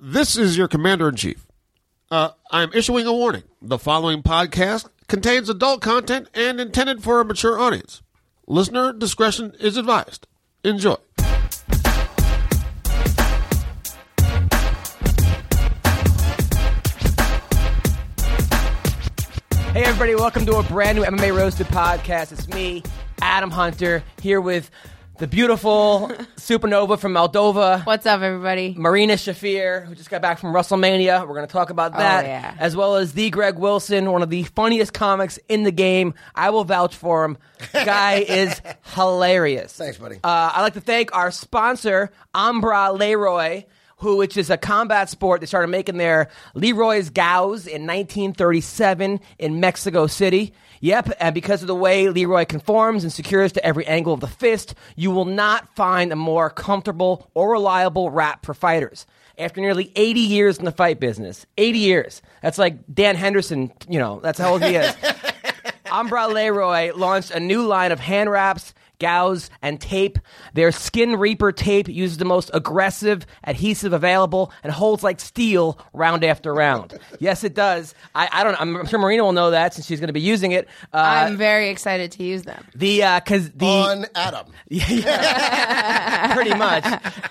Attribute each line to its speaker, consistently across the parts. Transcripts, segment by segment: Speaker 1: This is your commander in chief. Uh, I'm issuing a warning. The following podcast contains adult content and intended for a mature audience. Listener discretion is advised. Enjoy.
Speaker 2: Hey, everybody, welcome to a brand new MMA Roasted podcast. It's me, Adam Hunter, here with the beautiful supernova from Moldova,
Speaker 3: What's up, everybody?
Speaker 2: Marina Shafir, who just got back from WrestleMania. We're going to talk about that,
Speaker 3: yeah.
Speaker 2: as well as the Greg Wilson, one of the funniest comics in the game. I will vouch for him. Guy is hilarious.
Speaker 4: Thanks, buddy.
Speaker 2: Uh, I'd like to thank our sponsor, Ambra Leroy, who which is a combat sport they started making their Leroy's Gows in 1937 in Mexico City. Yep, and because of the way Leroy conforms and secures to every angle of the fist, you will not find a more comfortable or reliable wrap for fighters. After nearly 80 years in the fight business, 80 years. That's like Dan Henderson, you know, that's how old he is. Ambra Leroy launched a new line of hand wraps, gauze, and tape. Their Skin Reaper tape uses the most aggressive adhesive available and holds like steel round after round. yes, it does. I, I don't know. I'm sure Marina will know that since she's going to be using it. Uh,
Speaker 3: I'm very excited to use them.
Speaker 2: the uh 'cause the
Speaker 4: on Adam.
Speaker 2: pretty much.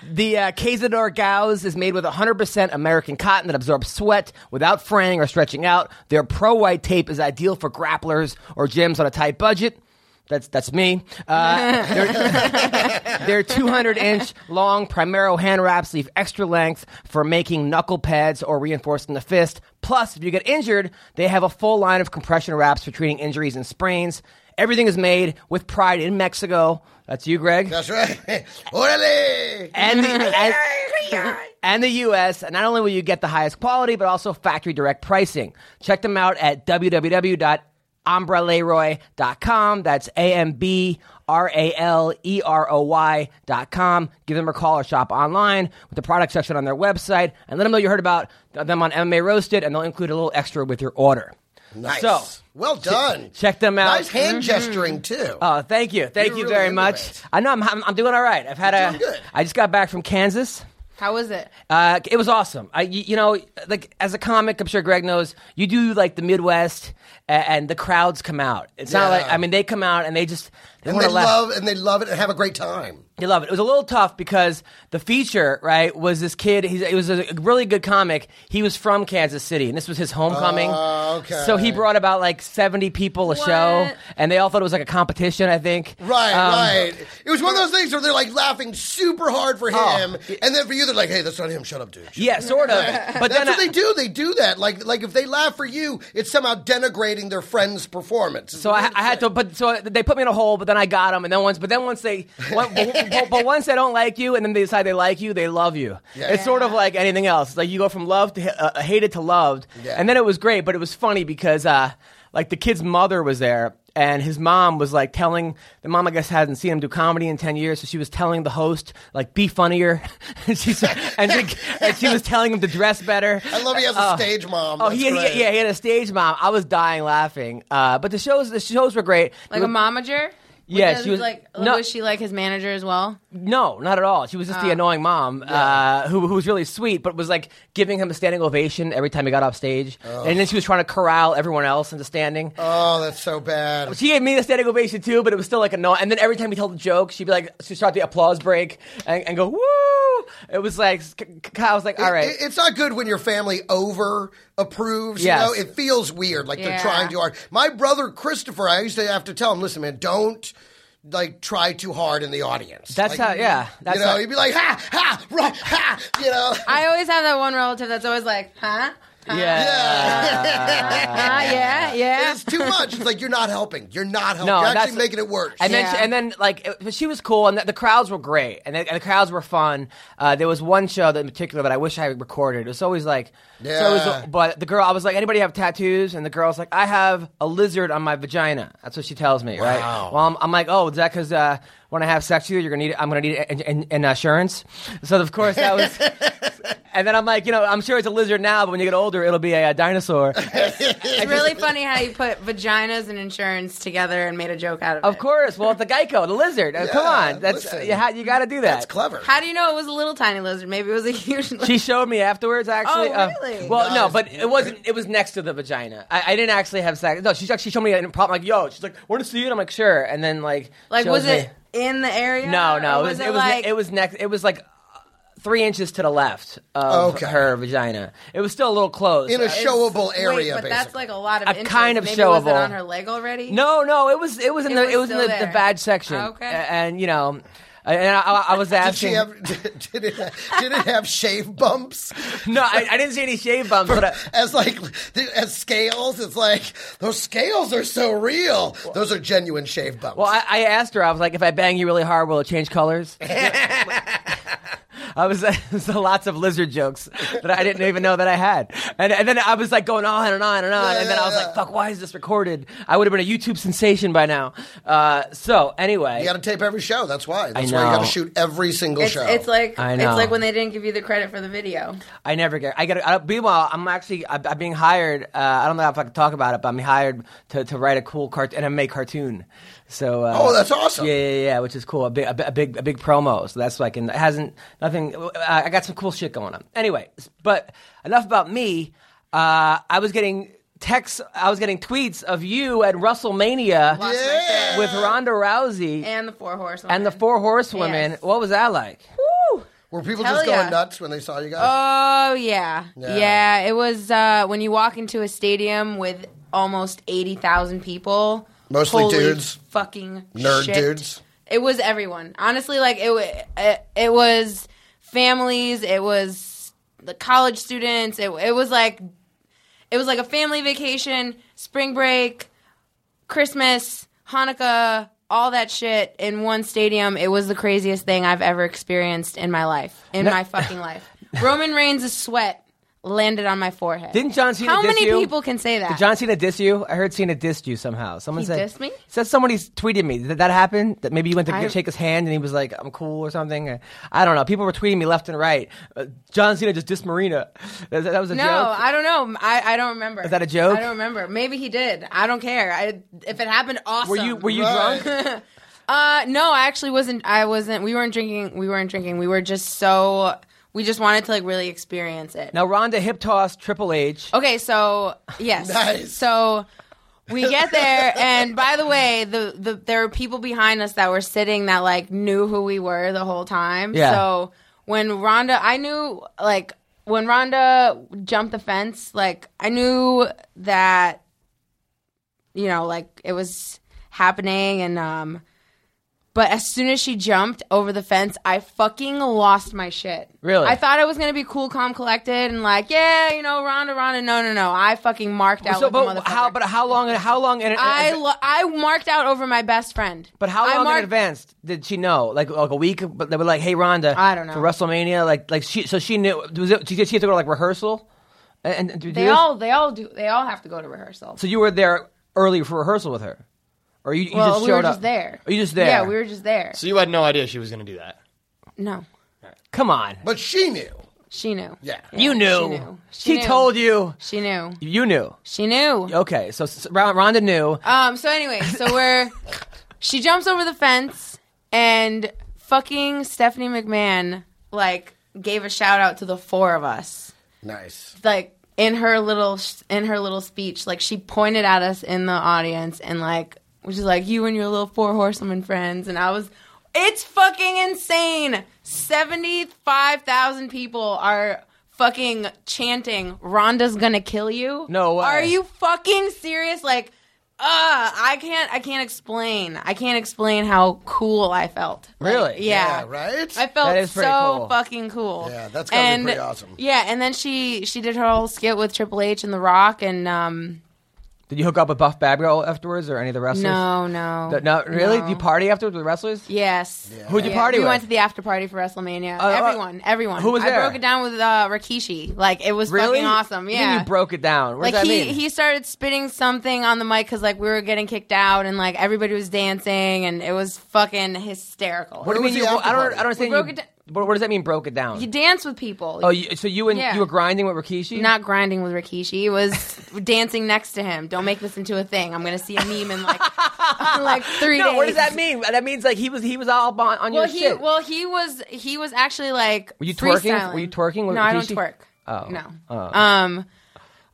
Speaker 2: The uh, Quesador Gauze is made with 100% American cotton that absorbs sweat without fraying or stretching out. Their pro white tape is ideal for grapplers or gyms on a tight budget. That's that's me. Uh, their- their 200 inch long Primero hand wraps leave extra length for making knuckle pads or reinforcing the fist. Plus, if you get injured, they have a full line of compression wraps for treating injuries and sprains. Everything is made with pride in Mexico. That's you, Greg
Speaker 4: That's right. Orale!
Speaker 2: and the and, and the U.S. And not only will you get the highest quality, but also factory direct pricing. Check them out at www.ambraleroy.com. That's a m b r a l e r o y dot com. Give them a call or shop online with the product section on their website, and let them know you heard about them on MMA Roasted, and they'll include a little extra with your order.
Speaker 4: Nice.
Speaker 2: So,
Speaker 4: well done.
Speaker 2: check them out. Mm-hmm.
Speaker 4: Nice hand gesturing too.
Speaker 2: Oh, thank you, thank
Speaker 4: You're
Speaker 2: you
Speaker 4: really
Speaker 2: very
Speaker 4: into
Speaker 2: much.
Speaker 4: it.
Speaker 2: I know I'm, I'm I'm doing all right. I've had
Speaker 4: You're
Speaker 2: a
Speaker 4: doing good.
Speaker 2: I just got back from Kansas.
Speaker 3: How was it?
Speaker 2: Uh, it was awesome. I, you, you know, like as a comic, I'm sure Greg knows. You do like the Midwest, and, and the crowds come out. It's not
Speaker 4: Yeah.
Speaker 2: like I mean, they come out and they just they
Speaker 4: and
Speaker 2: want
Speaker 4: they
Speaker 2: to laugh.
Speaker 4: love and they love it and have a great time.
Speaker 2: They love it. It was a little tough because the feature, right, was this kid. He's, he was a really good comic. He was from Kansas City, and this was his homecoming.
Speaker 4: Oh, okay.
Speaker 2: So he brought about like 70 people a show,
Speaker 3: What?
Speaker 2: and they all thought it was like a competition, I think.
Speaker 4: Right,
Speaker 2: Um,
Speaker 4: right. It was one of those things where they're like laughing super hard for him, and then for you, they're like, "Hey, that's not him. Shut up, dude." Shut
Speaker 2: Oh, Yeah, sort of. But
Speaker 4: That's
Speaker 2: then
Speaker 4: what
Speaker 2: I-
Speaker 4: they do. They do that. Like, like if they laugh for you, it's somehow denigrating their friend's performance.
Speaker 2: So I, I had to, but so they put me in a hole. But then I got them, and then once, but then once they, one, but, but- but once they don't like you, and then they decide they like you, they love you.
Speaker 4: Yeah.
Speaker 2: It's sort of like anything else. It's Like you go from loved, to, uh, hated to loved,
Speaker 4: Yeah.
Speaker 2: and then it was great. But it was funny because uh, like the kid's mother was there, and his mom was like telling the mom, I guess, hadn't seen him do comedy in ten years, so she was telling the host like be funnier, and she and, she- and she was telling him to dress better.
Speaker 4: I love he has a stage mom.
Speaker 2: Oh,
Speaker 4: That's
Speaker 2: he had,
Speaker 4: great.
Speaker 2: he, yeah, he had a stage mom. I was dying laughing. Uh, but the shows, the shows were great.
Speaker 3: Like a momager?
Speaker 2: Uh, Yeah,
Speaker 3: Because,
Speaker 2: she was-
Speaker 3: like.
Speaker 2: no-
Speaker 3: was she like his manager as well?
Speaker 2: No, not at all. She was
Speaker 4: Oh.
Speaker 2: just the annoying mom uh, who, who was really sweet, but was like giving him a standing ovation every time he got off stage. And then she was trying to corral everyone else into standing.
Speaker 4: Oh, that's so bad.
Speaker 2: She gave me a standing ovation too, but it was still like annoying. And then every time he told a joke, she'd be like, she'd start the applause break and, and go, woo! It was like, I was like, all right.
Speaker 4: It- it's not good when your family over approves.
Speaker 2: Yes.
Speaker 4: You know, it feels weird, like they're
Speaker 3: Yeah.
Speaker 4: trying too hard. My brother Christopher, I used to have to tell him, "Listen, man, don't." Like try too hard in the audience.
Speaker 2: That's
Speaker 4: Like,
Speaker 2: how- yeah, that's
Speaker 4: you know,
Speaker 2: how-
Speaker 4: he'd be like, ha ha, right, ha, you know.
Speaker 3: I always have that one relative that's always like, huh?
Speaker 2: yeah. Ah,
Speaker 3: Uh, yeah, yeah.
Speaker 4: it's too much. It's like you're not helping. You're not helping.
Speaker 2: No,
Speaker 4: you're
Speaker 2: that's-
Speaker 4: actually making it worse.
Speaker 2: And then,
Speaker 3: Yeah.
Speaker 2: she, and then, like, it, but she was cool, and the, the crowds were great, and the, and the crowds were fun. Uh, there was one show that in particular that I wish I had recorded. It was always like, so it was-
Speaker 4: Yeah.
Speaker 2: but the girl, I was like, anybody have tattoos? And the girl's like, I have a lizard on my vagina. That's what she tells me, right?
Speaker 4: Wow.
Speaker 2: Well, I'm, I'm like, oh, is that because uh, when I have sex with you, you're gonna need. I'm gonna need an, an, an assurance. So of course that was. and then I'm like, you know, I'm sure it's a lizard now, but when you get older, it'll be a, uh dinosaur.
Speaker 3: It's really funny how you put vaginas and insurance together and made a joke out of it.
Speaker 2: of course. Well, the Geico, the lizard. Uh, Come
Speaker 4: Yeah,
Speaker 2: on, that's
Speaker 4: listen.
Speaker 2: you, ha- you got to do that.
Speaker 4: That's clever.
Speaker 3: How do you know it was a little tiny lizard? Maybe it was a huge lizard.
Speaker 2: She showed me afterwards, actually. uh,
Speaker 3: Oh, really?
Speaker 2: well, no,
Speaker 4: Nice.
Speaker 2: but it wasn't. It was next to the vagina. I, I didn't actually have sex. No, she she showed me a problem. Like, yo, she's like, "Want to see it?" I'm like, "Sure." And then like,
Speaker 3: like,
Speaker 2: shows
Speaker 3: was it
Speaker 2: me-
Speaker 3: in the area?
Speaker 2: No,
Speaker 3: Or
Speaker 2: no,
Speaker 3: Was
Speaker 2: it was
Speaker 3: like,
Speaker 2: it was next. It was like uh, three inches to the left of
Speaker 4: Okay.
Speaker 2: her vagina. It was still a little close.
Speaker 4: in a
Speaker 2: Uh,
Speaker 4: showable
Speaker 3: wait,
Speaker 4: area,
Speaker 3: but
Speaker 4: basically.
Speaker 3: that's like a lot of
Speaker 2: A
Speaker 3: inches.
Speaker 2: kind of
Speaker 3: Maybe was it
Speaker 2: showable.
Speaker 3: on her leg already?
Speaker 2: no, no, it was it was in
Speaker 3: It
Speaker 2: the
Speaker 3: was
Speaker 2: it was in
Speaker 3: still
Speaker 2: the, the
Speaker 3: there.
Speaker 2: bad section.
Speaker 3: Okay.
Speaker 2: A- and you know, and I, I, I was
Speaker 4: did
Speaker 2: asking.
Speaker 4: she have? Did it? Did it have shave bumps?
Speaker 2: no, I, I didn't see any shave bumps, but. uh, I,
Speaker 4: As like as scales, it's like those scales are so real. Those are genuine shave bumps.
Speaker 2: Well, I, I asked her. I was like, "If I bang you really hard, will it change colors?" I was so lots of lizard jokes that I didn't even know that I had, and, and then I was like going on and on and on, and then I was
Speaker 4: Yeah, yeah,
Speaker 2: like, "Fuck, why is this recorded? I would have been a YouTube sensation by now." Uh, so anyway,
Speaker 4: you got to tape every show. That's why. That's why
Speaker 2: know.
Speaker 4: you got to shoot every single
Speaker 3: It's,
Speaker 4: show.
Speaker 3: it's like
Speaker 2: I
Speaker 3: it's
Speaker 2: know.
Speaker 3: like when they didn't give you the credit for the video.
Speaker 2: I never get. I get. I, meanwhile, I'm actually. I, I'm being hired. Uh, I don't know if I can talk about it, but I'm hired to, to write a cool cart MMA cartoon. So. Uh,
Speaker 4: Oh, that's awesome.
Speaker 2: Yeah, yeah, yeah. Which is cool. A big, a, bi- a big, a big promo. So that's like, and it hasn't nothing. uh, I I got some cool shit going on. Anyway, s- but enough about me. Uh, I was getting texts. I was getting tweets of you at WrestleMania
Speaker 3: Lost my
Speaker 4: Yeah.
Speaker 3: shit.
Speaker 2: with Ronda Rousey and,
Speaker 3: and the four horsemen
Speaker 2: the Four Horsewomen.
Speaker 3: Yes.
Speaker 2: What was that like?
Speaker 4: Were people
Speaker 3: Hell
Speaker 4: just going
Speaker 3: yeah.
Speaker 4: nuts when they saw you guys?
Speaker 3: Oh yeah.
Speaker 4: Yeah.
Speaker 3: yeah, It was uh, when you walk into a stadium with almost eighty thousand people,
Speaker 4: Mostly
Speaker 3: Holy
Speaker 4: dudes.
Speaker 3: fucking
Speaker 4: Nerd
Speaker 3: shit.
Speaker 4: dudes.
Speaker 3: It was everyone. Honestly, like it, wa- it, it was families. It was the college students. It, it was like, it was like a family vacation, spring break, Christmas, Hanukkah. All that shit in one stadium. It was the craziest thing I've ever experienced in my life, in my fucking life. Roman Reigns' sweat landed on my forehead.
Speaker 2: Didn't John Cena
Speaker 3: How
Speaker 2: diss
Speaker 3: many
Speaker 2: you?
Speaker 3: people can say that?
Speaker 2: Did John Cena diss you? I heard Cena dissed you somehow. Someone
Speaker 3: He
Speaker 2: said
Speaker 3: dissed me?
Speaker 2: Said somebody tweeted me. Did that happen? That maybe you went to
Speaker 3: I-
Speaker 2: shake his hand and he was like, "I'm cool" or something. I- I don't know. People were tweeting me left and right. Uh, John Cena just dissed Marina. That, that was a
Speaker 3: No,
Speaker 2: joke.
Speaker 3: I don't know. I, I don't remember. Is
Speaker 2: that a joke?
Speaker 3: I don't remember. Maybe he did. I don't care. I, if it happened, awesome.
Speaker 2: were you were you
Speaker 4: Right.
Speaker 2: drunk?
Speaker 3: Uh, no, I actually wasn't. I wasn't. We weren't drinking. We weren't drinking. We were just so. We just wanted to like really experience it.
Speaker 2: Now Ronda hip tossed Triple H.
Speaker 3: Okay, so yes.
Speaker 4: Nice.
Speaker 3: So we get there, and by the way, the, the there were people behind us that were sitting that like knew who we were the whole time.
Speaker 2: Yeah.
Speaker 3: So when Rhonda, I knew like when Rhonda jumped the fence, like I knew that you know like it was happening, and um. But as soon as she jumped over the fence, I fucking lost my shit.
Speaker 2: Really?
Speaker 3: I thought I was gonna be cool, calm, collected, and like, yeah, you know, Ronda, Ronda. No, no, no. I fucking marked out.
Speaker 2: So,
Speaker 3: with the
Speaker 2: but
Speaker 3: motherfucker.
Speaker 2: how uh, but how long how long in,
Speaker 3: I
Speaker 2: in-
Speaker 3: lo- I marked out over my best friend.
Speaker 2: but how
Speaker 3: I
Speaker 2: long in
Speaker 3: marked-
Speaker 2: advance did she know? Like like a week? But they were like, "Hey, Ronda,
Speaker 3: I don't know.
Speaker 2: for WrestleMania." Like like she so she knew. Was it, did she have to go to like rehearsal? And, and do
Speaker 3: They
Speaker 2: this?
Speaker 3: all they all do. They all have to go to rehearsal.
Speaker 2: So you were there early for rehearsal with her, or you, you
Speaker 3: well,
Speaker 2: just
Speaker 3: we were
Speaker 2: showed up?
Speaker 3: just there.
Speaker 2: Are you just there?
Speaker 3: Yeah, we were just there.
Speaker 5: So you had no idea she was going to do that.
Speaker 3: No,
Speaker 2: Come on,
Speaker 4: but she knew.
Speaker 3: she knew.
Speaker 4: Yeah.
Speaker 2: you knew.
Speaker 3: She knew. She knew.
Speaker 2: told you.
Speaker 3: she knew.
Speaker 2: You knew.
Speaker 3: She knew.
Speaker 2: Okay, so, so Ron- Rhonda knew.
Speaker 3: Um. So anyway, so we're she jumps over the fence and fucking Stephanie McMahon like gave a shout out to the four of us.
Speaker 4: Nice.
Speaker 3: Like in her little in her little speech, like she pointed at us in the audience and like was just like you and your little four horsemen friends, and I was. It's fucking insane. Seventy-five thousand people are fucking chanting. Rhonda's gonna kill you.
Speaker 2: No way.
Speaker 3: Are you fucking serious? Like, uh, I can't. I can't explain. I can't explain how cool I felt. Like,
Speaker 2: Really?
Speaker 3: yeah.
Speaker 4: Yeah, right?
Speaker 3: I felt
Speaker 2: That is pretty
Speaker 3: so
Speaker 2: cool.
Speaker 3: fucking cool.
Speaker 4: Yeah, that's gotta be
Speaker 3: And-
Speaker 4: pretty awesome.
Speaker 3: Yeah, and then she she did her whole skit with Triple H and The Rock, and um,
Speaker 2: Did you hook up with Buff Bagwell afterwards or any of the wrestlers?
Speaker 3: No, no.
Speaker 2: Th- No, really?
Speaker 3: No.
Speaker 2: Did you party afterwards with the wrestlers?
Speaker 3: Yes.
Speaker 2: Who'd you
Speaker 3: Yeah,
Speaker 2: party
Speaker 3: we
Speaker 2: with?
Speaker 3: went to the after party for WrestleMania.
Speaker 2: uh,
Speaker 3: everyone, everyone.
Speaker 2: who was
Speaker 3: I
Speaker 2: there?
Speaker 3: broke it down with uh, Rikishi. Like it was
Speaker 2: really?
Speaker 3: fucking awesome.
Speaker 2: You
Speaker 3: Yeah.
Speaker 2: mean You broke it down. What
Speaker 3: like
Speaker 2: does that
Speaker 3: he
Speaker 2: mean?
Speaker 3: he started spitting something on the mic because like we were getting kicked out and like everybody was dancing and it was fucking hysterical.
Speaker 2: what do you
Speaker 4: Where
Speaker 2: mean?
Speaker 4: was
Speaker 2: You,
Speaker 4: the
Speaker 2: I don't.
Speaker 4: after
Speaker 2: I
Speaker 4: party?
Speaker 2: don't understand.
Speaker 3: We
Speaker 2: you-
Speaker 3: broke it
Speaker 2: what, what does that mean? Broke it down.
Speaker 3: you dance with people.
Speaker 2: oh, you, so you and
Speaker 3: Yeah.
Speaker 2: you were grinding with Rikishi?
Speaker 3: not grinding with Rikishi. It was dancing next to him. Don't make this into a thing. I'm gonna see a meme in like in, like three
Speaker 2: No.
Speaker 3: days.
Speaker 2: What does that mean? That means like he was he was all on, on your
Speaker 3: Well, he
Speaker 2: shit.
Speaker 3: well he was he was actually like
Speaker 2: Were you twerking?
Speaker 3: freestyling.
Speaker 2: Were you twerking with
Speaker 3: no, I don't
Speaker 2: Rikishi?
Speaker 3: twerk.
Speaker 2: Oh.
Speaker 3: no.
Speaker 2: Oh.
Speaker 3: Um,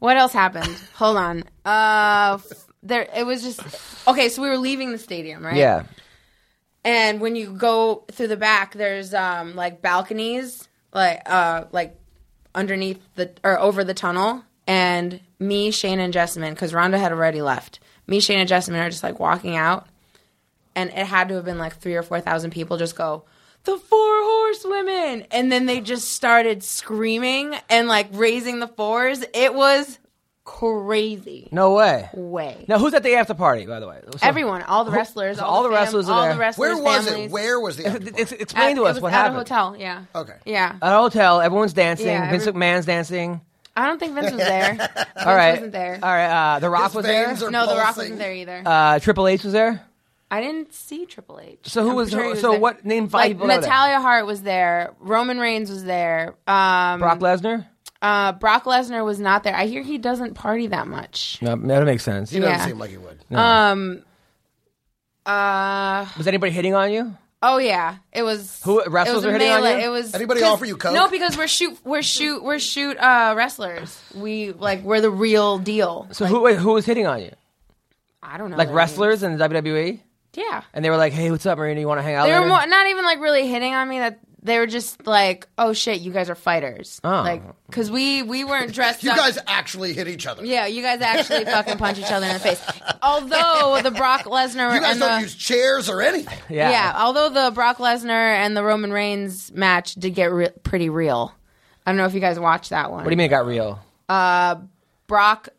Speaker 3: what else happened? Hold on. Uh, f- there it was just okay. So we were leaving the stadium, right?
Speaker 2: yeah.
Speaker 3: And when you go through the back, there's um like balconies, like uh like underneath the or over the tunnel. And me, Shane, and Jessamine, because Rhonda had already left. Me, Shane, and Jessamine are just like walking out, and it had to have been like three or four thousand people. Just go. The four horsewomen, and then they just started screaming and like raising the fours. It was crazy.
Speaker 2: No way.
Speaker 3: Way
Speaker 2: Now who's at the after party? By the way, So-
Speaker 3: everyone, all the wrestlers, all, the, fam-
Speaker 2: wrestlers are
Speaker 3: all
Speaker 2: there.
Speaker 3: the wrestlers.
Speaker 4: Where was
Speaker 3: families.
Speaker 4: it? Where was the? after
Speaker 2: It's-
Speaker 4: party?
Speaker 2: it's- explain
Speaker 3: At-
Speaker 2: to
Speaker 3: it
Speaker 2: us
Speaker 3: was
Speaker 2: what
Speaker 3: at
Speaker 2: happened.
Speaker 3: a hotel. Yeah.
Speaker 4: Okay.
Speaker 3: Yeah.
Speaker 2: At a hotel, everyone's dancing.
Speaker 3: Yeah,
Speaker 2: Vince
Speaker 3: every-
Speaker 2: McMahon's dancing.
Speaker 3: I don't think Vince was there. Vince
Speaker 2: All right.
Speaker 3: wasn't there.
Speaker 2: All right. Uh, the Rock
Speaker 4: His
Speaker 2: was there.
Speaker 4: veins are
Speaker 3: No, The Rock
Speaker 4: pulsing.
Speaker 3: wasn't there either.
Speaker 2: uh, Triple H was there.
Speaker 3: I didn't see Triple H.
Speaker 2: So who
Speaker 3: I'm
Speaker 2: was-
Speaker 3: sure he was
Speaker 2: so
Speaker 3: there.
Speaker 2: what- name five
Speaker 3: Like,
Speaker 2: people that were there.
Speaker 3: Natalia Hart was there. Roman Reigns was there. Um,
Speaker 2: Brock Lesnar.
Speaker 3: uh, Brock Lesnar was not there. I hear he doesn't party that much.
Speaker 2: No, that makes sense.
Speaker 4: He doesn't
Speaker 3: yeah.
Speaker 4: seem like he would.
Speaker 2: Hmm.
Speaker 3: Um. Uh.
Speaker 2: Was anybody hitting on you?
Speaker 3: Oh yeah. It was
Speaker 2: Who-
Speaker 3: it
Speaker 2: wrestlers
Speaker 3: was
Speaker 2: were
Speaker 3: a
Speaker 2: hitting on
Speaker 3: melee.
Speaker 2: you?
Speaker 3: It was
Speaker 4: Anybody
Speaker 3: 'cause-
Speaker 4: offer you coke?
Speaker 3: No, because we're shoot. We're shoot. We're shoot. Uh, wrestlers. We like we're the real deal.
Speaker 2: So who wait, who was hitting on you?
Speaker 3: I don't know.
Speaker 2: Like
Speaker 3: their
Speaker 2: wrestlers in the WWE,
Speaker 3: names. Yeah.
Speaker 2: and they were like, "Hey, what's up, Marina? You want to hang out?"
Speaker 3: They were
Speaker 2: later?"
Speaker 3: more, not even like really hitting on me. That they were just like, "Oh shit, you guys are fighters."
Speaker 2: Oh.
Speaker 3: Like, because we we weren't dressed.
Speaker 4: You
Speaker 3: up.
Speaker 4: guys actually hit each other.
Speaker 3: Yeah, you guys actually fucking punch each other in the face. Although the Brock Lesnar
Speaker 4: You guys
Speaker 3: and
Speaker 4: don't
Speaker 3: the
Speaker 4: use chairs or anything.
Speaker 2: yeah.
Speaker 3: although the Brock Lesnar and the Roman Reigns match did get re- pretty real. I don't know if you guys watched that one.
Speaker 2: What do you mean it got real?
Speaker 3: Brock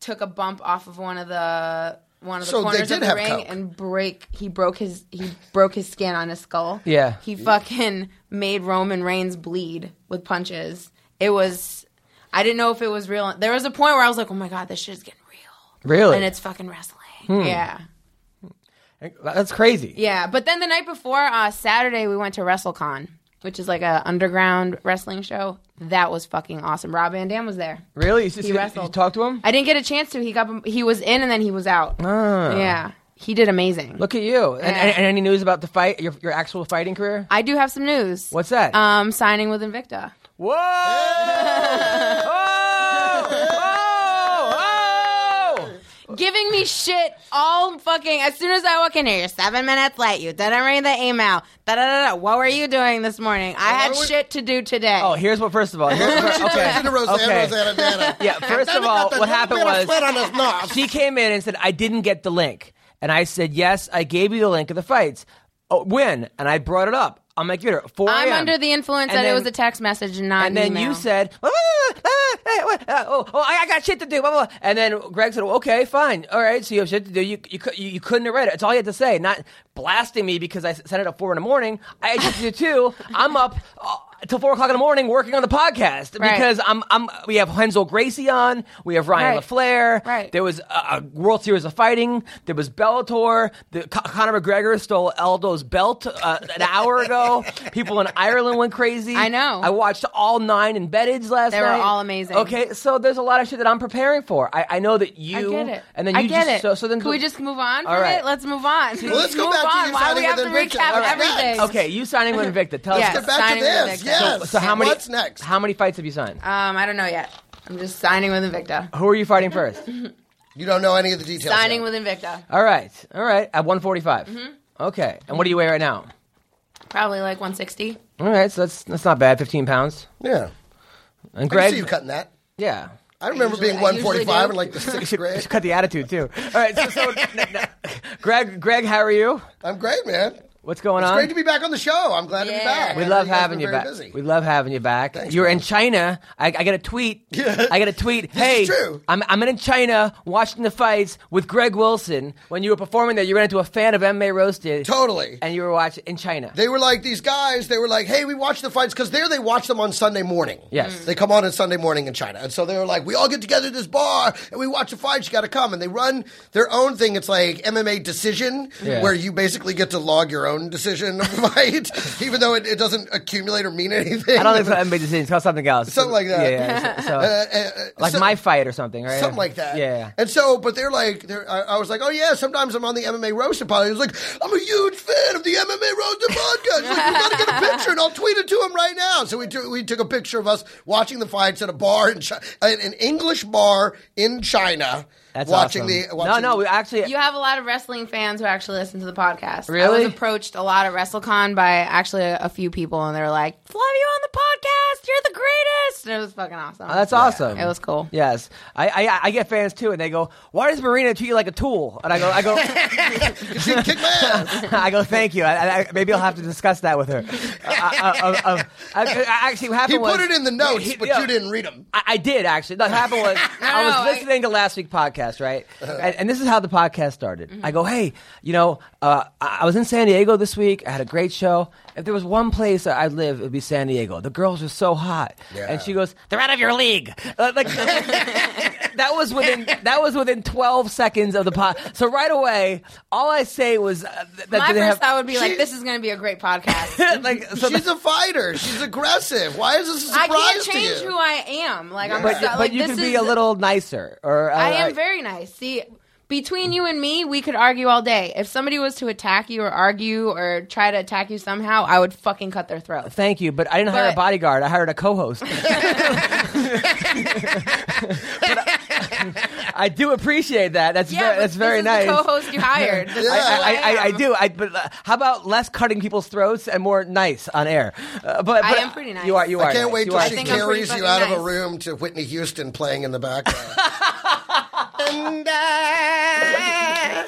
Speaker 3: took a bump off of one of the one of the
Speaker 4: So they
Speaker 3: corners
Speaker 4: did
Speaker 3: of the
Speaker 4: have
Speaker 3: ring
Speaker 4: coke.
Speaker 3: and break. He broke his he broke his skin on his skull.
Speaker 2: Yeah.
Speaker 3: he fucking made Roman Reigns bleed with punches. It was. I didn't know if it was real. There was a point where I was like, "Oh my god, this shit is getting real,"
Speaker 2: Really? Hmm.
Speaker 3: and it's fucking wrestling. Yeah,
Speaker 2: that's crazy.
Speaker 3: yeah. But then the night before uh, Saturday, we went to WrestleCon, which is like a underground wrestling show. That was fucking awesome. Rob Van Dam was there.
Speaker 2: Really? You, just,
Speaker 3: He
Speaker 2: you,
Speaker 3: wrestled.
Speaker 2: you talked to him?
Speaker 3: I didn't get a chance to. He got he was in and then he was out.
Speaker 2: Oh. Ah.
Speaker 3: Yeah, he did amazing.
Speaker 2: Look at you. And,
Speaker 3: Yeah.
Speaker 2: and, and any news about the fight? Your, your actual fighting career?
Speaker 3: I do have some news.
Speaker 2: What's that?
Speaker 3: Um, signing with Invicta.
Speaker 2: Whoa! Oh! Oh! Oh!
Speaker 3: Giving me shit all fucking as soon as I walk in here. You're seven minutes late. You didn't read the email. Da da da da. What were you doing this morning? I had
Speaker 4: Well, we-
Speaker 3: shit to do today.
Speaker 2: Oh, here's what. First of all, here's what, okay.
Speaker 4: Into Roseanne,
Speaker 2: okay.
Speaker 4: Rosanna, Dana.
Speaker 2: Yeah. First of all, what happened
Speaker 4: Sweat
Speaker 2: was
Speaker 4: on his knob.
Speaker 2: she came in and said, "I didn't get the link," and I said, "Yes, I gave you the link of the fights. Oh, when?" And I brought it up on my computer. 4
Speaker 3: I'm
Speaker 2: a.m.
Speaker 3: under the influence
Speaker 2: And
Speaker 3: that
Speaker 2: then-
Speaker 3: it was a text message and not
Speaker 2: And
Speaker 3: an
Speaker 2: then you
Speaker 3: email.
Speaker 2: said, "Ah, ah, eh, what, uh, oh, oh, I I got shit to do. Blah, blah, blah. And then Greg said, okay, fine. All right, so you have shit to do. You, you, cou- you, you couldn't have read it. It's all you had to say, not blasting me because I s- sent it at 4 in the morning. I had shit to do too. I'm up. Uh, Till four o'clock in the morning, working on the podcast
Speaker 3: Right.
Speaker 2: because I'm, I'm. We have Hensel Gracie on. We have Ryan
Speaker 3: Right.
Speaker 2: LaFlair.
Speaker 3: Right.
Speaker 2: There was a, a World Series of Fighting. There was Bellator. The, Co- Conor McGregor stole Eldo's belt uh, an hour ago. People in Ireland went crazy.
Speaker 3: I know.
Speaker 2: I watched all nine embeddeds last
Speaker 3: They were
Speaker 2: night.
Speaker 3: all amazing.
Speaker 2: Okay, so there's a lot of shit that I'm preparing for. I, I know that
Speaker 3: I
Speaker 2: you
Speaker 3: get it.
Speaker 2: and then you
Speaker 3: I get
Speaker 2: just
Speaker 3: it.
Speaker 2: so so then
Speaker 3: Can we just move on
Speaker 2: All
Speaker 3: from
Speaker 2: right.
Speaker 3: it? Let's move on. Well,
Speaker 4: let's go
Speaker 3: move
Speaker 4: back to
Speaker 3: on.
Speaker 4: you
Speaker 3: Why do we
Speaker 4: signing
Speaker 3: have to
Speaker 4: with Invicta.
Speaker 3: recap
Speaker 4: All right.
Speaker 3: everything?
Speaker 2: okay, you signing with Invicta. Tell
Speaker 3: Yes.
Speaker 2: us.
Speaker 4: Get back to
Speaker 3: Signing with
Speaker 4: this.
Speaker 3: Invicta.
Speaker 4: Yes.
Speaker 2: So how many
Speaker 4: What's next?
Speaker 2: how many fights have you signed?
Speaker 3: Um, I don't know yet. I'm just signing with Invicta.
Speaker 2: Who are you fighting first?
Speaker 4: You don't know any of the details.
Speaker 3: Signing with
Speaker 4: yet.
Speaker 3: Invicta.
Speaker 2: all right. All right. At 145.
Speaker 3: Mm-hmm.
Speaker 2: Okay. And what do you weigh right now?
Speaker 3: Probably like 160.
Speaker 2: All right, so that's that's not bad. 15 pounds.
Speaker 4: Yeah.
Speaker 2: And
Speaker 4: I can
Speaker 2: Greg
Speaker 4: see you cutting that.
Speaker 2: Yeah.
Speaker 4: I remember
Speaker 3: usually-
Speaker 4: being
Speaker 3: I usually
Speaker 4: 145
Speaker 3: do.
Speaker 4: in like the sixth
Speaker 2: Should,
Speaker 4: grade.
Speaker 2: should cut the attitude too. All right, so, so n- n- Greg Greg, how are you?
Speaker 4: I'm great, man.
Speaker 2: What's going
Speaker 4: It's
Speaker 2: on?
Speaker 4: great to be back on the show. I'm glad to be
Speaker 3: Yeah.
Speaker 4: back.
Speaker 3: We
Speaker 4: I
Speaker 2: we
Speaker 4: know
Speaker 2: love
Speaker 4: you guys
Speaker 2: having
Speaker 4: been
Speaker 2: you
Speaker 4: very
Speaker 2: back.
Speaker 4: busy.
Speaker 2: We love having you back.
Speaker 4: Thanks,
Speaker 2: You're
Speaker 4: man.
Speaker 2: in China. I, I got a tweet. I got a tweet. hey,
Speaker 4: is true.
Speaker 2: I'm I'm in China watching the fights with Greg Wilson. When you were performing there, you ran into a fan of MMA Roasted.
Speaker 4: Totally.
Speaker 2: And you were watching in China.
Speaker 4: They were like these guys. They were like, "Hey, we watch the fights because there they watch them on Sunday morning.
Speaker 2: Yes. Mm.
Speaker 4: they come on on Sunday morning in China, and so they were like, we all get together at this bar and we watch the fights. You got to come, and they run their own thing. It's like MMA decision,
Speaker 2: Yeah.
Speaker 4: where you basically get to log your own decision of the fight, even though it, it doesn't accumulate or mean anything.
Speaker 2: I don't think it's MMA decision. It's called something else.
Speaker 4: Something like that.
Speaker 2: Yeah. yeah. So, so- like
Speaker 4: Uh, so-
Speaker 2: my fight or something, right?
Speaker 4: Something like that.
Speaker 2: Yeah.
Speaker 4: And so, but they're like, they're, I, I was like, oh yeah, sometimes I'm on the MMA Roasted podcast. He was like, I'm a huge fan of the MMA Roasted podcast. He's like, you gotta get a picture, and I'll tweet it to him right now. So we took, we took a picture of us watching the fights at a bar in China, an English bar in China.
Speaker 2: That's
Speaker 4: watching
Speaker 2: awesome.
Speaker 4: the watching
Speaker 2: no, no. We actually
Speaker 3: You have a lot of wrestling fans who actually listen to the podcast. I
Speaker 2: Really?
Speaker 3: was approached a lot at WrestleCon by actually a, a few people, and they were like, "Love you on the podcast. You're the greatest." And it was fucking awesome.
Speaker 2: Oh, that's awesome.
Speaker 3: It was cool.
Speaker 2: Yes, I, I I get fans too, and they go, "Why does Marina treat you like a tool?" And I go, I go,
Speaker 4: she kicked my ass.
Speaker 2: I go, "Thank you." I, I, maybe I'll have to discuss that with her. Uh, I, I, I, I, I, I- actually, what
Speaker 4: He
Speaker 2: happened was
Speaker 4: put it in the notes,
Speaker 2: He-
Speaker 4: but
Speaker 2: yeah.
Speaker 4: you didn't read them.
Speaker 2: I, I did actually. No, What happened was I
Speaker 3: no,
Speaker 2: was
Speaker 3: I-
Speaker 2: listening to last week's podcast, right? And, and this is how the podcast started. I go, hey, you know, uh, I, I was in San Diego this week. I had a great show. If there was one place that I'd live, it'd be San Diego. The girls are so hot. And she goes, they're out of your league. Uh, like that was within that was within twelve seconds of the pod. So right away, all I say was uh, th- that
Speaker 3: My
Speaker 2: they
Speaker 3: first
Speaker 2: have-
Speaker 3: thought would be
Speaker 4: She-
Speaker 3: like, "This is going to be a great podcast."
Speaker 2: like so
Speaker 4: She's a fighter. She's aggressive. Why is this a
Speaker 3: I
Speaker 4: surprise
Speaker 3: can't
Speaker 4: to
Speaker 3: change
Speaker 4: you?
Speaker 3: who I am. Like I'm,
Speaker 2: but,
Speaker 3: so,
Speaker 2: but
Speaker 3: like,
Speaker 2: you
Speaker 3: this
Speaker 2: could
Speaker 3: is,
Speaker 2: be a little nicer or uh,
Speaker 3: I am very nice. See, between you and me, we could argue all day. If somebody was to attack you or argue or try to attack you somehow, I would fucking cut their throat.
Speaker 2: Thank you, but I didn't hire a
Speaker 3: But-
Speaker 2: bodyguard. I hired a co-host. But I, I do appreciate that. That's very,
Speaker 3: but
Speaker 2: that's very
Speaker 3: this
Speaker 2: nice.
Speaker 3: is the co-host you hired. This is
Speaker 2: I,
Speaker 3: who
Speaker 2: I, I, I
Speaker 3: am.
Speaker 2: do. I, but uh, how about less cutting people's throats and more nice on air? Uh, but,
Speaker 3: I
Speaker 2: but,
Speaker 3: am pretty nice.
Speaker 2: You are. You are.
Speaker 4: I can't
Speaker 2: nice.
Speaker 4: wait
Speaker 2: You
Speaker 4: till
Speaker 2: are
Speaker 4: she
Speaker 3: think
Speaker 2: nice.
Speaker 3: I'm pretty
Speaker 4: carries you
Speaker 3: fucking
Speaker 4: out of a
Speaker 3: nice.
Speaker 4: room to Whitney Houston playing in the background. and I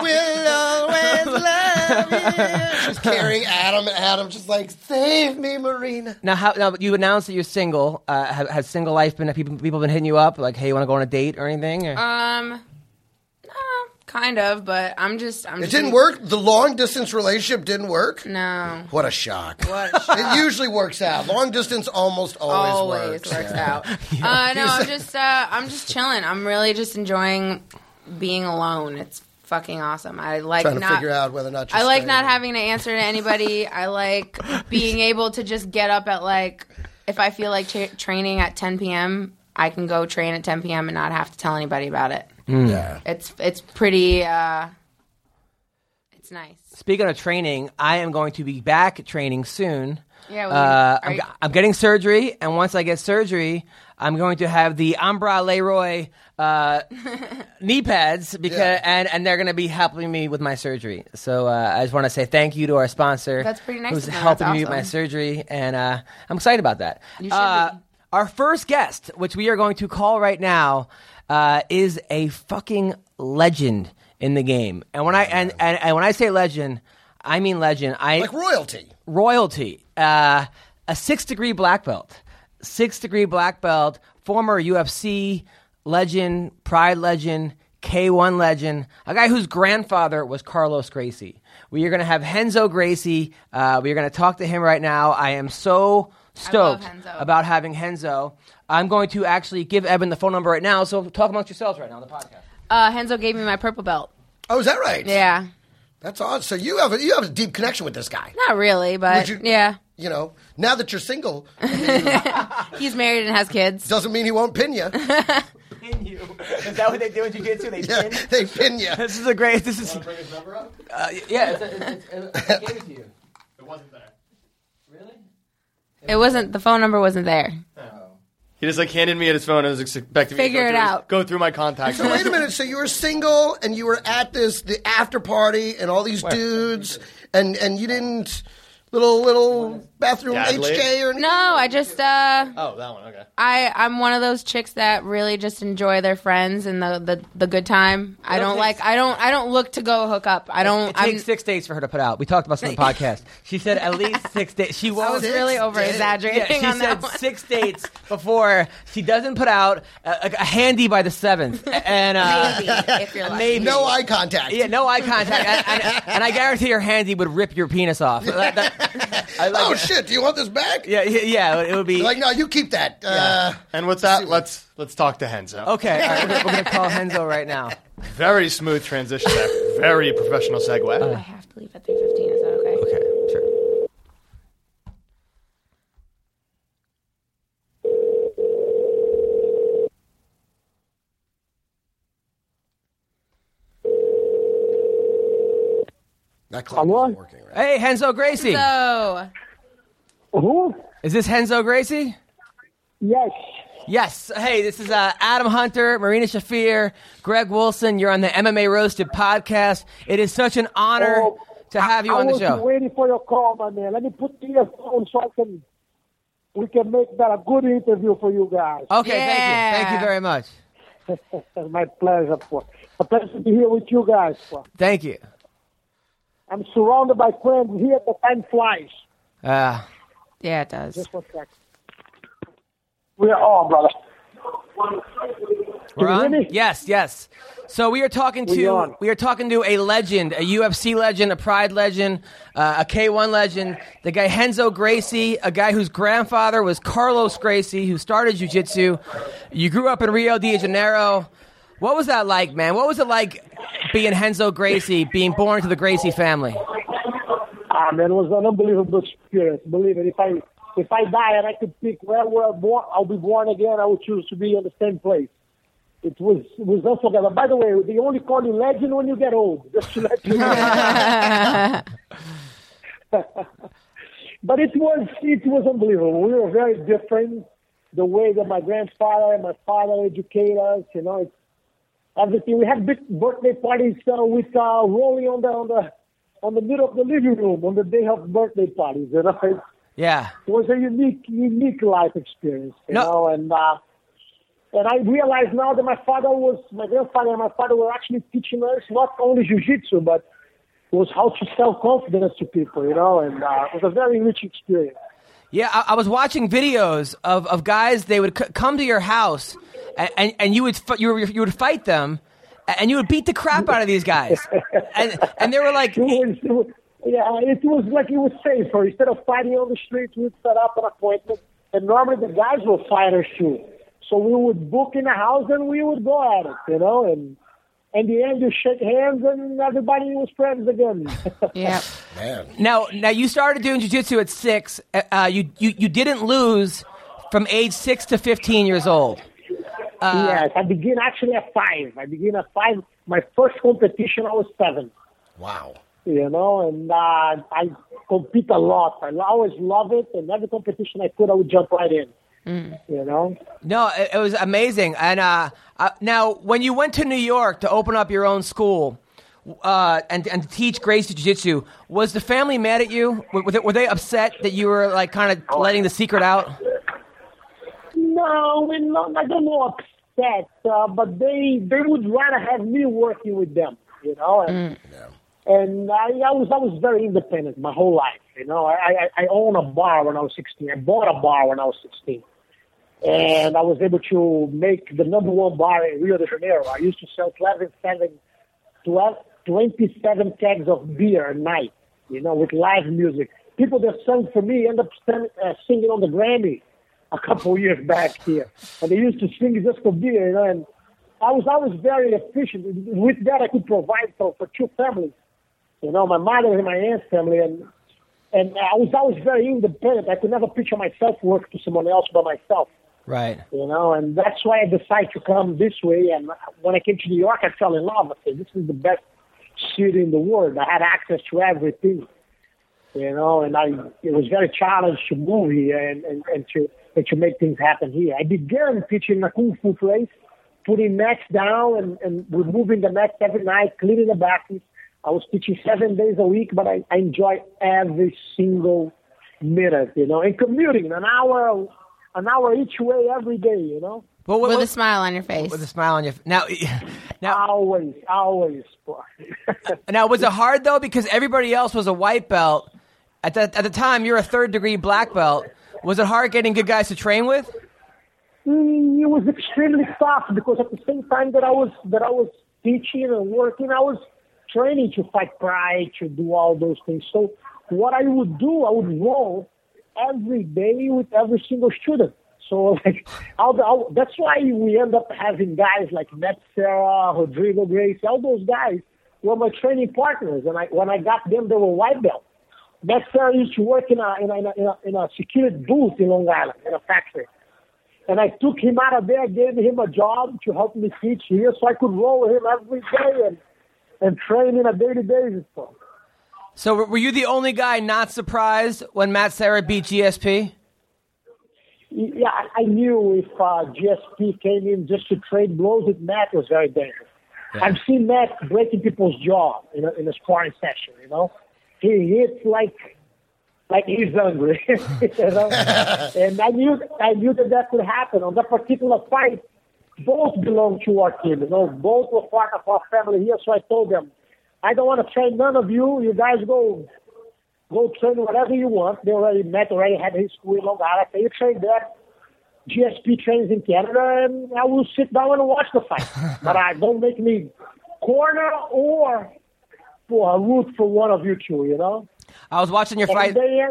Speaker 4: will always love you. She's carrying Adam, and Adam's just like, save me, Marina.
Speaker 2: Now, how, now you announced that you're single. Uh, have, has single life been? Have people, people been hitting you up like, "Hey, you want to go on a date or anything?" Or?
Speaker 3: Um, no, kind of, but I'm just. I'm
Speaker 4: It
Speaker 3: just
Speaker 4: didn't work. The long distance relationship didn't work.
Speaker 3: No.
Speaker 4: What a shock.
Speaker 3: What? a
Speaker 4: It usually works out. Long distance almost always,
Speaker 3: always
Speaker 4: works.
Speaker 3: works, out. Uh, no, I'm just uh, I'm just chilling. I'm really just enjoying being alone. It's fucking awesome. I like
Speaker 4: Trying to
Speaker 3: not.
Speaker 4: figure out whether or not you
Speaker 3: I like
Speaker 4: stay.
Speaker 3: not having to answer to anybody. I like being able to just get up at like if I feel like tra- training at 10 p.m. I can go train at 10 p.m. and not have to tell anybody about it.
Speaker 4: Yeah.
Speaker 3: It's it's pretty. Uh, it's nice.
Speaker 2: Speaking of training, I am going to be back training soon.
Speaker 3: Yeah, well,
Speaker 2: uh,
Speaker 3: are
Speaker 2: I'm,
Speaker 3: you-
Speaker 2: g- I'm getting surgery, and once I get surgery, I'm going to have the Ambra Leroy uh, knee pads because,
Speaker 4: Yeah.
Speaker 2: and and they're going to be helping me with my surgery. So uh, I just want to say thank you to our sponsor.
Speaker 3: That's pretty nice
Speaker 2: Who's
Speaker 3: of them.
Speaker 2: helping
Speaker 3: That's
Speaker 2: me with my
Speaker 3: awesome.
Speaker 2: surgery, and uh, I'm excited about that.
Speaker 3: You should
Speaker 2: Uh,
Speaker 3: be.
Speaker 2: our first guest, which we are going to call right now, uh, is a fucking legend in the game. And when I and, and, and when I say legend, I mean legend. I
Speaker 4: Like royalty.
Speaker 2: royalty, uh, a six degree black belt, six degree black belt, former UFC legend, Pride legend, K1 legend, a guy whose grandfather was Carlos Gracie. We are going to have Henzo Gracie. Uh, we are going to talk to him right now. I am so stoked
Speaker 3: Henzo.
Speaker 2: about having Henzo. I'm going to actually give Eben the phone number right now. So talk amongst yourselves right now on the podcast.
Speaker 3: Uh, Henzo gave me my purple belt.
Speaker 4: Oh, is that right?
Speaker 3: Yeah,
Speaker 4: That's odd. So you have a, you have a deep connection with this guy.
Speaker 3: not really, but
Speaker 4: Would you-
Speaker 3: yeah.
Speaker 4: You know, now that you're single,
Speaker 3: He's married and has kids.
Speaker 4: doesn't mean he won't pin you.
Speaker 2: Pin you. Is that what they do in jiu-jitsu? They
Speaker 4: Yeah, they pin you.
Speaker 2: This is a great. This is
Speaker 5: Bring his number up?
Speaker 2: uh, yeah. It's a, it's, it's, I gave it to you.
Speaker 5: It wasn't there.
Speaker 2: Really?
Speaker 3: It wasn't the phone number wasn't there.
Speaker 5: He just like handed me his phone and was expecting me to
Speaker 3: Figure
Speaker 5: go
Speaker 3: it
Speaker 5: through, his-
Speaker 3: out.
Speaker 5: go through my contacts. I'm
Speaker 4: Wait
Speaker 5: like,
Speaker 4: a minute. So you were single and you were at this the after party and all these dudes and and you didn't little little bathroom
Speaker 5: Dad
Speaker 4: HK
Speaker 5: late?
Speaker 4: or anything?
Speaker 3: No, I just uh,
Speaker 5: Oh, that one. Okay.
Speaker 3: I I'm one of those chicks that really just enjoy their friends and the the, the good time. I don't like I don't I don't look to go hook up. I don't.
Speaker 2: It
Speaker 3: Mm, I'm,
Speaker 2: takes six days for her to put out. We talked about this on the podcast. She said at least six days. She
Speaker 3: I
Speaker 2: won't.
Speaker 3: was really over
Speaker 2: Yeah,
Speaker 3: exaggerating
Speaker 2: she
Speaker 3: on
Speaker 2: said
Speaker 3: that one.
Speaker 2: six dates before she doesn't put out a, a- a handy by the seventh, and uh,
Speaker 3: Maybe, if you're lucky.
Speaker 2: maybe.
Speaker 4: No eye contact.
Speaker 2: Yeah, no eye contact, and, and, and I guarantee your handy would rip your penis off. That- that- I like
Speaker 4: oh
Speaker 2: it.
Speaker 4: shit! Do you want this back?
Speaker 2: Yeah, yeah, yeah, it would be
Speaker 4: Like no, you keep that. Uh,
Speaker 5: And with that, let's let's talk to Henzo.
Speaker 2: okay. All right, we're, gonna- we're gonna call Henzo right now.
Speaker 5: Very smooth transition. there. Very professional segue.
Speaker 3: I have to leave at three fifteen. Is that okay?
Speaker 2: Okay, sure.
Speaker 4: that clock
Speaker 6: Hello?
Speaker 4: isn't working right.
Speaker 2: Hey, Henzo Gracie,
Speaker 3: So
Speaker 6: Who?
Speaker 2: is this Henzo Gracie?
Speaker 6: Yes.
Speaker 2: Yes. Hey, this is uh, Adam Hunter, Marina Shafir, Greg Wilson. You're on the MMA Roasted podcast. It is such an honor
Speaker 6: Oh,
Speaker 2: to have you
Speaker 6: I
Speaker 2: on the
Speaker 6: was
Speaker 2: show.
Speaker 6: waiting for your call, my man. Let me put the phone so I can we can make that a good interview for you guys.
Speaker 2: Okay, thank you. Thank
Speaker 3: Yeah.
Speaker 2: you very much.
Speaker 6: It's my pleasure, for a pleasure to be here with you guys. For.
Speaker 2: Thank you.
Speaker 6: I'm surrounded by friends here. The time flies.
Speaker 2: Uh,
Speaker 3: yeah, it does.
Speaker 6: Just one sec. We are on, brother.
Speaker 2: we're
Speaker 6: you hear
Speaker 2: on?
Speaker 6: me?
Speaker 2: Yes, yes. So we are talking
Speaker 6: We
Speaker 2: to
Speaker 6: on.
Speaker 2: we are talking to a legend, a UFC legend, a Pride legend, uh, a K1 legend, the guy Henzo Gracie, a guy whose grandfather was Carlos Gracie, who started jiu-jitsu. You grew up in Rio de Janeiro. What was that like, man? What was it like being Henzo Gracie, being born to the Gracie family?
Speaker 6: Ah, man, it was an unbelievable experience. Believe it. If I if I die and I could pick where we're born, I'll be born again. I would choose to be in the same place. It was it was unforgettable. By the way, they only call you legend when you get old. Just to let you know. but it was it was unbelievable. We were very different. The way that my grandfather and my father educated us, you know, it's everything. We had big birthday parties uh, with uh, Rolly on the on the on the middle of the living room on the day of birthday parties. You know, it,
Speaker 2: Yeah.
Speaker 6: was a unique unique life experience. You
Speaker 2: No.
Speaker 6: know, and uh, and I realize now that my father was my grandfather and my father were actually teaching us not only jujitsu but it was how to sell confidence to people. You know, and uh, it was a very rich experience.
Speaker 2: Yeah, I, I was watching videos of, of guys. They would c- come to your house, and, and, and you would f- you, would- you would fight them, and you would beat the crap out of these guys, and and they were like,
Speaker 6: It was, it was- yeah, it was like it was safer. Instead of fighting on the streets, we'd set up an appointment. And normally the guys were fighters too. So we would book in a house and we would go at it, you know. And in the end, you shake hands and everybody was friends again.
Speaker 3: Yeah.
Speaker 4: Man,
Speaker 2: now now you started doing jujitsu at six. Uh, you, you you didn't lose from age six to fifteen years old.
Speaker 6: yes, I begin actually at five. I begin at five. My first competition, I was seven.
Speaker 4: wow.
Speaker 6: you know, and uh, I compete a lot. I always love it, and every competition I could, I would jump right in. You know,
Speaker 2: No, it, it was amazing. And uh, uh, now, when you went to New York to open up your own school uh, and and teach Gracie Jiu Jitsu, was the family mad at you? Were, were, they, were they upset that you were like kind of letting the secret out?
Speaker 6: no, and no, I don't know upset, uh, but they they would rather have me working with them. You know, and, and I, I was I was very independent my whole life. You know, I, I I owned a bar when I was 16. I bought a bar when I was 16. and I was able to make the number one bar in Rio de Janeiro. I used to sell 12, 7, 12, 27 kegs of beer a night, you know, with live music. People that sung for me end up sing, uh, singing on the Grammy a couple years back here. And they used to sing just for beer, you know, and I was always very efficient. With that, I could provide for, for two families, you know, my mother and my aunt's family. And and I was always very independent. I could never picture myself working to someone else by myself
Speaker 2: Right.
Speaker 6: you know, and that's why I decided to come this way. And when I came to New York, I fell in love. I said, this is the best city in the world. I had access to everything, you know, and I it was very challenged to move here and, and, and to and to make things happen here. I began teaching in a kung fu place, putting mats down and, and removing the mats every night, cleaning the bathrooms. I was teaching seven days a week, but I, I enjoyed every single minute, you know, and commuting an hour, an hour each way every day, you know.
Speaker 2: But what,
Speaker 3: with
Speaker 2: what-
Speaker 3: a smile on your face.
Speaker 2: with a smile on your f- now, now,
Speaker 6: Always, always, boy.
Speaker 2: now was it hard though because everybody else was a white belt at the at the time you're a third degree black belt. Was it hard getting good guys to train with?
Speaker 6: Mm, it was extremely tough because at the same time that I was that I was teaching and working, I was training to fight pride, to do all those things. So what I would do, I would roll every day with every single student. So like, all the, all, that's why we end up having guys like Matt Serra, Rodrigo Grace, all those guys were my training partners, and I when I got them, they were white belts. Matt Serra used to work in a in a, in a, in a, in a security booth in Long Island in a factory. And I took him out of there, gave him a job to help me teach here, so I could roll him every day and, and train in a daily basis. So,
Speaker 2: So were- were you the only guy not surprised when Matt Sarah beat GSP?
Speaker 6: yeah, I- I knew if uh, GSP came in just to trade blows with Matt it was very dangerous. I've seen Matt breaking people's jaw in a, in a sparring session. You know, he hits like like he's hungry. you know? and I knew I knew that that could happen on that particular fight. Both belong to our team. You know, both were part of our family here. So I told them, I don't want to train none of you. You guys go go train whatever you want. They already met, already had his school in Long Island. So you train there. GSP trains in Canada, and I will sit down and watch the fight. but I don't make me corner or for root for one of you two. You know.
Speaker 2: I was watching your fight.
Speaker 6: And they,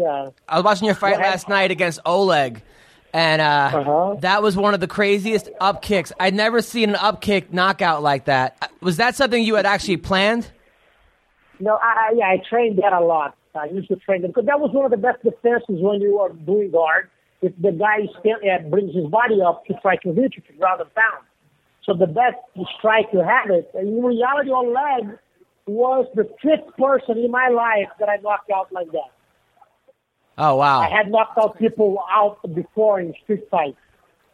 Speaker 6: yeah.
Speaker 2: I was watching your fight
Speaker 6: ahead.
Speaker 2: last night against Oleg, and uh,
Speaker 6: Uh-huh.
Speaker 2: that was one of the craziest up kicks. I'd never seen an up kick knockout like that. Uh, Was that something you had actually planned?
Speaker 6: No, I, I- yeah, I trained that a lot. I used to train them because that was one of the best defenses when you are doing guard. If the guy stand, uh, brings his body up to try to hit you to ground and pound. So the best strike you have it. And in reality, on leg was the fifth person in my life that I knocked out like that.
Speaker 2: Oh
Speaker 6: I
Speaker 2: wow!
Speaker 6: had knocked out people out before in street fights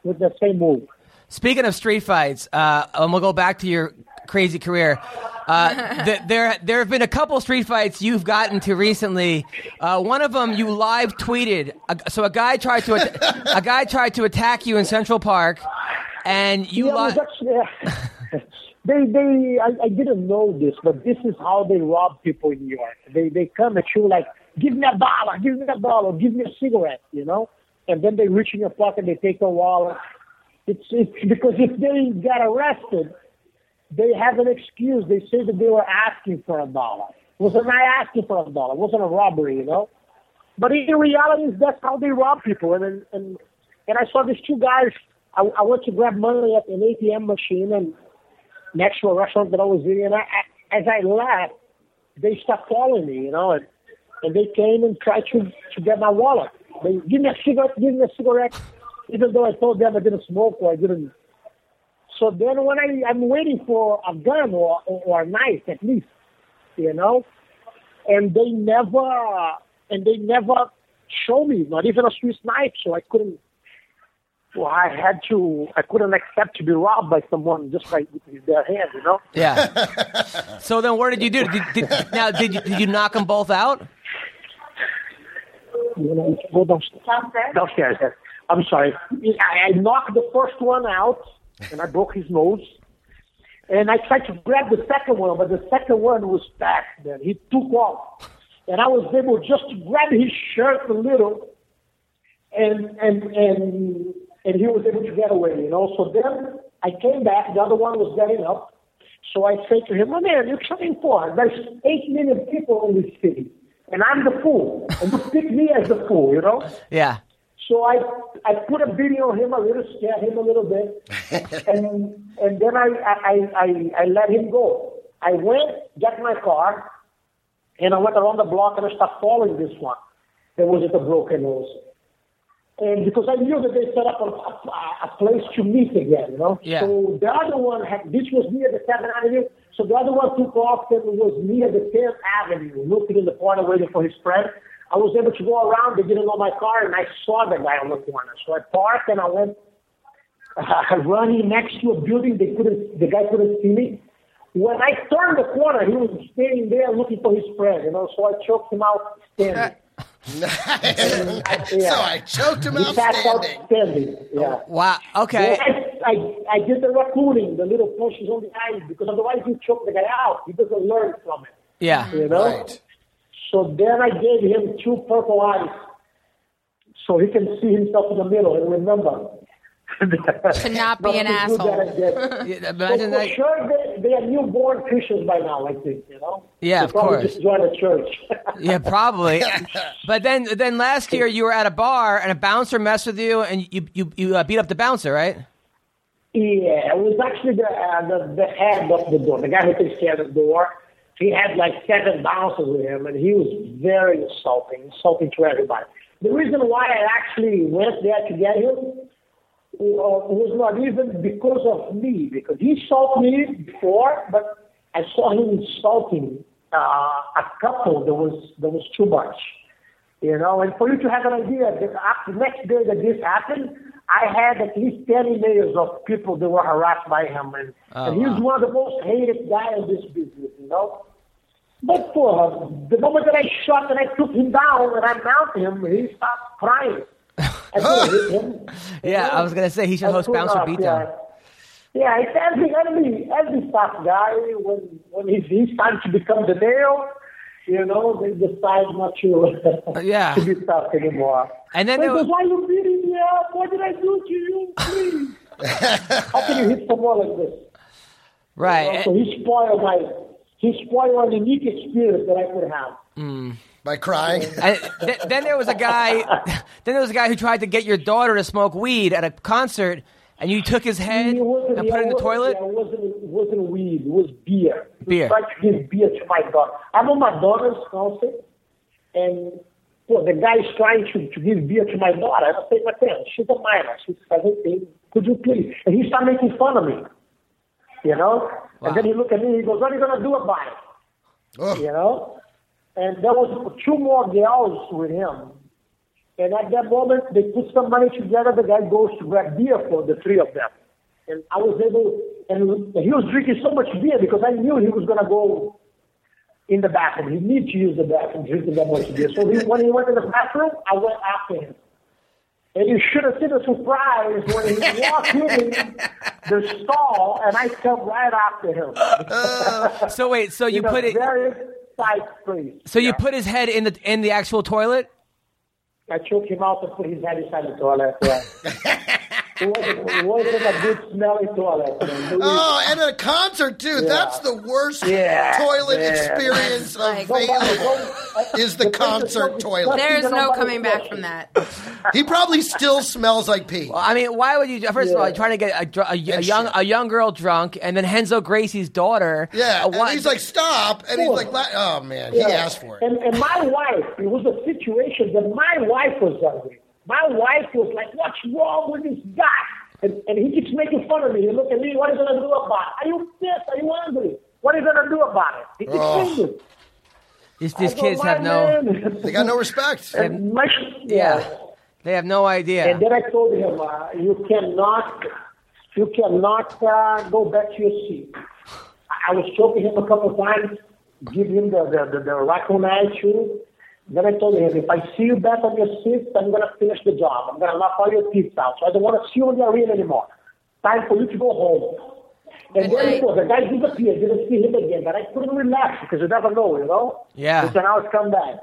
Speaker 6: with the same move.
Speaker 2: Speaking of street fights, uh, and we'll go back to your crazy career. Uh, th- there, there have been a couple street fights you've gotten to recently. Uh, one of them you live tweeted. A- so a guy tried to, at- a guy tried to attack you in Central Park, and you
Speaker 6: Yeah,
Speaker 2: li-
Speaker 6: it was actually, they, they, I, I didn't know this, but this is how they rob people in New York. They, they come at you like, give me a dollar, give me a dollar, give me a cigarette, you know, and then they reach in your pocket, they take your wallet. It's, it's because if they got arrested, they have an excuse. They say that they were asking for a dollar. Wasn't I asking for a dollar? Wasn't a robbery, you know? But in reality, that's how they rob people. And and and, and I saw these two guys. I, I went to grab money at an ATM machine and next to a restaurant that I was in. And I, I, as I left, they stopped calling me, you know, and and they came and tried to to get my wallet. They give me a cigarette, give me a cigarette, even though I told them I didn't smoke or I didn't. So then when I I'm waiting for a gun or or a knife at least, you know and they never and they never show me not even a Swiss knife, so I couldn't. Well, I had to. I couldn't accept to be robbed by someone just by with their hand, you know.
Speaker 2: Yeah. so then, what did you do? Did, did, now, did you, did you knock them both out?
Speaker 6: You know, you go downstairs. Downstairs. yes. I'm sorry. I, I knocked the first one out, and I broke his nose. And I tried to grab the second one, but the second one was back. Then he took off, and I was able just to grab his shirt a little, and and and and he was able to get away, you know. So then I came back. The other one was getting up, so I said to him, "My man, you're coming for there's eight million people in this city, and I'm the fool, and you pick me as the fool, you know."
Speaker 2: Yeah.
Speaker 6: So I I put a beating on him a little, scared him a little bit, and and then I I, I I let him go. I went, got my car, and I went around the block and I started following this one. There was at a broken nose. And because I knew that they set up a, a, a place to meet again, you know.
Speaker 2: Yeah.
Speaker 6: So the other one, had, this was near the Seventh Avenue. So the other one took off and was near the Tenth Avenue, looking in the corner, waiting for his friend. I was able to go around. They didn't know my car, and I saw the guy on the corner. So I parked and I went uh, running next to a building. They couldn't, the guy couldn't see me. When I turned the corner, he was standing there looking for his friend, you know. So I choked him out standing.
Speaker 4: so I choked him
Speaker 6: He passed out
Speaker 4: outstanding.
Speaker 6: standing. Yeah.
Speaker 2: Wow. Okay.
Speaker 6: Yes, I, I did the raccooning, the little pushes on the eyes, because otherwise you choke the guy out. He doesn't learn from it,
Speaker 2: Yeah.
Speaker 6: you know?
Speaker 4: Right.
Speaker 6: So then I gave him two purple eyes so he can see himself in the middle and remember.
Speaker 3: To not be an
Speaker 6: Not to do that
Speaker 3: asshole.
Speaker 6: again.
Speaker 2: Yeah,
Speaker 6: But
Speaker 2: Imagine
Speaker 6: for
Speaker 2: that.
Speaker 6: sure, they, they are newborn Christians by now, I think, you know?
Speaker 2: Yeah,
Speaker 6: They
Speaker 2: of
Speaker 6: probably
Speaker 2: course.
Speaker 6: just joined a church.
Speaker 2: Yeah, probably. but then, then last year you were at a bar and a bouncer messed with you, and you you you uh, beat up the bouncer, right?
Speaker 6: yeah, it was actually the, uh, the, the head of the door, the guy who takes care of the door. He had like seven bouncers with him, and he was very insulting, insulting to everybody. The reason why I actually went there to get him uh, was not even because of me, because he insulted me before, but I saw him insulting uh, a couple that was that was too much, you know. And for you to have an idea, the, after the next day that this happened, I had at least ten emails of people that were harassed by him, and,
Speaker 2: Oh,
Speaker 6: and he was one of the most hated guy in this business, you know. But for the moment that I shot and I took him down and I mounted him, he started crying. I couldn't hit him.
Speaker 2: Yeah, I was gonna say he should
Speaker 6: I
Speaker 2: host
Speaker 6: could
Speaker 2: bouncer
Speaker 6: not,
Speaker 2: beatdown.
Speaker 6: Yeah, yeah it's every every every tough guy when when he's he's starting to become the nail, you know, they decide not to
Speaker 2: Uh, Yeah.
Speaker 6: to be tough anymore.
Speaker 2: And then
Speaker 6: They
Speaker 2: there
Speaker 6: go,
Speaker 2: was-
Speaker 6: why you beating me up? What did I do to you? Please, how can you hit someone like this?
Speaker 2: Right.
Speaker 6: So he spoiled my he spoiled the unique experience that I could have.
Speaker 4: By crying.
Speaker 2: And th- then there was a guy. Then there was a guy who tried to get your daughter to smoke weed at a concert, and you took his head
Speaker 6: It wasn't-
Speaker 2: and put it in the
Speaker 6: wasn't-
Speaker 2: toilet.
Speaker 6: yeah, It wasn't, it wasn't weed. It was beer. He
Speaker 2: Beer.
Speaker 6: tried to give beer to my daughter. I'm on my daughter's concert, and well, the guy is trying to, to give beer to my daughter. And I say, my friend, she's a minor. She's 17. Could you please? And he started making fun of me. You know?
Speaker 2: Wow.
Speaker 6: And then he looked at me he goes, what are you going to do about it?
Speaker 4: Ugh.
Speaker 6: you know. And there was two more girls with him. And at that moment, they put some money together. The guy goes to grab beer for the three of them. And I was able, and he was drinking so much beer because I knew he was going to go in the bathroom. He needed to use the bathroom drinking that much beer. So he, when he went to the bathroom, I went after him. And you should have seen the surprise when he walked in the stall and I come right after him.
Speaker 4: Uh,
Speaker 2: So wait, so you
Speaker 6: In a
Speaker 2: put it.
Speaker 6: Very tight place.
Speaker 2: So you
Speaker 6: Yeah.
Speaker 2: put his head in the in the actual toilet.
Speaker 6: I took him out and put his head inside the toilet. Yeah. it, wasn't, it wasn't a good smelly toilet.
Speaker 4: Oh, and at a concert too. That's the worst
Speaker 6: Yeah,
Speaker 4: toilet
Speaker 6: yeah.
Speaker 4: experience
Speaker 3: Like-
Speaker 4: available. Is the
Speaker 6: place is so
Speaker 4: concert toilet.
Speaker 6: disgusting
Speaker 3: There is
Speaker 6: that
Speaker 3: no
Speaker 6: nobody
Speaker 3: coming back
Speaker 6: touched
Speaker 3: from
Speaker 6: it.
Speaker 3: that.
Speaker 4: He probably still smells like pee.
Speaker 2: I mean, why would you? First of all,
Speaker 6: Yeah.
Speaker 2: you're trying to get a, dr- a, y- a
Speaker 4: And
Speaker 2: young
Speaker 4: shit.
Speaker 2: a young girl drunk, and then Henzo Gracie's daughter. Uh,
Speaker 4: Yeah,
Speaker 2: a
Speaker 6: Uh,
Speaker 4: and
Speaker 2: one-
Speaker 4: he's like, stop, and he's like, la- oh man, he asked for it.
Speaker 6: And, and my wife, it was a situation that my wife was angry. My wife was like, what's wrong with this guy? And, and he keeps making fun of me. He look at me, what are you going to do about it? Are you pissed? Are you angry? What are you going to do about it? He keeps
Speaker 4: Oh.
Speaker 6: saying this.
Speaker 2: these, these
Speaker 6: I go,
Speaker 2: kids
Speaker 6: "My
Speaker 2: have no.
Speaker 6: "Oh, man."
Speaker 4: They got no respect.
Speaker 6: And my,
Speaker 2: Yeah, they have no idea.
Speaker 6: And then I told him, uh, you cannot, you cannot uh, go back to your seat. I I was choking him a couple of times, give him the the, the, the raccoon attitude. Then I told him, if I see you back on your seat, I'm gonna finish the job. I'm gonna knock all your teeth out. So I don't want to see you in the arena anymore. Time for you to go home. And then it was the guy disappeared. Didn't see him again. But I couldn't relax because you never know, you know.
Speaker 2: Yeah.
Speaker 6: It's an hour's come back.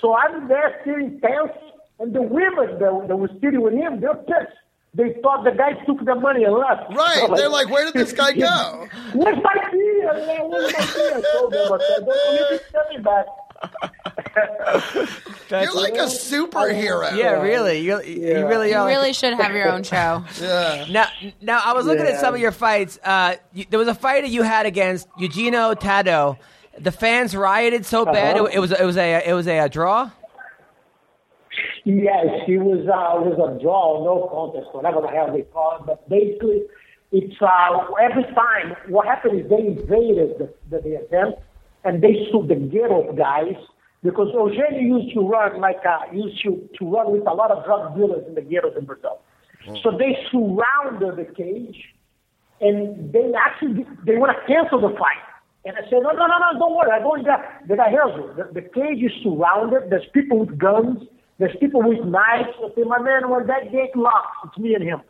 Speaker 6: So I'm there sitting tense, and the women that, that were sitting with him, they're pissed. They thought the guy took the money and left.
Speaker 4: Right? They're like, where did this guy go?
Speaker 6: Where's my beer? man? Where's my beer? I told them, I said, don't you just tell me back.
Speaker 4: You're like a superhero.
Speaker 2: yeah, really. You, you really
Speaker 3: You
Speaker 2: are. like-
Speaker 3: really should have your own show.
Speaker 4: Yeah.
Speaker 2: Now, now I was looking at
Speaker 6: Yeah.
Speaker 2: some of your fights. Uh, you, there was a fight that you had against Eugenio Tado. The fans rioted so bad
Speaker 6: Uh-huh.
Speaker 2: it, it was it was a it was a, uh draw.
Speaker 6: Yes, it was uh, it was a draw, no contest, whatever the hell they call it. But basically, it's uh, every time what happened is they invaded the, the, the event and they sued the ghetto guys because Eugenio used to run like uh, used to, to run with a lot of drug dealers in the ghettos in Brazil. So they surrounded the cage and they actually they want to cancel the fight. And I said, no, no, no, no, don't worry. I'm going there. They got Helzo. The, the cage is surrounded. There's people with guns. There's people with knives. I said, my man, when that gate locks, it's me and him.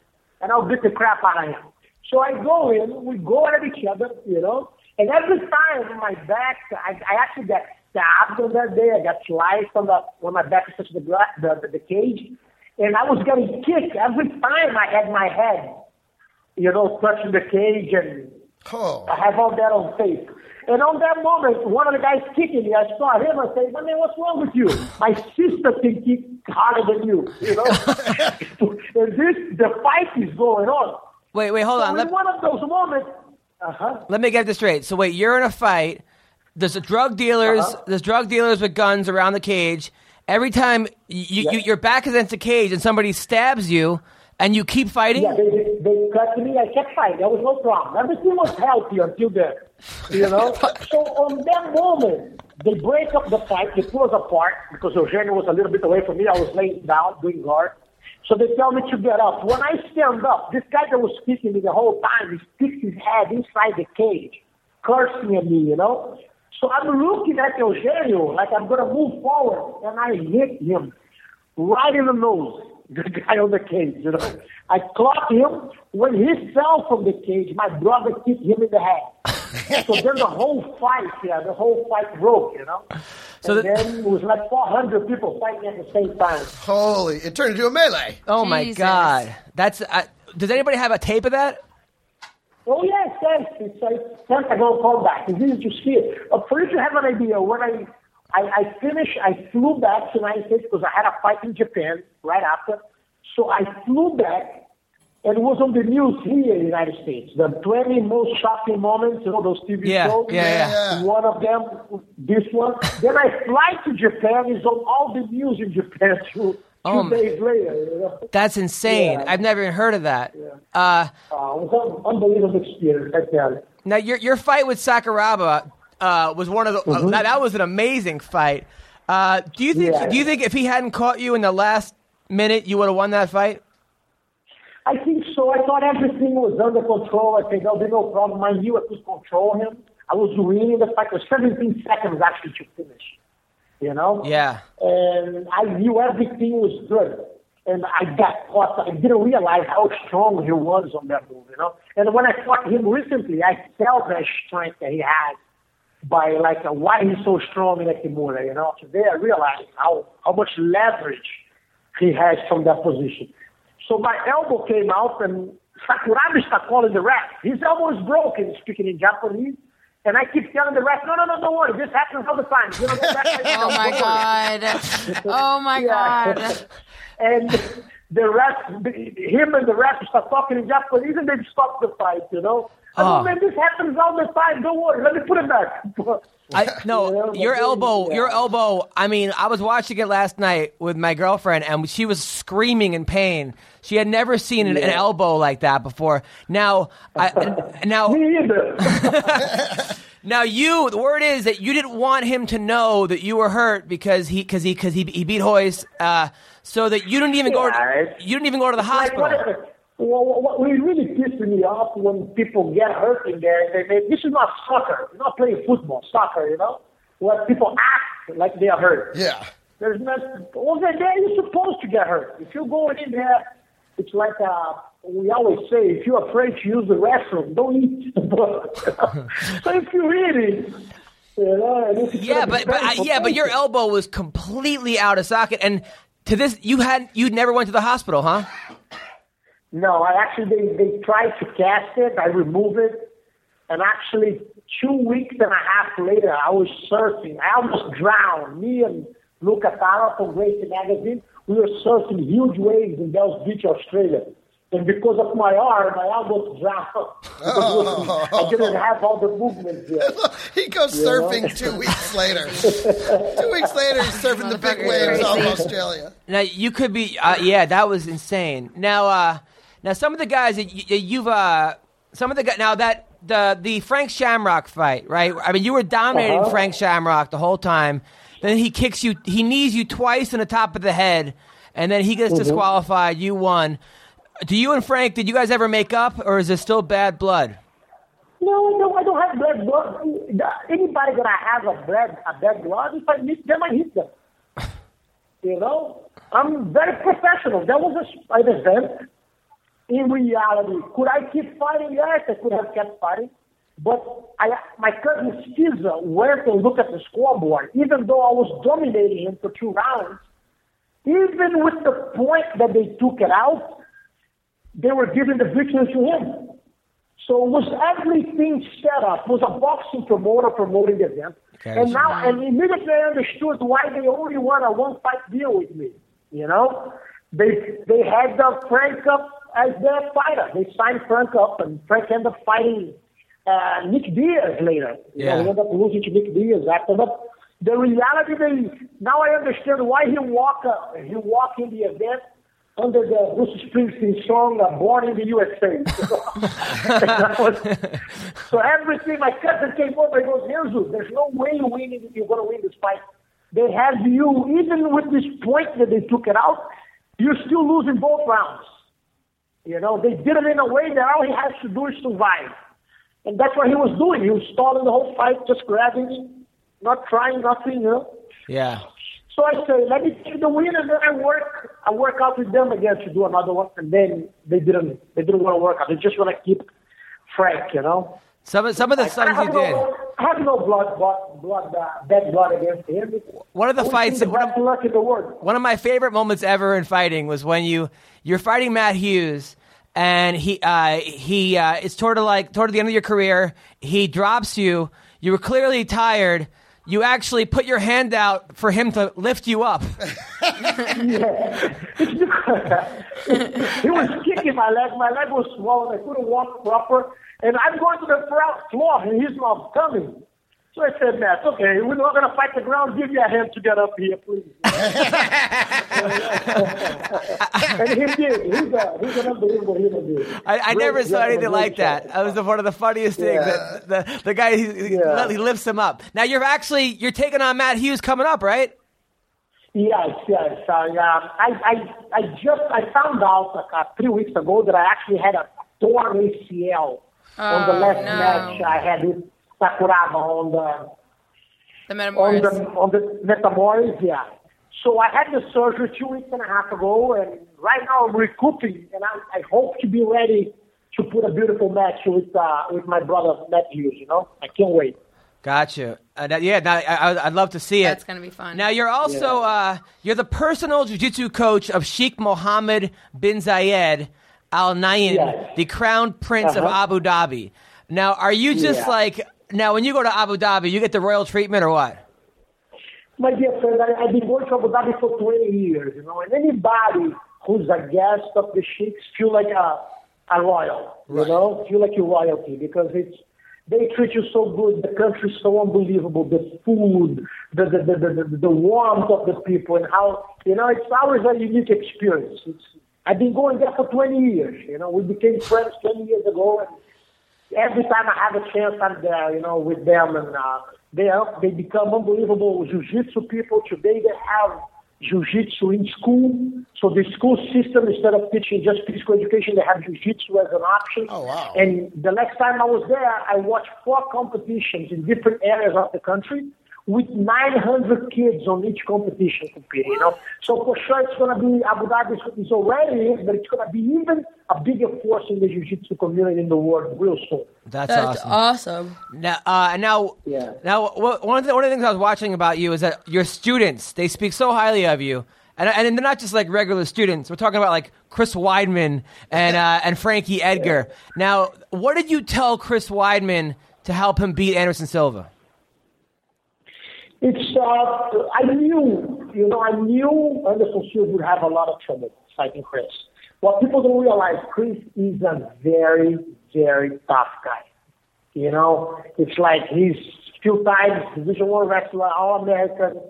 Speaker 6: And I'll beat the crap out of him. So I go in. We go at each other, you know. And every time on my back, I, I actually got stabbed on that day. I got sliced on, the, on my back touched the, glass, the, the, the cage. And I was getting kicked every time I had my head, you know, touching the cage and
Speaker 4: Oh.
Speaker 6: I have all that on tape. And on that moment, one of the guys kicking me, I saw him. I said, "My man, what's wrong with you? My sister can kick harder than you, you know." and this, the fight is going on.
Speaker 2: Wait, wait, hold on.
Speaker 6: So in
Speaker 2: Let,
Speaker 6: one of those moments, uh huh.
Speaker 2: let me get this straight. So wait, you're in a fight. There's a drug dealers.
Speaker 6: Uh-huh.
Speaker 2: There's drug dealers with guns around the cage. Every time you, you your back is against the cage and somebody stabs you, and you keep fighting.
Speaker 6: Yeah, they, they cut me. I kept fighting. There was no problem. Everything was healthy until then. You know? so on that moment, they break up the fight. They pull us apart because Eugenio was a little bit away from me. I was laying down doing guard. So they tell me to get up. When I stand up, this guy that was kicking me the whole time, he sticks his head inside the cage, cursing at me, you know? So I'm looking at Eugenio like I'm going to move forward, and I hit him right in the nose, the guy on the cage, you know. I clocked him. When he fell from the cage, my brother kicked him in the head. so then the whole fight, yeah, the whole fight broke, you know.
Speaker 2: So
Speaker 6: So
Speaker 2: the-
Speaker 6: then it was like 400 people fighting at the same time.
Speaker 4: Holy! It turned into a melee.
Speaker 2: oh my
Speaker 3: Jesus.
Speaker 2: god, that's. I, does anybody have a tape of that?
Speaker 6: Oh yes, yes, it's like Pentagon combat. It's easy to see it. Uh, for you to have an idea, when I I, I finished, I flew back to United States because I had a fight in Japan right after. So I flew back and it was on the news here in the United States. The 20 most shocking moments, you know, those TV
Speaker 2: Yeah,
Speaker 6: shows.
Speaker 2: yeah,
Speaker 4: yeah. Yeah.
Speaker 6: One of them, this one. then I fly to Japan. It's on all the news in Japan two, two
Speaker 2: Oh, man.
Speaker 6: days later. You know?
Speaker 2: That's insane.
Speaker 6: Yeah.
Speaker 2: I've never even heard of that. Uh,
Speaker 6: Uh, it was an unbelievable experience, I tell you.
Speaker 2: Now your your fight with Sakuraba uh, was one of the uh, that, that was an amazing fight. Uh, do you think
Speaker 6: Mm-hmm. Yeah.
Speaker 2: do you think if he hadn't caught you in the last minute you would have won that fight?
Speaker 6: I think so. I thought everything was under control. I think there'll be no problem. I knew I could control him. I was winning the fight. It was 17 seconds actually to finish. You know?
Speaker 2: Yeah.
Speaker 6: And I knew everything was good. And I got caught. I didn't realize how strong he was on that move, you know? And when I fought him recently, I felt that strength that he had by like uh, why he's so strong in Akimura, you know. Today I realized how, how much leverage he has from that position. So my elbow came out and Sakuraba is calling the ref. His elbow is broken, speaking in Japanese. And I keep telling the ref, no, no, no, don't worry. This happens all the time. You know, the ref-
Speaker 3: Oh my
Speaker 6: Don't worry."
Speaker 3: god. Oh my
Speaker 6: Yeah.
Speaker 3: god.
Speaker 6: and the ref, him and the ref start talking in Japanese and they stop the fight, you know. I
Speaker 2: Ah.
Speaker 6: mean, man, this happens all the time. Don't worry. Let me put it back.
Speaker 2: I,
Speaker 6: Yeah,
Speaker 2: no,
Speaker 6: but
Speaker 2: your
Speaker 6: then-
Speaker 2: elbow, your
Speaker 6: yeah.
Speaker 2: elbow. I mean, I was watching it last night with my girlfriend, and she was screaming in pain. She had never seen an, an
Speaker 6: Yeah.
Speaker 2: elbow like that before. Now, I, now,
Speaker 6: Me either.
Speaker 2: Now you, the word is that you didn't want him to know that you were hurt because he, because he, because he, he beat Hoist, uh, so that you didn't even go.
Speaker 6: Yeah,
Speaker 2: To,
Speaker 6: it's-
Speaker 2: you didn't even go to the
Speaker 6: like,
Speaker 2: hospital.
Speaker 6: what, what, what, what really pisses me off when people get hurt in there, they, they, this is not soccer. You're not playing football, soccer, you know? Where people act like they are hurt.
Speaker 4: Yeah.
Speaker 6: There's not, over there, you're supposed to get hurt. If you're going in there, it's like uh, we always say, if you're afraid to use the restroom, don't eat. so if you're eating, you know, and if it's
Speaker 2: yeah,
Speaker 6: gonna be
Speaker 2: but but I,
Speaker 6: painful,
Speaker 2: yeah, but your
Speaker 6: painful.
Speaker 2: elbow was completely out of socket, and to this, you had you never went to the hospital, huh?
Speaker 6: No, I actually they, they tried to cast it. I removed it, and actually two weeks and a half later, I was surfing. I almost drowned. Me and Luca Tara from Gracie Magazine, we were surfing huge waves in Bells Beach, Australia. And because of my arm, I almost drowned. Because I didn't have all the movements yet.
Speaker 4: He goes surfing two weeks later. two weeks later, he's surfing the big
Speaker 3: Motherfucker is
Speaker 4: waves off
Speaker 3: crazy.
Speaker 4: Australia.
Speaker 2: Now you could be, uh, yeah, that was insane. Now, uh, now some of the guys that, y- that you've, uh, some of the guys now that the the Frank Shamrock fight, right? I mean, you were dominating
Speaker 6: Uh-huh.
Speaker 2: Frank Shamrock the whole time. Then he kicks you, he knees you twice in the top of the head, and then he
Speaker 6: Mm-hmm.
Speaker 2: gets disqualified. You won. Do you and Frank? Did you guys ever make up, or is it still bad blood?
Speaker 6: No, I don't. I don't have bad blood. Anybody that I have a bad a bad blood, if I meet them, I hit them. You know, I'm very professional. That was a, an event. In reality, could I keep fighting? Yes, I could have kept fighting. But I, my cousin Caesar went and looked at the scoreboard, even though I was dominating him for two rounds. Even with the point that they took it out, they were giving the victory to him. So it was everything set up? It was a boxing promoter promoting the event? and now, and immediately I understood why they only won a one fight deal with me. You know, they they had the Frank up as their fighter. They signed Frank up, and Frank ended up fighting uh, Nick Diaz later. You
Speaker 2: Yeah.
Speaker 6: know, he ended up losing to Nick Diaz after that. The reality, they now I understand why he walk uh, he walk in the event under the Bruce Springsteen song uh, "Born in the USA." That was- so everything, my cousin came over and goes, Jesus, there's no way you win it if you're going to win this fight. They have you, even with this point that they took it out, you're still losing both rounds. You know, they did it in a way that all he has to do is survive. And that's what he was doing. He was stalling the whole fight, just grabbing, not trying, nothing, you know.
Speaker 2: Yeah.
Speaker 6: So I say, let me take the win, and then I work. I work out with them again to do another one, and then they didn't. They didn't want to work out. They just want to keep Frank, you know.
Speaker 2: Some of, some of the sons
Speaker 6: I
Speaker 2: you
Speaker 6: have
Speaker 2: did.
Speaker 6: No, I have no blood, blood, blood uh, bad blood against him.
Speaker 2: One of the
Speaker 6: We
Speaker 2: fights
Speaker 6: see
Speaker 2: that-
Speaker 6: the
Speaker 2: one of-
Speaker 6: best luck in the world.
Speaker 2: One of my favorite moments ever in fighting was when you you're fighting Matt Hughes and he uh, he uh, is toward of like toward the end of your career. He drops you. You were clearly tired. You actually put your hand out for him to lift you up.
Speaker 6: he was kicking my leg. My leg was swollen. I couldn't walk proper. And I'm going to the front floor, and he's not coming. So I said, Matt, okay, we're not going to fight the ground. Give your hand to get up here, please. and he did. He's, a, he's an unbelievable human being.
Speaker 2: I, I
Speaker 6: Great
Speaker 2: never saw
Speaker 6: gentleman,
Speaker 2: anything
Speaker 6: great
Speaker 2: like that.
Speaker 6: gentleman.
Speaker 2: That was the, one of the funniest things.
Speaker 4: Yeah.
Speaker 2: That the, the guy he, he
Speaker 6: Yeah.
Speaker 2: he lifts him up. Now you're actually you're taking on Matt Hughes coming up, right?
Speaker 6: Yes, yes. I, um, I, I, I just I found out like uh, three weeks ago that I actually had a torn ACL on the
Speaker 3: Oh,
Speaker 6: last
Speaker 3: no.
Speaker 6: match I had with Sakuraba on the
Speaker 3: The
Speaker 6: on
Speaker 3: Metamorphosis.
Speaker 6: the on the Metamoris, yeah. So I had the surgery two weeks and a half ago, and right now I'm recouping, and I, I hope to be ready to put a beautiful match with uh, with my brother Matthews. You know, I can't wait.
Speaker 2: Gotcha. Uh, that- yeah, that, I, I- I'd love to see it.
Speaker 3: That's gonna be fun.
Speaker 2: Now you're also uh, you're the personal jiu-jitsu coach of Sheikh Mohammed bin Zayed Al Nahyan,
Speaker 6: Yes. Uh-huh.
Speaker 2: the crown prince of Abu Dhabi. Now, are you just
Speaker 6: Yeah.
Speaker 2: like now when you go to Abu Dhabi, you get the royal treatment or what?
Speaker 6: My dear friend, I, I've been going to Abu Dhabi for 20 years, you know, and anybody who's a guest of the sheiks feel like a, a royal, you know, feel like you're royalty because it's they treat you so good. The country's so unbelievable. The food, the the, the, the, the the warmth of the people, and how you know it's always a unique experience. It's, I've been going there for 20 years. You know, we became friends 20 years ago, and every time I have a chance, I'm there, you know, with them, and uh, they are, they become unbelievable jiu-jitsu people. Today they have jiu-jitsu in school, so the school system instead of teaching just physical education, they have jiu-jitsu as an option.
Speaker 4: Oh, wow.
Speaker 6: And the last time I was there, I watched four competitions in different areas of the country. With 900 kids on each competition competing, you know. So for sure, it's going to be Abu Dhabi is- is already, is, but it's going to be even a bigger force in the jiu-jitsu community in the world real soon.
Speaker 2: That's,
Speaker 3: That's
Speaker 2: awesome.
Speaker 3: awesome.
Speaker 2: Now, uh, and now,
Speaker 6: Yeah.
Speaker 2: now, wh- one of the one of the things I was watching about you is that your students they speak so highly of you, and and they're not just like regular students. We're talking about like Chris Weidman and uh, and Frankie Edgar. Now, what did you tell Chris Weidman to help him beat Anderson Silva?
Speaker 6: It's uh, I knew, you know, I knew Anderson Silva would have a lot of trouble fighting Chris. What people don't realize, Chris is a very, very tough guy. You know, it's like he's few times Division One wrestler, All American.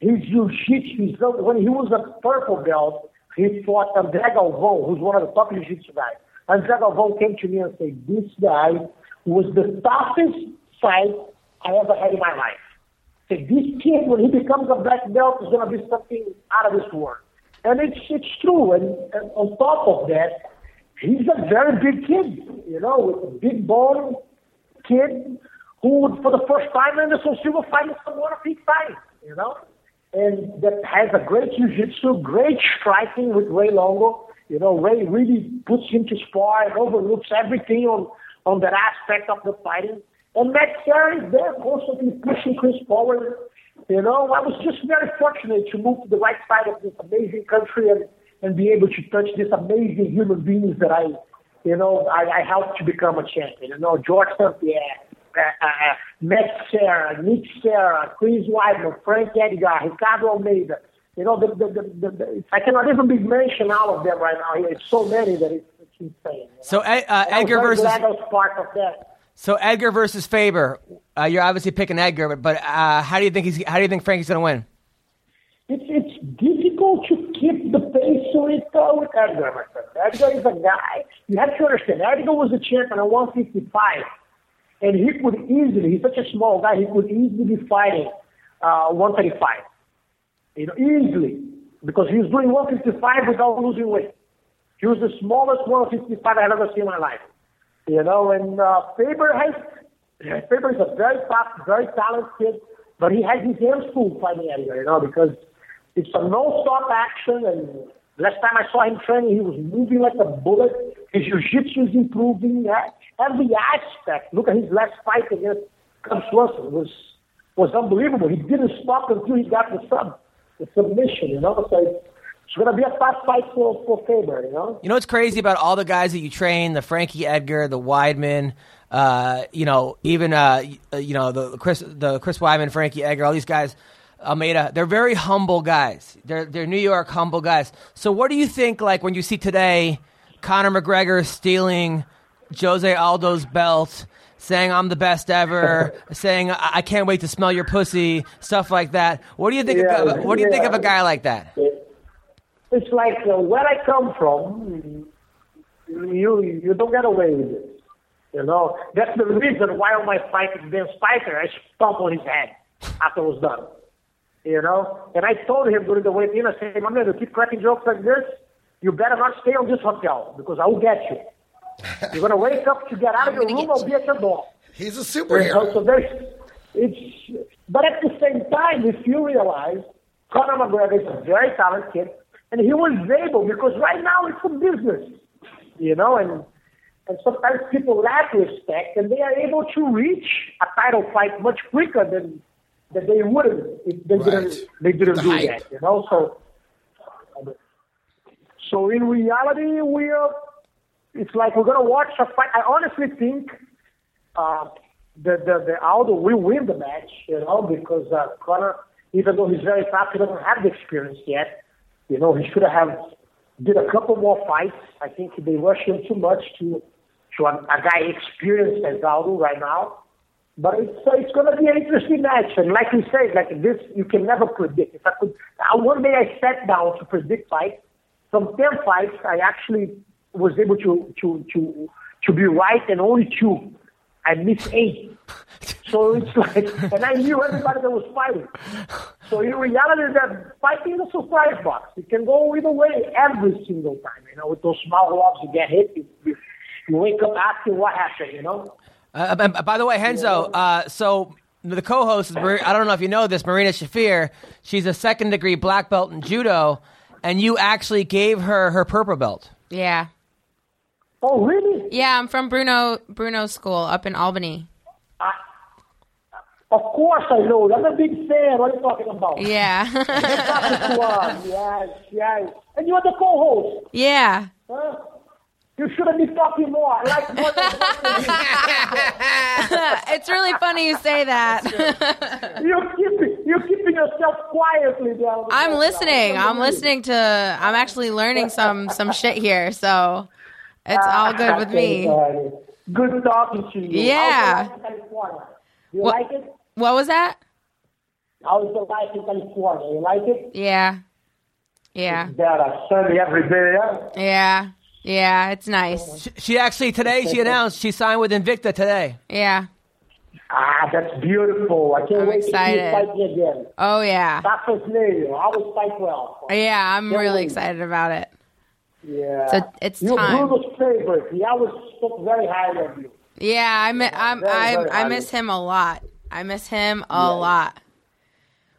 Speaker 6: His jiu-jitsu, he's not- when he was a purple belt, he fought André Galvão, who's one of the top jiu-jitsu guys. André Galvão came to me and said, "This guy was the toughest fight I ever had in my life." So this kid, when he becomes a black belt, is going to be something out of this world. And it's, it's true. And, and on top of that, he's a very big kid, you know, with a big bone, kid who would, for the first time in the Sosuba, find someone of his size, you know? And that has a great jiu-jitsu, great striking with Ray Longo. You know, Ray really puts him to spar and overlooks everything on, on that aspect of the fighting. And Matt Sarah is there constantly pushing Chris forward. You know, I was just very fortunate to move to the right side of this amazing country and, and be able to touch these amazing human beings that I, you know, I, I helped to become a champion. You know, George St. Pierre, uh, uh, uh, Matt Serra, Nick Serra, Chris Weidman, Frank Edgar, Ricardo Almeida. You know, the, the, the, the, the, I cannot even be mentioning all of them right now. here. It's so many that it's, it's insane. you know?
Speaker 2: So Ed- uh,
Speaker 6: And I was
Speaker 2: Edgar
Speaker 6: very
Speaker 2: versus
Speaker 6: glad I was part of that.
Speaker 2: so Edgar versus Faber. Uh, you're obviously picking Edgar, but, but uh, how do you think he's how do you think Frankie's going to win?
Speaker 6: It's, it's difficult to keep the pace with, uh, with Edgar, my friend. Edgar is a guy, you have to understand, Edgar was a champion at 155. and he could easily, he's such a small guy, he could easily be fighting uh, 135. You know, easily. Because he was doing 155 without losing weight. He was the smallest 155 I've ever seen in my life. You know, and uh, Faber has, Faber is a very fast, very talented kid, but he has his hands full fighting Edgar, you know, because it's a non-stop action and last time I saw him training, he was moving like a bullet. His jiu-jitsu is improving. Uh, Every aspect. Look at his last fight against Cub Swanson was was unbelievable. He didn't stop until he got the sub, the submission. You know, so it's, it's going to be a fast fight for for Faber. You know.
Speaker 2: You know what's crazy about all the guys that you train, the Frankie Edgar, the Weidman, uh, you know, even uh, y- uh, you know the Chris, the Chris Weidman, Frankie Edgar, all these guys, Almeida. They're very humble guys. They're they're New York humble guys. So what do you think? Like when you see today, Conor McGregor stealing Jose Aldo's belt, saying I'm the best ever, saying I I can't wait to smell your pussy, stuff like that. What do you think?
Speaker 6: Yeah,
Speaker 2: of, what do you think of a
Speaker 6: yeah.
Speaker 2: guy like that?
Speaker 6: It's like uh, where I come from, you you don't get away with it. You know, that's the reason why on my fight against Spiker, I stomped on his head after it was done. You know, and I told him during the wait in, I said, my man, you keep cracking jokes like this, you better not stay on this hotel because I will get you. You're gonna wake up to get out of your room, I'll be at your door.
Speaker 4: He's a
Speaker 6: So,
Speaker 4: superhero.
Speaker 6: so there's, it's, but at the same time, if you realize, Conor McGregor is a very talented kid, and he was able because right now it's a business, you know, and and sometimes people lack respect, and they are able to reach a title fight much quicker than than they would if they didn't
Speaker 4: Right.
Speaker 6: they didn't
Speaker 4: The
Speaker 6: do
Speaker 4: hype.
Speaker 6: that, you know. So, so in reality, we are. It's like we're gonna watch a fight. I honestly think uh, the, the, the Aldo will win the match, you know, because uh, Connor, even though he's very tough, he doesn't have the experience yet. You know, he should have did a couple more fights. I think they rush him too much to to a, a guy experienced as Aldo right now. But it's so it's going to be an interesting match, and like you said, like this, you can never predict. If I could, I, one day I sat down to predict fights. From ten fights, I actually was able to to to to be right, and only two. I missed eight. So it's like, and I knew everybody that was fighting. So in reality, that fighting is a surprise box. It can go either way every single time. You know, with those small gloves, you get hit. You, you, you wake up asking what happened. You know.
Speaker 2: Uh, b- b- by the way, Henzo, uh, so the co host is, Mar- I don't know if you know this, Marina Shafir. She's a second degree black belt in judo, and you actually gave her her purple belt.
Speaker 3: Yeah.
Speaker 6: Oh really?
Speaker 3: Yeah, I'm from Bruno Bruno School up in Albany.
Speaker 6: Of course I know. I'm a big fan. What are you talking about?
Speaker 3: Yeah.
Speaker 6: Wow, yes, yes. And you are the co-host.
Speaker 3: yeah.
Speaker 6: Huh? You shouldn't be talking more. I like more than
Speaker 3: it's really funny you say that.
Speaker 6: you keep you keeping yourself quietly there.
Speaker 3: I'm listening. I'm listening to I'm actually learning some some shit here, so it's all good with me.
Speaker 6: Good talking to you.
Speaker 3: Yeah.
Speaker 6: How's the life in California? You
Speaker 3: What-
Speaker 6: like it?
Speaker 3: What was that?
Speaker 6: How's the life in California? You like it?
Speaker 3: Yeah. Yeah.
Speaker 6: There are sunny every day. Yeah?
Speaker 3: Yeah. Yeah, it's nice.
Speaker 2: She, she actually, today, she announced she signed with Invicta today.
Speaker 3: Yeah.
Speaker 6: Ah, that's beautiful. I can't
Speaker 3: I'm
Speaker 6: wait
Speaker 3: excited.
Speaker 6: to see you fighting again.
Speaker 3: Oh yeah.
Speaker 6: That's what's new. I always fight well.
Speaker 3: Yeah, I'm really excited about it.
Speaker 6: Yeah.
Speaker 3: So it's
Speaker 6: You're
Speaker 3: time.
Speaker 6: Bruno's favorite. He always spoke very highly of you.
Speaker 3: Yeah, I mi- I'm,
Speaker 6: very,
Speaker 3: I'm,
Speaker 6: very
Speaker 3: I
Speaker 6: highly.
Speaker 3: miss him a lot. I miss him a lot.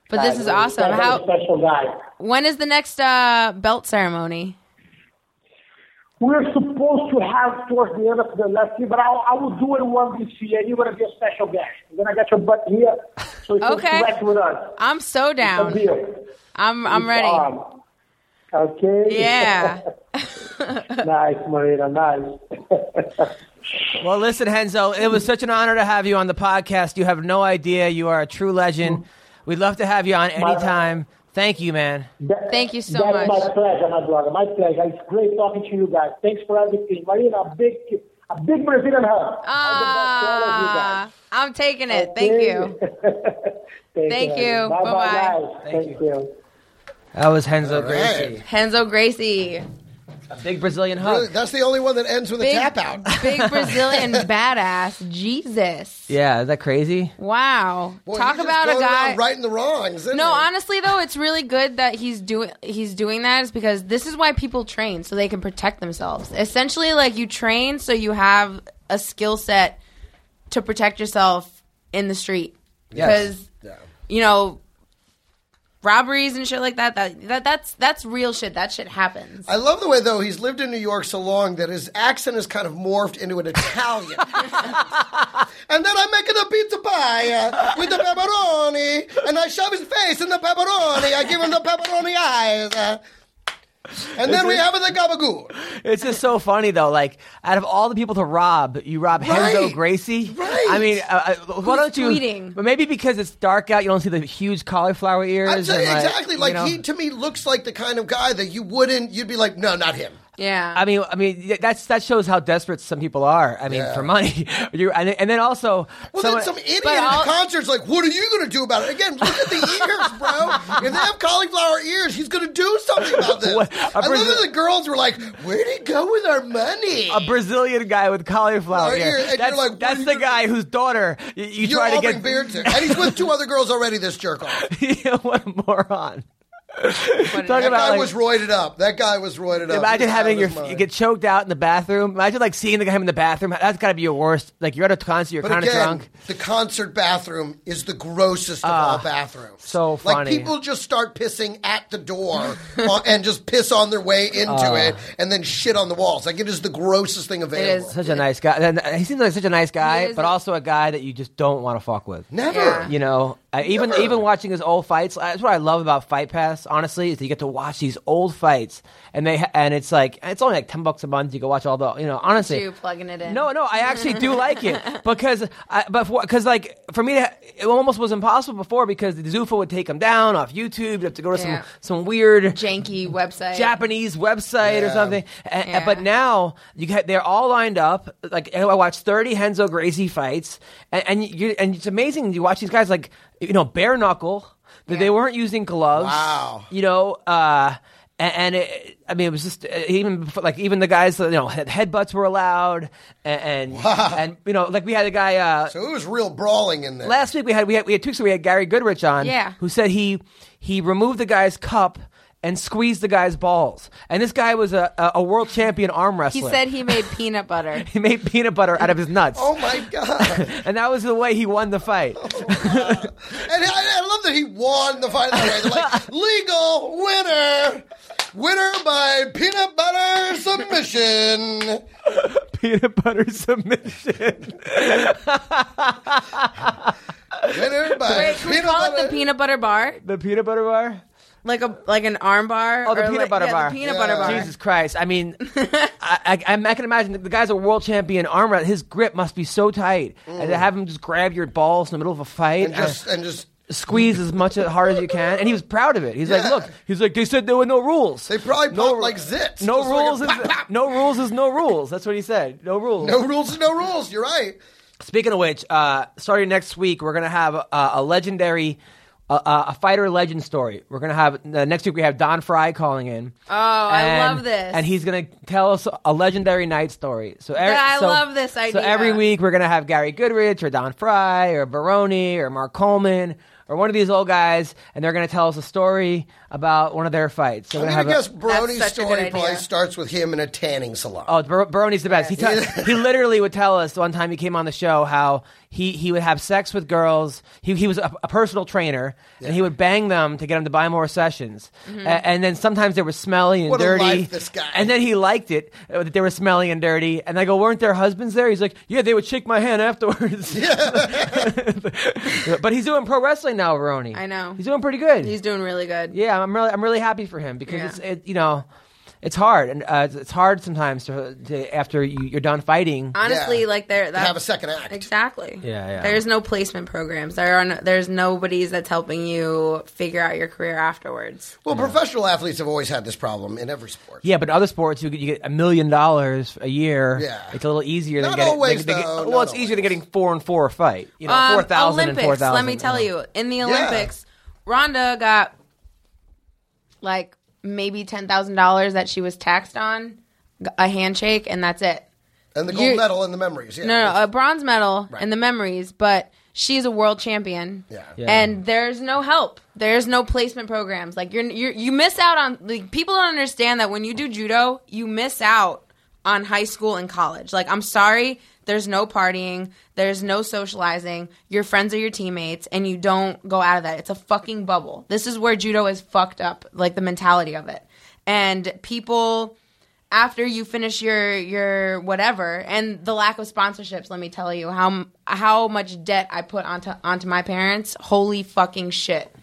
Speaker 3: But this is awesome.
Speaker 6: Very
Speaker 3: How?
Speaker 6: special guy.
Speaker 3: When is the next uh, belt ceremony?
Speaker 6: We're supposed to have towards the end of the last year, but I, I will do it one this year. You're gonna be a special guest. You're gonna get your butt here, so it's
Speaker 3: Okay.
Speaker 6: direct with us.
Speaker 3: I'm so
Speaker 6: A
Speaker 3: down.
Speaker 6: deal.
Speaker 3: I'm I'm ready.
Speaker 6: Um, okay.
Speaker 3: Yeah.
Speaker 6: nice, Marina. Nice.
Speaker 2: Well, listen, Henzo, it was such an honor to have you on the podcast. You have no idea. You are a true legend. We'd love to have you on anytime. Thank you, man.
Speaker 6: That-
Speaker 3: Thank you so much.
Speaker 6: that's my pleasure, my brother. My pleasure. It's great talking to you guys. Thanks for everything, Marina. A big, a big Brazilian hug.
Speaker 3: Ah, I'm taking it. Thank you.
Speaker 6: Thank,
Speaker 3: Thank you.
Speaker 6: Bye,
Speaker 3: Bye-bye.
Speaker 6: bye. Thank you.
Speaker 2: That was Henzo
Speaker 4: right.
Speaker 2: Gracie.
Speaker 3: Henzo Gracie,
Speaker 2: A big Brazilian hug.
Speaker 4: Really, that's the only one that ends with a
Speaker 3: big
Speaker 4: tap out.
Speaker 3: big Brazilian badass. Jesus.
Speaker 2: Yeah, is that crazy?
Speaker 3: Wow.
Speaker 4: Boy,
Speaker 3: Talk
Speaker 4: he's just
Speaker 3: about a
Speaker 4: going around
Speaker 3: guy.
Speaker 4: righting the wrongs. isn't
Speaker 3: No,
Speaker 4: he?
Speaker 3: honestly though, it's really good that he's doing he's doing that is because this is why people train so they can protect themselves. Essentially, like you train so you have a skill set to protect yourself in the street because you know robberies and shit like that. That that that's that's real shit. That shit happens.
Speaker 4: I love the way though he's lived in New York so long that his accent has kind of morphed into an Italian. and then I'm making a pizza pie uh, with the pepperoni, and I shove his face in the pepperoni. I give him the pepperoni eyes. uh, and then we have the gabagool.
Speaker 2: It's just so funny though. Like out of all the people to rob, you rob Henzo
Speaker 4: Right.
Speaker 2: Gracie.
Speaker 4: Right.
Speaker 2: I mean, uh, uh, why
Speaker 3: Who's
Speaker 2: don't you?
Speaker 3: tweeting?
Speaker 2: But maybe because it's dark out, you don't see the huge cauliflower ears.
Speaker 4: I'm telling you,
Speaker 2: and,
Speaker 4: exactly.
Speaker 2: you
Speaker 4: Like
Speaker 2: know.
Speaker 4: he to me looks like the kind of guy that you wouldn't. You'd be like, no, not him.
Speaker 3: yeah.
Speaker 2: I mean, I mean th- that's that shows how desperate some people are. I mean,
Speaker 4: Yeah.
Speaker 2: for money, you and, and then also,
Speaker 4: Well,
Speaker 2: someone-
Speaker 4: then some idiot
Speaker 3: but
Speaker 4: at
Speaker 3: I'll-
Speaker 4: the concert's like, what are you going to do about it? Again, look at the ears, bro. If they have cauliflower ears, he's going to do something about this.
Speaker 2: What? A
Speaker 4: I love
Speaker 2: Brazil-
Speaker 4: that the girls were like, where'd he go with our money?
Speaker 2: a Brazilian guy with cauliflower
Speaker 4: Right here,
Speaker 2: ears.
Speaker 4: and you're
Speaker 2: That's,
Speaker 4: like, what
Speaker 2: that's
Speaker 4: are you
Speaker 2: the
Speaker 4: gonna-
Speaker 2: guy whose daughter you, you
Speaker 4: You're
Speaker 2: try to
Speaker 4: offering
Speaker 2: get
Speaker 4: beer to. And he's with two other girls already, this jerk off. That
Speaker 2: Yeah, what a moron. Talk about
Speaker 4: guy
Speaker 2: like,
Speaker 4: was roided up. That guy was roided up. He
Speaker 2: Imagine
Speaker 4: was
Speaker 2: having
Speaker 4: out
Speaker 2: your
Speaker 4: of his
Speaker 2: you
Speaker 4: mind.
Speaker 2: get choked out in the bathroom. Imagine like seeing the guy in the bathroom. That's got to be your worst. Like you're at a concert, you're
Speaker 4: But
Speaker 2: kind of
Speaker 4: again,
Speaker 2: drunk.
Speaker 4: the concert bathroom is the grossest of all bathrooms.
Speaker 2: so
Speaker 4: Like
Speaker 2: funny.
Speaker 4: people just start pissing at the door on- and just piss on their way into it and then shit on the walls. Like it is the grossest thing available.
Speaker 3: is.
Speaker 2: Such a nice guy. And He seems like such a nice
Speaker 3: He
Speaker 2: guy,
Speaker 3: is
Speaker 2: but
Speaker 3: a-
Speaker 2: also a guy that you just don't want to fuck with.
Speaker 4: Never.
Speaker 3: Yeah.
Speaker 2: You know, I, even even watching his old fights. That's what I love about Fight Pass. Honestly, is that you get to watch these old fights, and they ha- and it's like it's only like ten bucks a month. You can watch all the you know. Honestly,
Speaker 3: you plugging it in.
Speaker 2: No, no, I actually do like it because, I, but because like for me, to, it almost was impossible before because the Zuffa would take them down off YouTube. You'd have to go to
Speaker 3: Yeah.
Speaker 2: some some weird
Speaker 3: janky website.
Speaker 2: Japanese website or
Speaker 4: Yeah.
Speaker 2: something. A- a-
Speaker 3: Yeah.
Speaker 2: But now you get they're all lined up. Like I watched thirty Henzo Gracie fights, and and, you, and it's amazing. You watch these guys like you know bare knuckle. That they
Speaker 3: Yeah.
Speaker 2: weren't using gloves.
Speaker 4: Wow.
Speaker 2: You know. uh and, and it, I mean, it was just uh, even before, like even the guys, you know, head- headbutts were allowed, and and, and you know, like we had a guy uh,
Speaker 4: So it was real brawling in there.
Speaker 2: last week we had we had we had two, so we had Gary Goodrich on,
Speaker 3: Yeah.
Speaker 2: who said he he removed the guy's cup and squeezed the guy's balls, and this guy was a a, a world champion arm
Speaker 3: He
Speaker 2: wrestler.
Speaker 3: said he made peanut butter.
Speaker 2: he made peanut butter out of his nuts,
Speaker 4: oh my god!
Speaker 2: and that was the way he won the fight.
Speaker 4: and I, I love that he won the fight that way. They're like legal winner, winner by peanut butter submission.
Speaker 2: peanut butter submission.
Speaker 4: Winner by
Speaker 3: Wait, can we
Speaker 4: peanut
Speaker 3: call
Speaker 4: butter.
Speaker 3: it the peanut butter bar?
Speaker 2: the peanut butter bar.
Speaker 3: Like a like an arm bar?
Speaker 2: Oh, the
Speaker 3: or
Speaker 2: peanut
Speaker 3: like-
Speaker 2: butter
Speaker 3: yeah,
Speaker 2: bar.
Speaker 3: The peanut
Speaker 4: Yeah.
Speaker 3: butter bar.
Speaker 2: Jesus Christ! I mean, I, I, I'm- I can imagine that the guy's a world champion arm wrestler. His grip must be so tight, and to have him just grab your balls in the middle of a fight.
Speaker 4: Mm. and just and just
Speaker 2: squeeze as much as hard as you can, and he was proud of it. He's
Speaker 4: Yeah.
Speaker 2: like, "Look," he's like, "They said there were no rules.
Speaker 4: they probably
Speaker 2: No
Speaker 4: pop
Speaker 2: ru-
Speaker 4: like zits.
Speaker 2: no
Speaker 4: Just
Speaker 2: rules is
Speaker 4: fucking pop, pop.
Speaker 2: no rules is no rules." That's what he said. No rules.
Speaker 4: No rules is no rules. You're right.
Speaker 2: Speaking of which, uh, starting next week, we're gonna have uh, a legendary. Uh, a fighter legend story. We're gonna have uh, next week. We have Don Fry calling in. Oh,
Speaker 3: I love this.
Speaker 2: And he's gonna tell us a legendary night story. So every,
Speaker 3: But I
Speaker 2: so-
Speaker 3: love this
Speaker 2: So
Speaker 3: idea.
Speaker 2: every week we're gonna have Gary Goodrich or Don Fry or Baroni or Mark Coleman or one of these old guys, and they're going to tell us a story about one of their fights. So
Speaker 4: I'm
Speaker 2: we're
Speaker 4: gonna
Speaker 2: have a-
Speaker 4: guess Brony's
Speaker 3: That's such a
Speaker 4: story
Speaker 3: good
Speaker 4: probably
Speaker 3: idea.
Speaker 4: starts with him in a tanning salon.
Speaker 2: Oh, Bar- Baroni's the best. He, tell- he literally would tell us one time he came on the show how he, he would have sex with girls. He, he was a, a personal trainer and he would bang them to get them to buy more sessions. A- and then sometimes they were smelly and
Speaker 4: Mm-hmm. What a
Speaker 2: dirty.
Speaker 4: life this guy.
Speaker 2: And then he liked it uh, that they were smelly and dirty. And I go, weren't their husbands there? He's like, yeah, they would shake my hand afterwards. but he's doing pro wrestling now, Baroni.
Speaker 3: I know.
Speaker 2: he's doing pretty good.
Speaker 3: He's doing really good.
Speaker 2: Yeah, I'm really I'm really happy for him because
Speaker 3: Yeah.
Speaker 2: it's it, you know, it's hard and uh, it's- it's hard sometimes to, to after you, you're done fighting.
Speaker 3: Honestly,
Speaker 4: Yeah.
Speaker 3: like they're that
Speaker 4: have a second act.
Speaker 3: Exactly.
Speaker 2: Yeah, yeah.
Speaker 3: There's no placement programs. There are no, there's nobody's that's helping you figure out your career afterwards.
Speaker 4: Well, professional athletes have always had this problem in every sport.
Speaker 2: yeah, but in other sports you get, you get a million dollars a year.
Speaker 4: Yeah.
Speaker 2: it's a little easier
Speaker 4: Not
Speaker 2: than getting.
Speaker 4: always,
Speaker 2: than- than get-
Speaker 4: though.
Speaker 2: well,
Speaker 4: Not
Speaker 2: it's easier than
Speaker 4: always.
Speaker 2: getting four and four a fight. You know,
Speaker 3: Um,
Speaker 2: four thousand and
Speaker 3: Olympics.
Speaker 2: four thousand.
Speaker 3: Let me tell you, in the Olympics, Rhonda got like maybe ten thousand dollars that she was taxed on, g- a handshake, and that's it.
Speaker 4: And the gold
Speaker 3: You-
Speaker 4: medal and the memories. Yeah.
Speaker 3: No, no, a bronze medal and the memories, but she's a world champion.
Speaker 4: Yeah.
Speaker 2: Yeah.
Speaker 3: And there's no help. There's no placement programs. Like you're, you're you miss out on like people don't understand that when you do judo, you miss out on high school and college. Like I'm sorry, there's no partying, there's no socializing. Your friends are your teammates and you don't go out of that. It's a fucking bubble. This is where judo is fucked up, like the mentality of it. And people after you finish your your whatever and the lack of sponsorships let me tell you how m- how much debt i put onto onto my parents holy fucking shit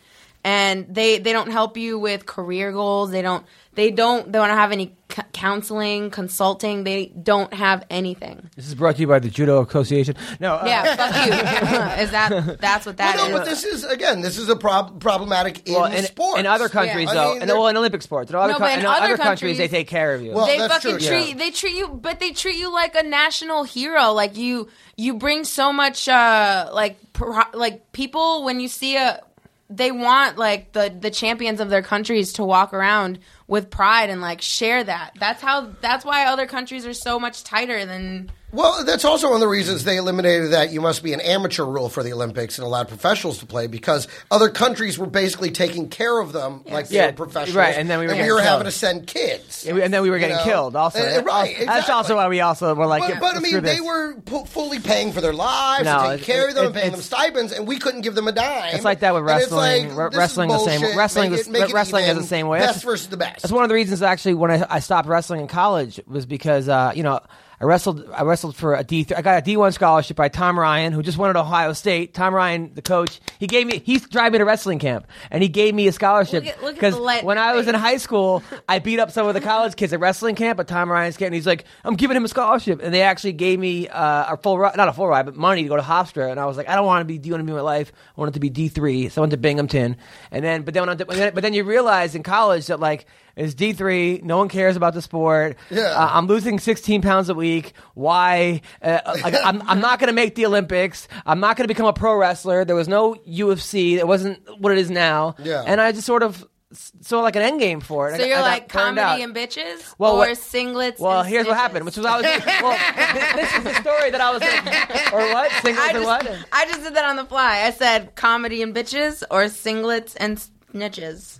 Speaker 3: and they they don't help you with career goals they don't they don't they don't have any c- counseling consulting they don't have anything
Speaker 2: this is brought to you by the Judo Association. No, uh,
Speaker 3: yeah fuck you is that that's what that is?
Speaker 4: Well, no, but this is again, this is a prob- problematic in
Speaker 2: Well, in,
Speaker 4: sports.
Speaker 2: in other countries,
Speaker 4: I
Speaker 2: though,
Speaker 4: mean,
Speaker 2: and
Speaker 4: they're-
Speaker 2: well, in Olympic sports, in other,
Speaker 3: No,
Speaker 2: co-
Speaker 3: but in
Speaker 2: in
Speaker 3: other
Speaker 2: other countries,
Speaker 3: countries-
Speaker 2: they take care of you.
Speaker 4: Well,
Speaker 3: they
Speaker 4: that's
Speaker 3: fucking
Speaker 4: true,
Speaker 3: treat
Speaker 4: yeah.
Speaker 3: they treat you but they treat you like a national hero like you you bring so much uh like pro- like people when you see a they want like the the champions of their countries to walk around with pride and like share that that's how that's why other countries are so much tighter than
Speaker 4: Well, that's also one of the reasons they eliminated that you must be an amateur rule for the Olympics and allowed professionals to play because other countries were basically taking care of them like they
Speaker 2: Yeah,
Speaker 4: were professionals.
Speaker 2: right, and then we were getting
Speaker 4: having to
Speaker 2: killed.
Speaker 4: send kids.
Speaker 2: and we- and then we were
Speaker 4: you
Speaker 2: getting
Speaker 4: know?
Speaker 2: killed. Also,
Speaker 4: Uh, right,
Speaker 2: that's
Speaker 4: exactly.
Speaker 2: also why we also were like.
Speaker 4: But,
Speaker 2: yeah,
Speaker 4: but I
Speaker 2: screw
Speaker 4: mean, they
Speaker 2: this.
Speaker 4: were pu- fully paying for their lives,
Speaker 2: No,
Speaker 4: taking
Speaker 2: it-
Speaker 4: care of them,
Speaker 2: it-
Speaker 4: and paying them
Speaker 2: it's-
Speaker 4: stipends, and we couldn't give them a dime.
Speaker 2: It's like that with
Speaker 4: And it's
Speaker 2: wrestling.
Speaker 4: like,
Speaker 2: Re-
Speaker 4: this is
Speaker 2: wrestling the same-
Speaker 4: bullshit,
Speaker 2: wrestling
Speaker 4: make
Speaker 2: is-
Speaker 4: it- make it
Speaker 2: wrestling is
Speaker 4: even,
Speaker 2: the same way.
Speaker 4: Best
Speaker 2: That's-
Speaker 4: versus the best.
Speaker 2: That's one of the reasons actually when I, I stopped wrestling in college was because uh, you know I wrestled I wrestled for a D th- I got a D one scholarship by Tom Ryan who just won at Ohio State. Tom Ryan, the coach, he gave me he drive me to wrestling camp and he gave me a scholarship
Speaker 3: Look at- look at the light in
Speaker 2: when
Speaker 3: your
Speaker 2: I was in
Speaker 3: face.
Speaker 2: high school I beat up some of the college kids at wrestling camp at Tom Ryan's camp and he's like I'm giving him a scholarship and they actually gave me uh, a full ride not a full ride but money to go to Hofstra and I was like I don't want to be D one in my life I want it to be D three so I went to Binghamton and then but then when I, but then- but then you realize in college that like it's D three. No one cares about the sport.
Speaker 4: Yeah.
Speaker 2: Uh, I'm losing 16 pounds a week. Why? Uh, like, I'm, I'm not going to make the Olympics. I'm not going to become a pro wrestler. There was no UFC. It wasn't what it is now.
Speaker 4: Yeah.
Speaker 2: And I just sort of s- saw like an end game for it.
Speaker 3: so
Speaker 2: I-
Speaker 3: you're
Speaker 2: I got
Speaker 3: like
Speaker 2: burned out.
Speaker 3: comedy and bitches
Speaker 2: Well,
Speaker 3: or
Speaker 2: what-
Speaker 3: singlets
Speaker 2: Well,
Speaker 3: and
Speaker 2: here's what
Speaker 3: snitches?
Speaker 2: happened, which was I was. Well, th- this is the story that I was. In, or what? Singles
Speaker 3: I
Speaker 2: and
Speaker 3: just,
Speaker 2: what?
Speaker 3: I just did that on the fly. I said comedy and bitches or singlets and snitches.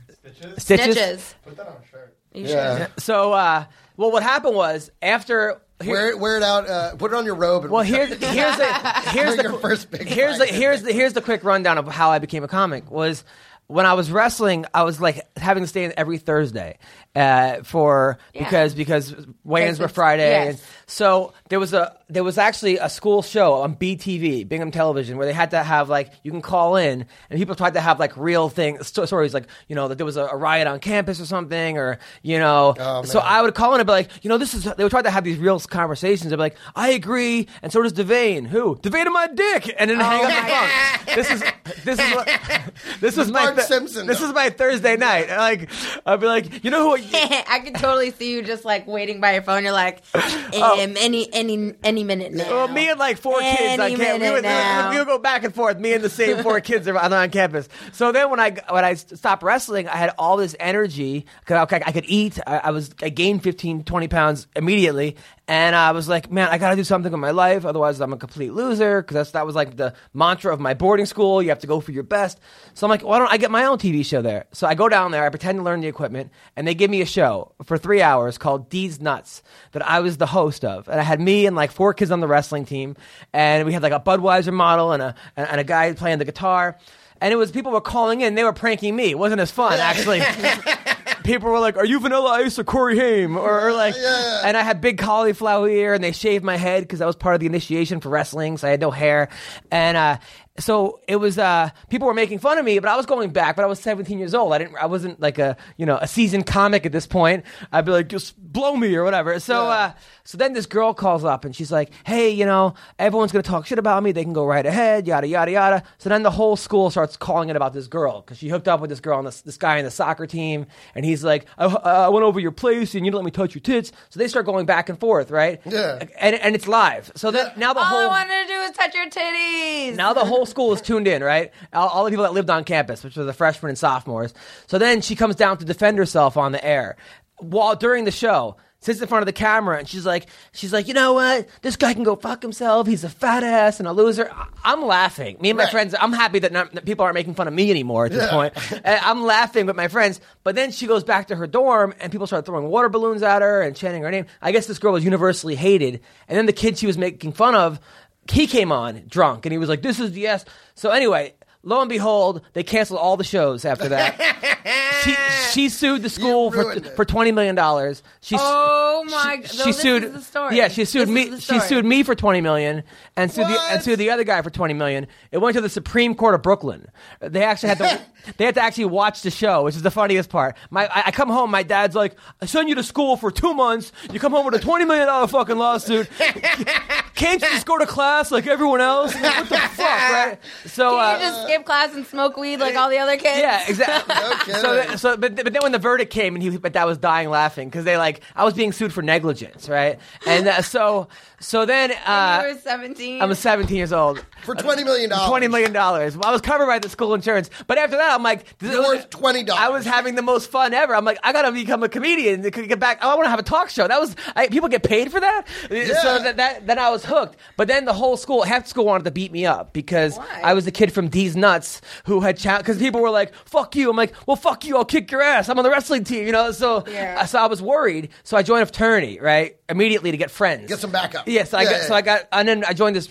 Speaker 2: Stitches.
Speaker 3: Snitches.
Speaker 5: Put that on a shirt.
Speaker 3: You should.
Speaker 4: yeah.
Speaker 2: So, uh, well, what happened was after. here-
Speaker 4: Wear it, wear it out. Uh, put it on your robe. And
Speaker 2: Well, here's here's the here's the
Speaker 4: Your first big
Speaker 2: here's the
Speaker 4: fight.
Speaker 2: here's the here's the quick rundown of how I became a comic was. When I was wrestling, I was like having to stay in every Thursday uh, for
Speaker 3: Yeah.
Speaker 2: because because weigh-ins were
Speaker 3: it's-
Speaker 2: Friday.
Speaker 3: yes.
Speaker 2: And so there was a there was actually a school show on BTV Bingham Television where they had to have like you can call in and people tried to have like real thing sto- stories like you know that there was a, a riot on campus or something or you know
Speaker 4: Oh,
Speaker 2: so I would call in and be like you know this is they would try to have these real conversations. They'd be like I agree and so does Devane who Devane on my dick and then hang up the phone. This is this is what, this was my
Speaker 4: Bart
Speaker 2: th-
Speaker 4: Oh, Simpson,
Speaker 2: this
Speaker 4: though.
Speaker 2: is my Thursday night like I'd be like you know who
Speaker 3: I could totally see you just like waiting by your phone. You're like, um, any any any minute now.
Speaker 2: Oh. Well, me and like four
Speaker 3: Any
Speaker 2: kids on campus. We
Speaker 3: minute
Speaker 2: would,
Speaker 3: now.
Speaker 2: we would go back and forth. Me and the same four kids are on, on campus. So then when I when I stopped wrestling, I had all this energy because I, I could eat. I, I was I gained 15, 20 pounds immediately, And I was like, man, I got to do something with my life. Otherwise, I'm a complete loser. Because that was like the mantra of my boarding school. You have to go for your best. So I'm like, why don't I get my own TV show there? So I go down there, I pretend to learn the equipment, and they give me a show for three hours called D's Nuts that I was the host of. And I had me and like four kids on the wrestling team. And we had like a Budweiser model and a, and a guy playing the guitar. And it was people were calling in, they were pranking me. It wasn't as fun, actually. people were like, "Are you Vanilla Ice or Corey Haim?" Or, or like, and I had big cauliflower ear, and they shaved my head because I was part of the initiation for wrestling, so I had no hair, and uh, so it was. Uh, people were making fun of me, but I was going back. But I was 17 years old. I didn't. I wasn't like a you know a seasoned comic at this point. I'd be like, "Just blow me" or whatever. So, uh, so then this girl calls up and she's like, "Hey, you know, everyone's gonna talk shit about me. They can go right ahead, yada yada yada." So then the whole school starts calling it about this girl because she hooked up with this girl and this, this guy in the soccer team, and he's like, I, I went over your place and you didn't let me touch your tits." So they start going back and forth, right?
Speaker 4: Yeah.
Speaker 2: And and it's live. So then now the
Speaker 3: All Oh, I
Speaker 2: whole
Speaker 3: wanted to do was touch your titties.
Speaker 2: now the whole school is tuned in, right? All, all the people that lived on campus, which were the freshmen and sophomores. So then she comes down to defend herself on the air while during the show. Sits in front of the camera and she's like, she's like, you know what? This guy can go fuck himself. He's a fat ass and a loser. I- I'm laughing. Me and my
Speaker 4: Right.
Speaker 2: friends. I'm happy that, not, that people aren't making fun of me anymore at this point. And I'm laughing with my friends. But then she goes back to her dorm and people start throwing water balloons at her and chanting her name. I guess this girl was universally hated. And then the kid she was making fun of he came on drunk and he was like, "This is the S." So anyway, lo and behold, they canceled all the shows after that. she, she sued the school for
Speaker 4: ruined it.
Speaker 2: for twenty million dollars. She s-
Speaker 3: Oh my
Speaker 2: she, she
Speaker 3: God. No, this
Speaker 2: sued
Speaker 3: is the story.
Speaker 2: Yeah, she sued
Speaker 3: This
Speaker 2: me.
Speaker 3: is the
Speaker 2: She
Speaker 3: story.
Speaker 2: sued me for twenty million and sued the, and
Speaker 4: What?
Speaker 2: sued the other guy for twenty million. It went to the Supreme Court of Brooklyn. They actually had to they had to actually watch the show, which is the funniest part. My I, I come home, my dad's like, "I send you to school for two months. You come home with a twenty million dollar fucking lawsuit. Can't you just go to class like everyone else? Like, what the fuck, right? So
Speaker 3: Can
Speaker 2: uh,
Speaker 3: you just skip class and smoke weed like all the other kids?
Speaker 2: yeah, exactly.
Speaker 4: Okay.
Speaker 2: So, th- so but, but then when the verdict came, and he, but that was dying laughing because they like I was being sued for negligence, right? And uh, so, so then
Speaker 3: When
Speaker 2: uh,
Speaker 3: you were 17.
Speaker 2: I was 17 years old,
Speaker 4: for twenty million dollars.
Speaker 2: twenty million dollars. I was covered by the school insurance, but after that, I'm like, this
Speaker 4: You're worth $20.
Speaker 2: I was having the most fun ever. I'm like, I gotta become a comedian. to Get back. Oh, I want to have a talk show. That was I, people get paid for that. So that, that then I was hooked. But then the whole school, half the school wanted to beat me up because
Speaker 3: Why?
Speaker 2: I was the kid from D's Nuts who had because people were like, "Fuck you." I'm like, "Well, fuck you. I'll kick your ass. I'm on the wrestling team." You know. So
Speaker 3: Yeah.
Speaker 2: so I was worried. So I joined a fraternity right immediately to get friends,
Speaker 4: Get some backup.
Speaker 2: Yes, I
Speaker 4: Yeah,
Speaker 2: got,
Speaker 4: yeah,
Speaker 2: so I
Speaker 4: yeah.
Speaker 2: got Uh, and then I joined this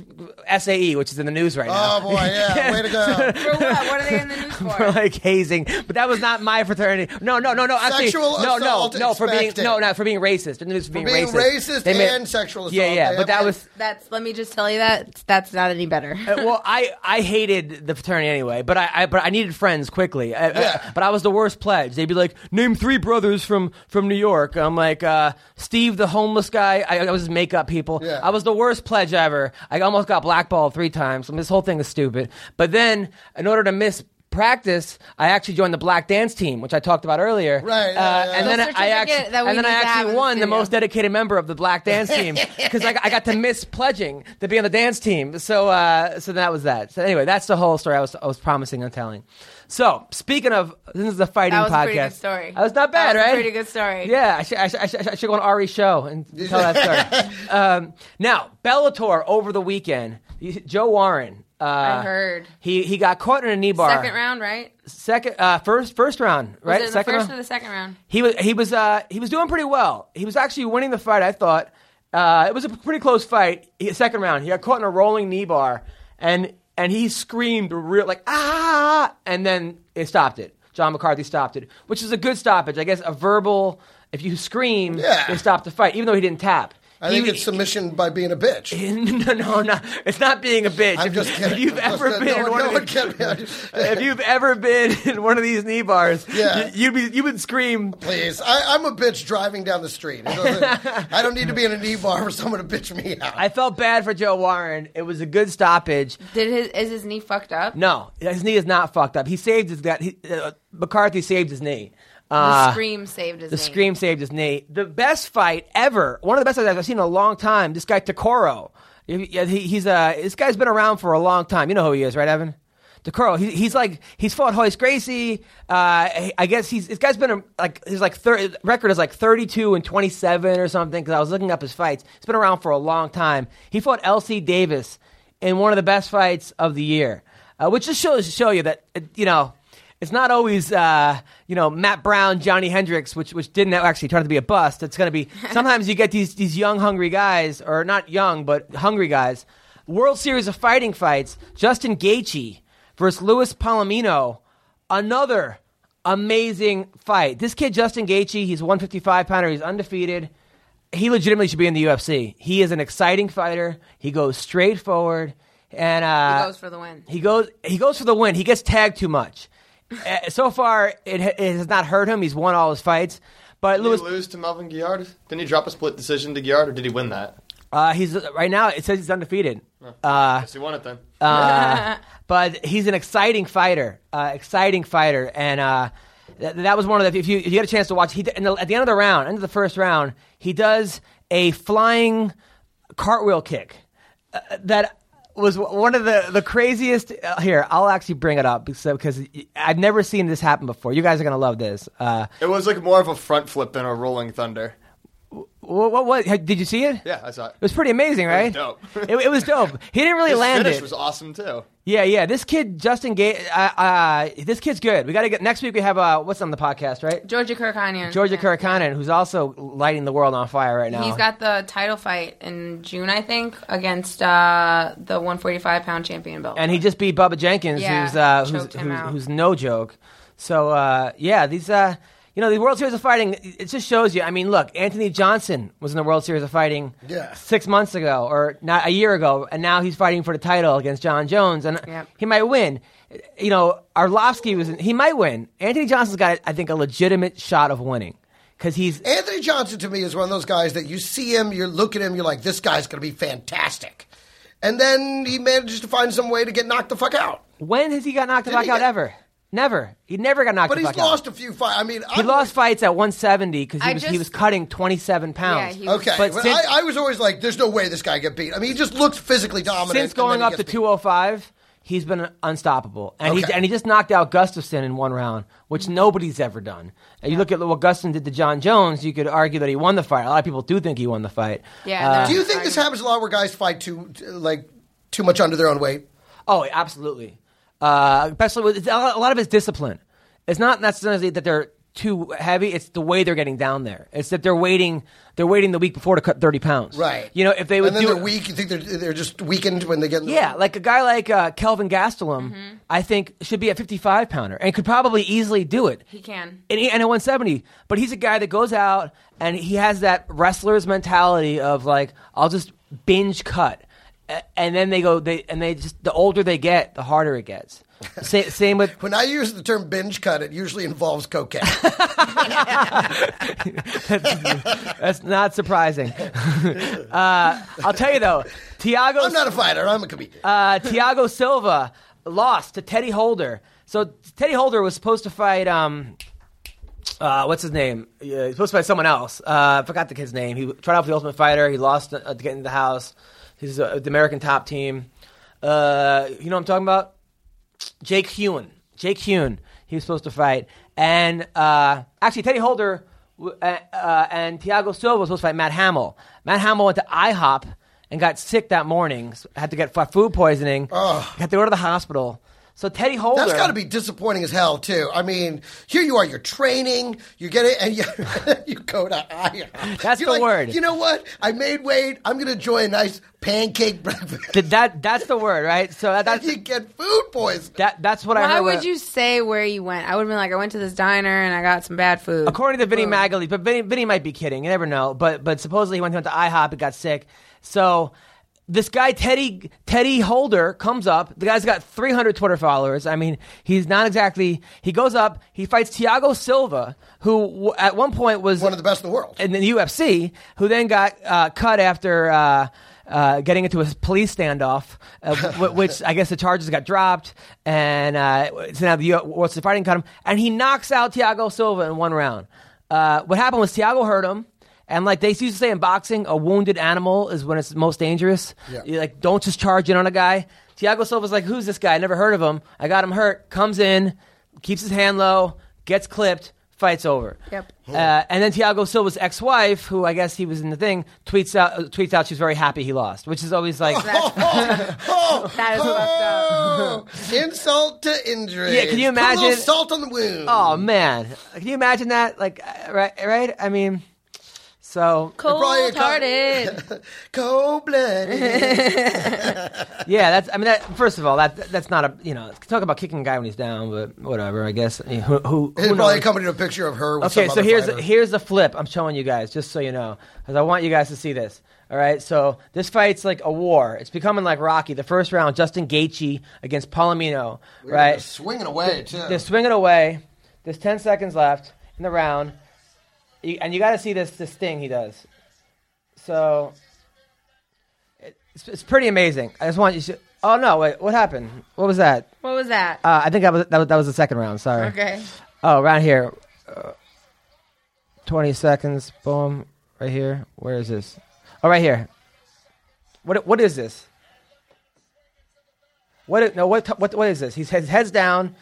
Speaker 2: SAE, which is in the news right now.
Speaker 4: Oh boy, yeah, way to go.
Speaker 3: For what? What are they in the news
Speaker 2: for
Speaker 3: for?
Speaker 2: like hazing, but that was not my fraternity. No, no, no, no. Actually,
Speaker 4: Sexual
Speaker 2: no, no,
Speaker 4: assault
Speaker 2: no, for being
Speaker 4: expected.
Speaker 2: no, not for being racist. For being,
Speaker 4: being
Speaker 2: racist,
Speaker 4: racist and sexual
Speaker 2: Yeah,
Speaker 4: assault.
Speaker 2: yeah,
Speaker 4: They
Speaker 2: but
Speaker 4: have
Speaker 2: that
Speaker 4: like-
Speaker 2: was.
Speaker 3: That's. Let me just tell you that that's not any better.
Speaker 2: Uh, Well, I, I hated the fraternity anyway, but I, I but I needed friends quickly. I, I-
Speaker 4: Yeah.
Speaker 2: but I was the worst pledge. They'd be like, name three brothers from from New York. I'm like, uh, Steve, the homeless guy. I, I was just makeup people.
Speaker 4: Yeah.
Speaker 2: I was the worst pledge ever. I almost got blackballed three times. I mean, this whole thing is stupid. But then, in order to miss practice, I actually joined the black dance team, which I talked about earlier.
Speaker 4: Right,
Speaker 2: Uh,
Speaker 4: yeah, yeah.
Speaker 2: And then
Speaker 3: Those
Speaker 2: I actually
Speaker 3: certificate that we
Speaker 2: and then I
Speaker 3: need to have in
Speaker 2: actually
Speaker 3: the
Speaker 2: won the
Speaker 3: studio.
Speaker 2: most dedicated member of the black dance team because I, I got to miss pledging to be on the dance team. So uh, so that was that. So anyway, that's the whole story I was I was promising on telling. So speaking of this is the fighting
Speaker 3: That was
Speaker 2: podcast.
Speaker 3: a pretty good story.
Speaker 2: That was not bad,
Speaker 3: That was a
Speaker 2: right?
Speaker 3: pretty good story.
Speaker 2: Yeah, I should, I should, I should, I should go on Ari's show and tell that story. um, now Bellator over the weekend, you- Joe Warren. Uh, I
Speaker 3: heard.
Speaker 2: he he got caught in a knee bar.
Speaker 3: Second round, right? Was
Speaker 2: Second, uh, first first round, right?
Speaker 3: it the
Speaker 2: second
Speaker 3: first
Speaker 2: round.
Speaker 3: or the second round?
Speaker 2: He was he was uh, he was doing pretty well. He was actually winning the fight. I thought uh, it was a pretty close fight. He, second round, he got caught in a rolling knee bar, and and he screamed real like ah, and then it stopped it. John McCarthy stopped it, which is a good stoppage, I guess. A verbal, if you scream,
Speaker 4: Yeah.
Speaker 2: they stop the fight, even though he didn't tap.
Speaker 4: I
Speaker 2: He-
Speaker 4: think it's submission by being a bitch.
Speaker 2: no, no, no. It's not being a bitch.
Speaker 4: I'm
Speaker 2: If-
Speaker 4: just kidding.
Speaker 2: If you've
Speaker 4: I'm just-
Speaker 2: ever been in
Speaker 4: no,
Speaker 2: one
Speaker 4: no
Speaker 2: of
Speaker 4: one
Speaker 2: these-
Speaker 4: can be- I just-
Speaker 2: if you've ever been in one of these knee bars,
Speaker 4: Yeah.
Speaker 2: you, would be you would scream
Speaker 4: Please, I, I'm a bitch driving down the street. It doesn't- I don't need to be in a knee bar for someone to bitch me out.
Speaker 2: I felt bad for Joe Warren. It was a good stoppage.
Speaker 3: Did his is his knee fucked up?
Speaker 2: No, his knee is not fucked up. He saved his gut. He, uh, McCarthy saved his knee.
Speaker 3: The
Speaker 2: Uh,
Speaker 3: scream saved his
Speaker 2: The
Speaker 3: knee.
Speaker 2: scream saved his knee. The best fight ever. One of the best fights I've seen in a long time. This guy Takoro. He- he- He's uh, this guy's been around for a long time. You know who he is, right, Evan? DeCurl. He, he's like he's fought Hoist Gracie. Uh, he- I guess he's this guy's been a, like his like thir- his record is like thirty two and twenty seven or something. Because I was looking up his fights. He's been around for a long time. He fought LC Davis in one of the best fights of the year, uh, which just shows show you that uh, you know it's not always uh, you know Matt Brown, Johnny Hendricks, which which didn't actually turn out to be a bust. It's going to be sometimes you get these these young hungry guys, or not young but hungry guys. World Series of Fighting fights: Justin Gaethje versus Luis Palomino. Another amazing fight. This kid, Justin Gaethje, he's 155 pounder. He's undefeated. He legitimately should be in the UFC. He is an exciting fighter. He goes straight forward, and uh,
Speaker 3: He goes for the win.
Speaker 2: he goes. He goes for the win. He gets tagged too much. Uh, so far, it, ha- it has not hurt him. He's won all his fights. But
Speaker 5: Did
Speaker 2: Lewis,
Speaker 5: he lose to Melvin Guillard? Didn't he drop a split decision to Guillard, or did he win that?
Speaker 2: uh, he's right now. It says he's undefeated.
Speaker 5: Yes, he won it then.
Speaker 2: Uh, but he's an exciting fighter, uh, exciting fighter, and uh, th- that was one of the. If you if you get a chance to watch, he d- in the, at the end of the round, end of the first round, he does a flying cartwheel kick uh, that was w- one of the the craziest. Uh, here, I'll actually bring it up because, because I've never seen this happen before. You guys are gonna love this. Uh,
Speaker 5: it was like more of a front flip than a rolling thunder.
Speaker 2: what, what what did you see it?
Speaker 5: Yeah, I saw it.
Speaker 2: It was pretty amazing, right?
Speaker 5: dope.
Speaker 2: it, it was dope. He didn't really
Speaker 5: His
Speaker 2: land
Speaker 5: finish
Speaker 2: it.
Speaker 5: was awesome too.
Speaker 2: Yeah, yeah. This kid, Justin Gate, uh, uh, this kid's good. We got to get next week. We have uh, what's on the podcast, right?
Speaker 3: Georgia Kirkanian.
Speaker 2: Georgia
Speaker 3: Yeah.
Speaker 2: Kurakanen, who's also lighting the world on fire right now.
Speaker 3: He's got the title fight in June, I think, against uh, the 145 pound champion belt.
Speaker 2: and he just beat Bubba Jenkins,
Speaker 3: Yeah,
Speaker 2: who's uh, who's,
Speaker 3: choked him
Speaker 2: who's,
Speaker 3: out.
Speaker 2: who's no joke. So uh, yeah, these uh, you know the World Series of Fighting. It just shows you. I mean, look, Anthony Johnson was in the World Series of Fighting
Speaker 4: Yeah.
Speaker 2: six months ago, or not a year ago, and now he's fighting for the title against John Jones, and
Speaker 3: Yep.
Speaker 2: he might win. You know, Arlovsky was in, he might win. Anthony Johnson's got, I think, a legitimate shot of winning because he's
Speaker 4: Anthony Johnson to me is one of those guys that you see him, you look at him, you're like, this guy's going to be fantastic. And then he manages to find some way to get knocked the fuck out.
Speaker 2: when has he got knocked the
Speaker 4: Did he
Speaker 2: fuck out
Speaker 4: get-
Speaker 2: ever? Never. He never got knocked
Speaker 4: But
Speaker 2: the
Speaker 4: he's
Speaker 2: fuck out.
Speaker 4: lost a few fights. I mean,
Speaker 2: He lost fights at 170 because he
Speaker 3: I
Speaker 2: was, he
Speaker 3: just-
Speaker 2: was cutting 27 pounds.
Speaker 3: Yeah, he was-
Speaker 4: Okay,
Speaker 2: But
Speaker 4: but,
Speaker 2: since-
Speaker 4: I, I was always like, "There's no way this guy get beat." I mean, he just looks physically dominant.
Speaker 2: Since
Speaker 4: and then
Speaker 2: going
Speaker 4: he
Speaker 2: up to
Speaker 4: gets beat.
Speaker 2: 205, he's been unstoppable. And, he,
Speaker 4: Okay.
Speaker 2: and he just knocked out Gustafson in one round, which nobody's ever done. And you look at what Gustafson did to John Jones, you could argue that he won the fight. A lot of people do think he won the fight.
Speaker 3: yeah.
Speaker 2: Uh,
Speaker 3: they're-
Speaker 4: Do you think this happens a lot where guys fight too, t- like, too much under their own weight?
Speaker 2: Oh, absolutely. Uh, especially with it's a lot a lot of it's discipline. It's not necessarily that they're too heavy. It's the way they're getting down there. It's that they're waiting. They're waiting the week before to cut thirty pounds.
Speaker 4: Right.
Speaker 2: You know, if they would
Speaker 4: and then
Speaker 2: do
Speaker 4: they're
Speaker 2: it-
Speaker 4: weak. You think they're they're just weakened when they get in the
Speaker 2: Yeah, like a guy like uh, Kelvin Gastelum, I think should be a fifty-five pounder and could probably easily do it.
Speaker 3: he can.
Speaker 2: and, he- and at 170. But he's a guy that goes out and he has that wrestler's mentality of like, I'll just binge cut. A- And then they go, they and they just the older they get, the harder it gets. Sa- same with
Speaker 4: When I use the term binge cut, it usually involves cocaine.
Speaker 2: that's not surprising. uh, I'll tell you though, Tiago
Speaker 4: I'm not a fighter. I'm a comedian.
Speaker 2: uh, Tiago Silva lost to Teddy Holder. So Teddy Holder was supposed to fight um, uh, what's his name? Uh, he was supposed to fight someone else. Uh, I forgot the kid's name. He tried out for the Ultimate Fighter. He lost uh, to get into the house. He's uh, the American top team. Uh, you know what I'm talking about? Jake Hewen. Jake Hewen. He was supposed to fight. And uh, actually, Teddy Holder w- uh, uh, and Thiago Silva was supposed to fight Matt Hamill. Matt Hamill went to IHOP and got sick that morning. So had to get f- food poisoning. Had to go to the hospital. So Teddy Holder.
Speaker 4: That's got to be disappointing as hell, too. I mean, here you are, you're training, you get it, and you, you go to IHOP.
Speaker 2: That's
Speaker 4: You're
Speaker 2: the
Speaker 4: like,
Speaker 2: word.
Speaker 4: You know what? I made weight. I'm going to enjoy a nice pancake breakfast.
Speaker 2: Th- that that's the word, right? So that,
Speaker 4: and
Speaker 2: that's
Speaker 4: you get food poisoning.
Speaker 2: that that's what I
Speaker 3: Why
Speaker 2: heard.
Speaker 3: would
Speaker 2: when-
Speaker 3: you say where you went? I would have been like, I went to this diner and I got some bad food.
Speaker 2: According to Vinny
Speaker 3: Boom.
Speaker 2: Magali, but Vinny, Vinny might be kidding. You never know. But but supposedly he went, went to IHOP and got sick. So this guy Teddy Teddy Holder comes up. The guy's got 300 Twitter followers. I mean, he's not exactly. He goes up. He fights Thiago Silva, who w- at one point was
Speaker 4: One of the best in the world.
Speaker 2: in the UFC, who then got uh, cut after uh, uh, getting into a police standoff, uh, w- which I guess the charges got dropped, and uh, it's now the U- what's the fighting cut him, and he knocks out Thiago Silva in one round. Uh, what happened was Thiago hurt him. And like they used to say in boxing, a wounded animal is when it's most dangerous.
Speaker 4: Yeah.
Speaker 2: You, Like don't just charge in on a guy. Thiago Silva's like, who's this guy? I never heard of him. I got him hurt. Comes in, keeps his hand low, gets clipped, fight's over.
Speaker 3: Yep.
Speaker 2: Uh, and then Thiago Silva's ex-wife, who I guess he was in the thing, tweets out uh, tweets out she's very happy he lost, which is always like,
Speaker 3: That is fucked up.
Speaker 4: Oh, insult to injury.
Speaker 2: Yeah, can you
Speaker 4: Put a little
Speaker 2: imagine-
Speaker 4: salt on the wound.
Speaker 2: oh man, can you imagine that? Like, uh, right, right? I mean, so
Speaker 4: probably a
Speaker 3: Cold
Speaker 4: couple-
Speaker 3: hearted.
Speaker 4: Cold blooded.
Speaker 2: yeah, that's. I mean, that, first of all, that that's not a you know talk about kicking a guy when he's down, but whatever. I guess I mean, who who,
Speaker 4: It
Speaker 2: who
Speaker 4: probably
Speaker 2: knows?
Speaker 4: accompanied a picture of her. With
Speaker 2: Okay,
Speaker 4: some
Speaker 2: so
Speaker 4: other
Speaker 2: here's
Speaker 4: fighter.
Speaker 2: here's the flip I'm showing you guys, just so you know, because I want you guys to see this. All right, so this fight's like a war. It's becoming like Rocky. The first round, Justin Gaethje against Palomino,
Speaker 4: They're
Speaker 2: right?
Speaker 4: swinging away too.
Speaker 2: They're swinging away. There's 10 seconds left in the round, You- and you got to see this this thing he does. So it's, it's pretty amazing. I just want you. to... Oh no! Wait, what happened? What was that?
Speaker 3: What was that?
Speaker 2: Uh, I think that was, that was that was the second round. Sorry.
Speaker 3: okay.
Speaker 2: Oh, around here. Uh, 20 seconds. Boom. Right here. Where is this? Oh, right here. What what is this? What i- no what t- what what is this? He's heads heads down.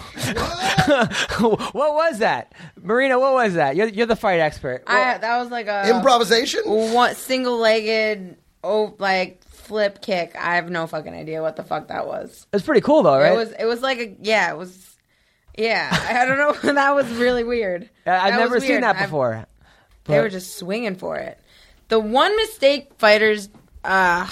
Speaker 2: what was that? Marina, what was that? You're, you're the fight expert.
Speaker 3: I, that was like
Speaker 2: uh,
Speaker 3: a
Speaker 4: Improvisation.
Speaker 3: one single legged oh like flip kick. I have no fucking idea what the fuck that was.
Speaker 2: it's pretty cool though, right?
Speaker 3: It was it was like a yeah, it was yeah. I don't know. that was really weird.
Speaker 2: I- I've
Speaker 3: That
Speaker 2: never
Speaker 3: was
Speaker 2: seen
Speaker 3: weird.
Speaker 2: that
Speaker 3: I've-
Speaker 2: before.
Speaker 3: they
Speaker 2: but-
Speaker 3: were just swinging for it. The one mistake fighters uh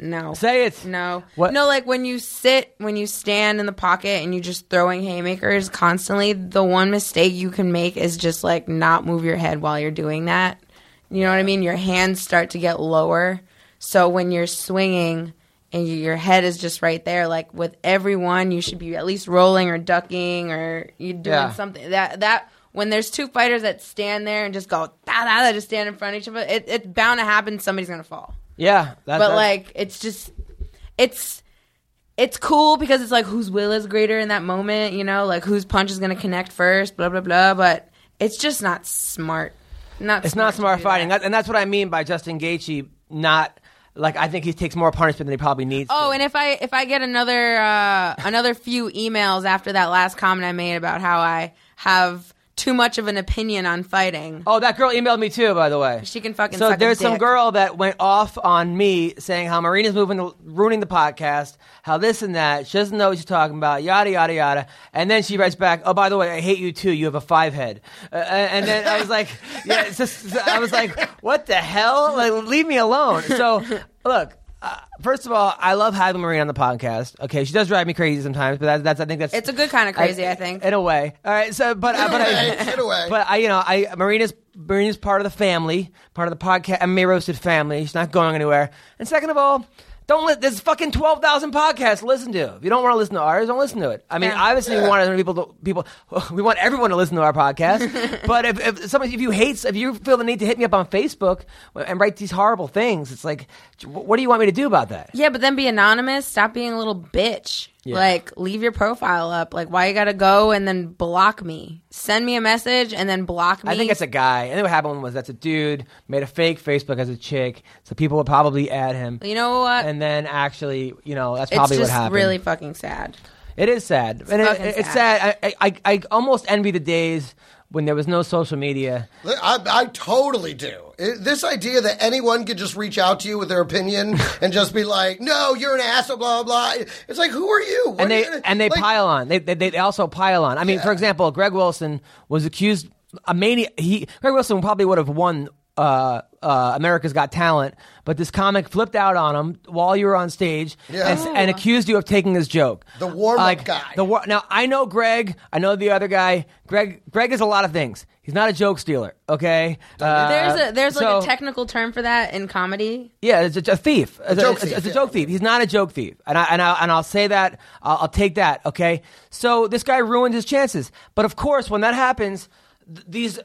Speaker 3: no.
Speaker 2: Say it.
Speaker 3: No.
Speaker 2: What-
Speaker 3: No, like when you sit, when you stand in the pocket and you just throwing haymakers constantly, the one mistake you can make is just like not move your head while you're doing that. You know what I mean? Your hands start to get lower. So when you're swinging and you, your head is just right there, like with everyone, you should be at least rolling or ducking or you doing
Speaker 2: Yeah.
Speaker 3: something. That that when there's two fighters that stand there and just go da da da, just stand in front of each other, it, it's bound to happen. Somebody's gonna fall
Speaker 2: Yeah, that,
Speaker 3: but
Speaker 2: that-
Speaker 3: like it's just it's it's cool because it's like whose will is greater in that moment you know like whose punch is going to connect first blah blah blah but it's just not smart not
Speaker 2: It's not
Speaker 3: to
Speaker 2: smart
Speaker 3: do
Speaker 2: fighting,
Speaker 3: that.
Speaker 2: That- and that's what I mean by Justin Gaethje not like I think he takes more punishment than he probably needs.
Speaker 3: oh
Speaker 2: to.
Speaker 3: and if i if i get another uh another few emails after that last comment i made about how i have too much of an opinion on fighting
Speaker 2: oh, that girl emailed me too, by the way.
Speaker 3: She can fucking
Speaker 2: So
Speaker 3: suck a
Speaker 2: there's some
Speaker 3: dick.
Speaker 2: girl that went off on me saying how Marina's moving, the, ruining the podcast, how this and that. She doesn't know what she's talking about, yada yada yada. And then she writes back, "Oh, by the way, I hate you too. You have a five head." Uh, and then I was like, "Yeah, it's just." I was like, "What the hell? Like, leave me alone." So look. Uh, first of all, I love having Marina on the podcast. Okay, she does drive me crazy sometimes, but that's, that's I think that's
Speaker 3: It's a good kind of crazy, I think.
Speaker 2: in a way. All right, so but I but
Speaker 4: away,
Speaker 2: I
Speaker 4: get away.
Speaker 2: but I, you know, I Marina's Marina's part of the family, part of the podcast. MMA roasted family. She's not going anywhere. And second of all, don't let there's fucking twelve thousand podcasts to listen to. If you don't want to listen to ours, don't listen to it. I mean,
Speaker 3: Yeah.
Speaker 2: obviously we want people to, people we want everyone to listen to our podcast. but if if somebody if you hate if you feel the need to hit me up on Facebook and write these horrible things, it's like, what do you want me to do about that?
Speaker 3: Yeah, but then be anonymous. Stop being a little bitch. Like, leave your profile up. Like, why you gotta go and then block me? Send me a message and then block me.
Speaker 2: I think it's a guy. I think what happened was that's a dude made a fake Facebook as a chick, so people would probably add him.
Speaker 3: You know what?
Speaker 2: And then actually, you know, that's
Speaker 3: it's
Speaker 2: probably
Speaker 3: just
Speaker 2: what happened.
Speaker 3: really fucking sad.
Speaker 2: it is sad, and it,
Speaker 3: fucking
Speaker 2: it- it's
Speaker 3: sad.
Speaker 2: sad. I, I, I almost envy the days when there was no social media.
Speaker 4: I, I totally do. It, this idea that anyone could just reach out to you with their opinion and just be like, "No, you're an asshole," blah blah. It's like, who are you?
Speaker 2: and
Speaker 4: What are
Speaker 2: they
Speaker 4: you gonna-
Speaker 2: and they
Speaker 4: like,
Speaker 2: pile on. They, they they also pile on. I mean, for example, Greg Wilson was accused a mania. He Greg Wilson probably would have won. Uh, uh, America's Got Talent, but this comic flipped out on him while you were on stage
Speaker 4: Yeah.
Speaker 2: and, s- and accused you of taking his joke.
Speaker 4: The warm-up guy.
Speaker 2: The war- now I know Greg. I know the other guy. Greg. Greg is a lot of things. He's not a joke stealer. Okay. Uh,
Speaker 3: There's a there's like a
Speaker 2: so-
Speaker 3: technical term for that in comedy.
Speaker 2: yeah, it's a, a thief. It's a,
Speaker 4: joke
Speaker 2: it's a-
Speaker 4: thief,
Speaker 2: it's a
Speaker 4: yeah.
Speaker 2: joke thief. He's not a joke thief, and I and I and I'll say that. I'll, I'll take that. Okay. So this guy ruined his chances. But of course, when that happens, th- these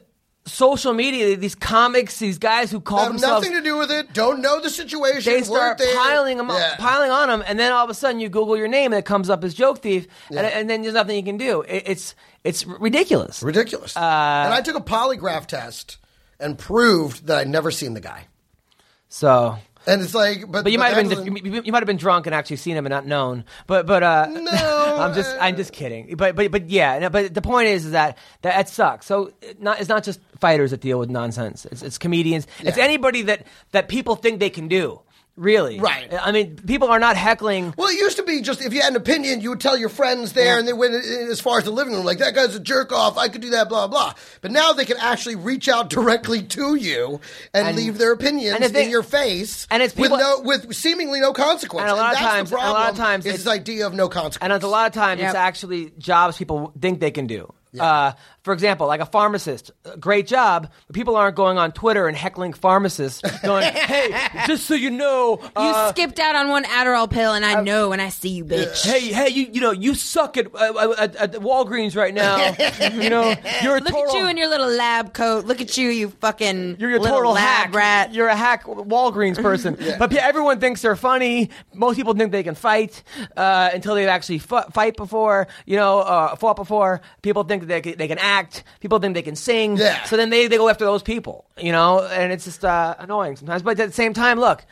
Speaker 2: social media, these comics, these guys who call
Speaker 4: have
Speaker 2: themselves
Speaker 4: nothing to do with it. Don't know the situation.
Speaker 2: they start
Speaker 4: weren't there.
Speaker 2: piling them
Speaker 4: Yeah.
Speaker 2: up, piling on them, and then all of a sudden you Google your name and it comes up as joke thief, and, and then there's nothing you can do. It, it's it's ridiculous. Uh,
Speaker 4: Ridiculous. and I took a polygraph test and proved that I'd never seen the guy.
Speaker 2: So
Speaker 4: And it's like, but,
Speaker 2: But you might have been
Speaker 4: Evelyn-
Speaker 2: you, you- you might have been drunk and actually seen him and not known. But but uh,
Speaker 4: No,
Speaker 2: I'm just
Speaker 4: uh,
Speaker 2: I'm just kidding. But but but yeah. no, But the point is, is that that, that sucks. So it not it's not just fighters that deal with nonsense. It's, it's comedians. It's
Speaker 4: Yeah.
Speaker 2: anybody that that people think they can do. Really,
Speaker 4: Right.
Speaker 2: I mean, people are not heckling.
Speaker 4: Well, it used to be just if you had an opinion, you would tell your friends there, and they went in as far as the living room, like that guy's a jerk off. I could do that, blah blah. But now they can actually reach out directly to you and,
Speaker 2: And-
Speaker 4: leave their opinions
Speaker 2: and if they-
Speaker 4: in your face,
Speaker 2: and it's people-
Speaker 4: with no with seemingly no consequence.
Speaker 2: And a lot of
Speaker 4: that's
Speaker 2: times-
Speaker 4: the
Speaker 2: and a lot
Speaker 4: problem
Speaker 2: of times
Speaker 4: is
Speaker 2: it's-
Speaker 4: this idea of no consequence.
Speaker 2: And a lot of times, it's
Speaker 3: Yep.
Speaker 2: actually jobs people think they can do. Uh, for example, like a pharmacist, Uh, great job, but people aren't going on Twitter and heckling pharmacists, going, "Hey, just so you know,
Speaker 3: You
Speaker 2: uh,
Speaker 3: skipped out on one Adderall pill, and I know when I see you, bitch.
Speaker 2: Hey, hey, you, you know, you suck at, uh, at, at Walgreens right now. you know, you're a
Speaker 3: Look
Speaker 2: total,
Speaker 3: at you in your little lab coat. Look at you, you fucking
Speaker 2: you're a
Speaker 3: little
Speaker 2: total
Speaker 3: lab
Speaker 2: hack.
Speaker 3: rat.
Speaker 2: You're a hack Walgreens person. But yeah, everyone thinks they're funny. Most people think they can fight uh, until they've actually fu- fight before, you know, uh, fought before. People think that they can, they can act. People think they can sing.
Speaker 4: Yeah.
Speaker 2: So then they, they go after those people, you know, and it's just uh, annoying sometimes. But at the same time, look,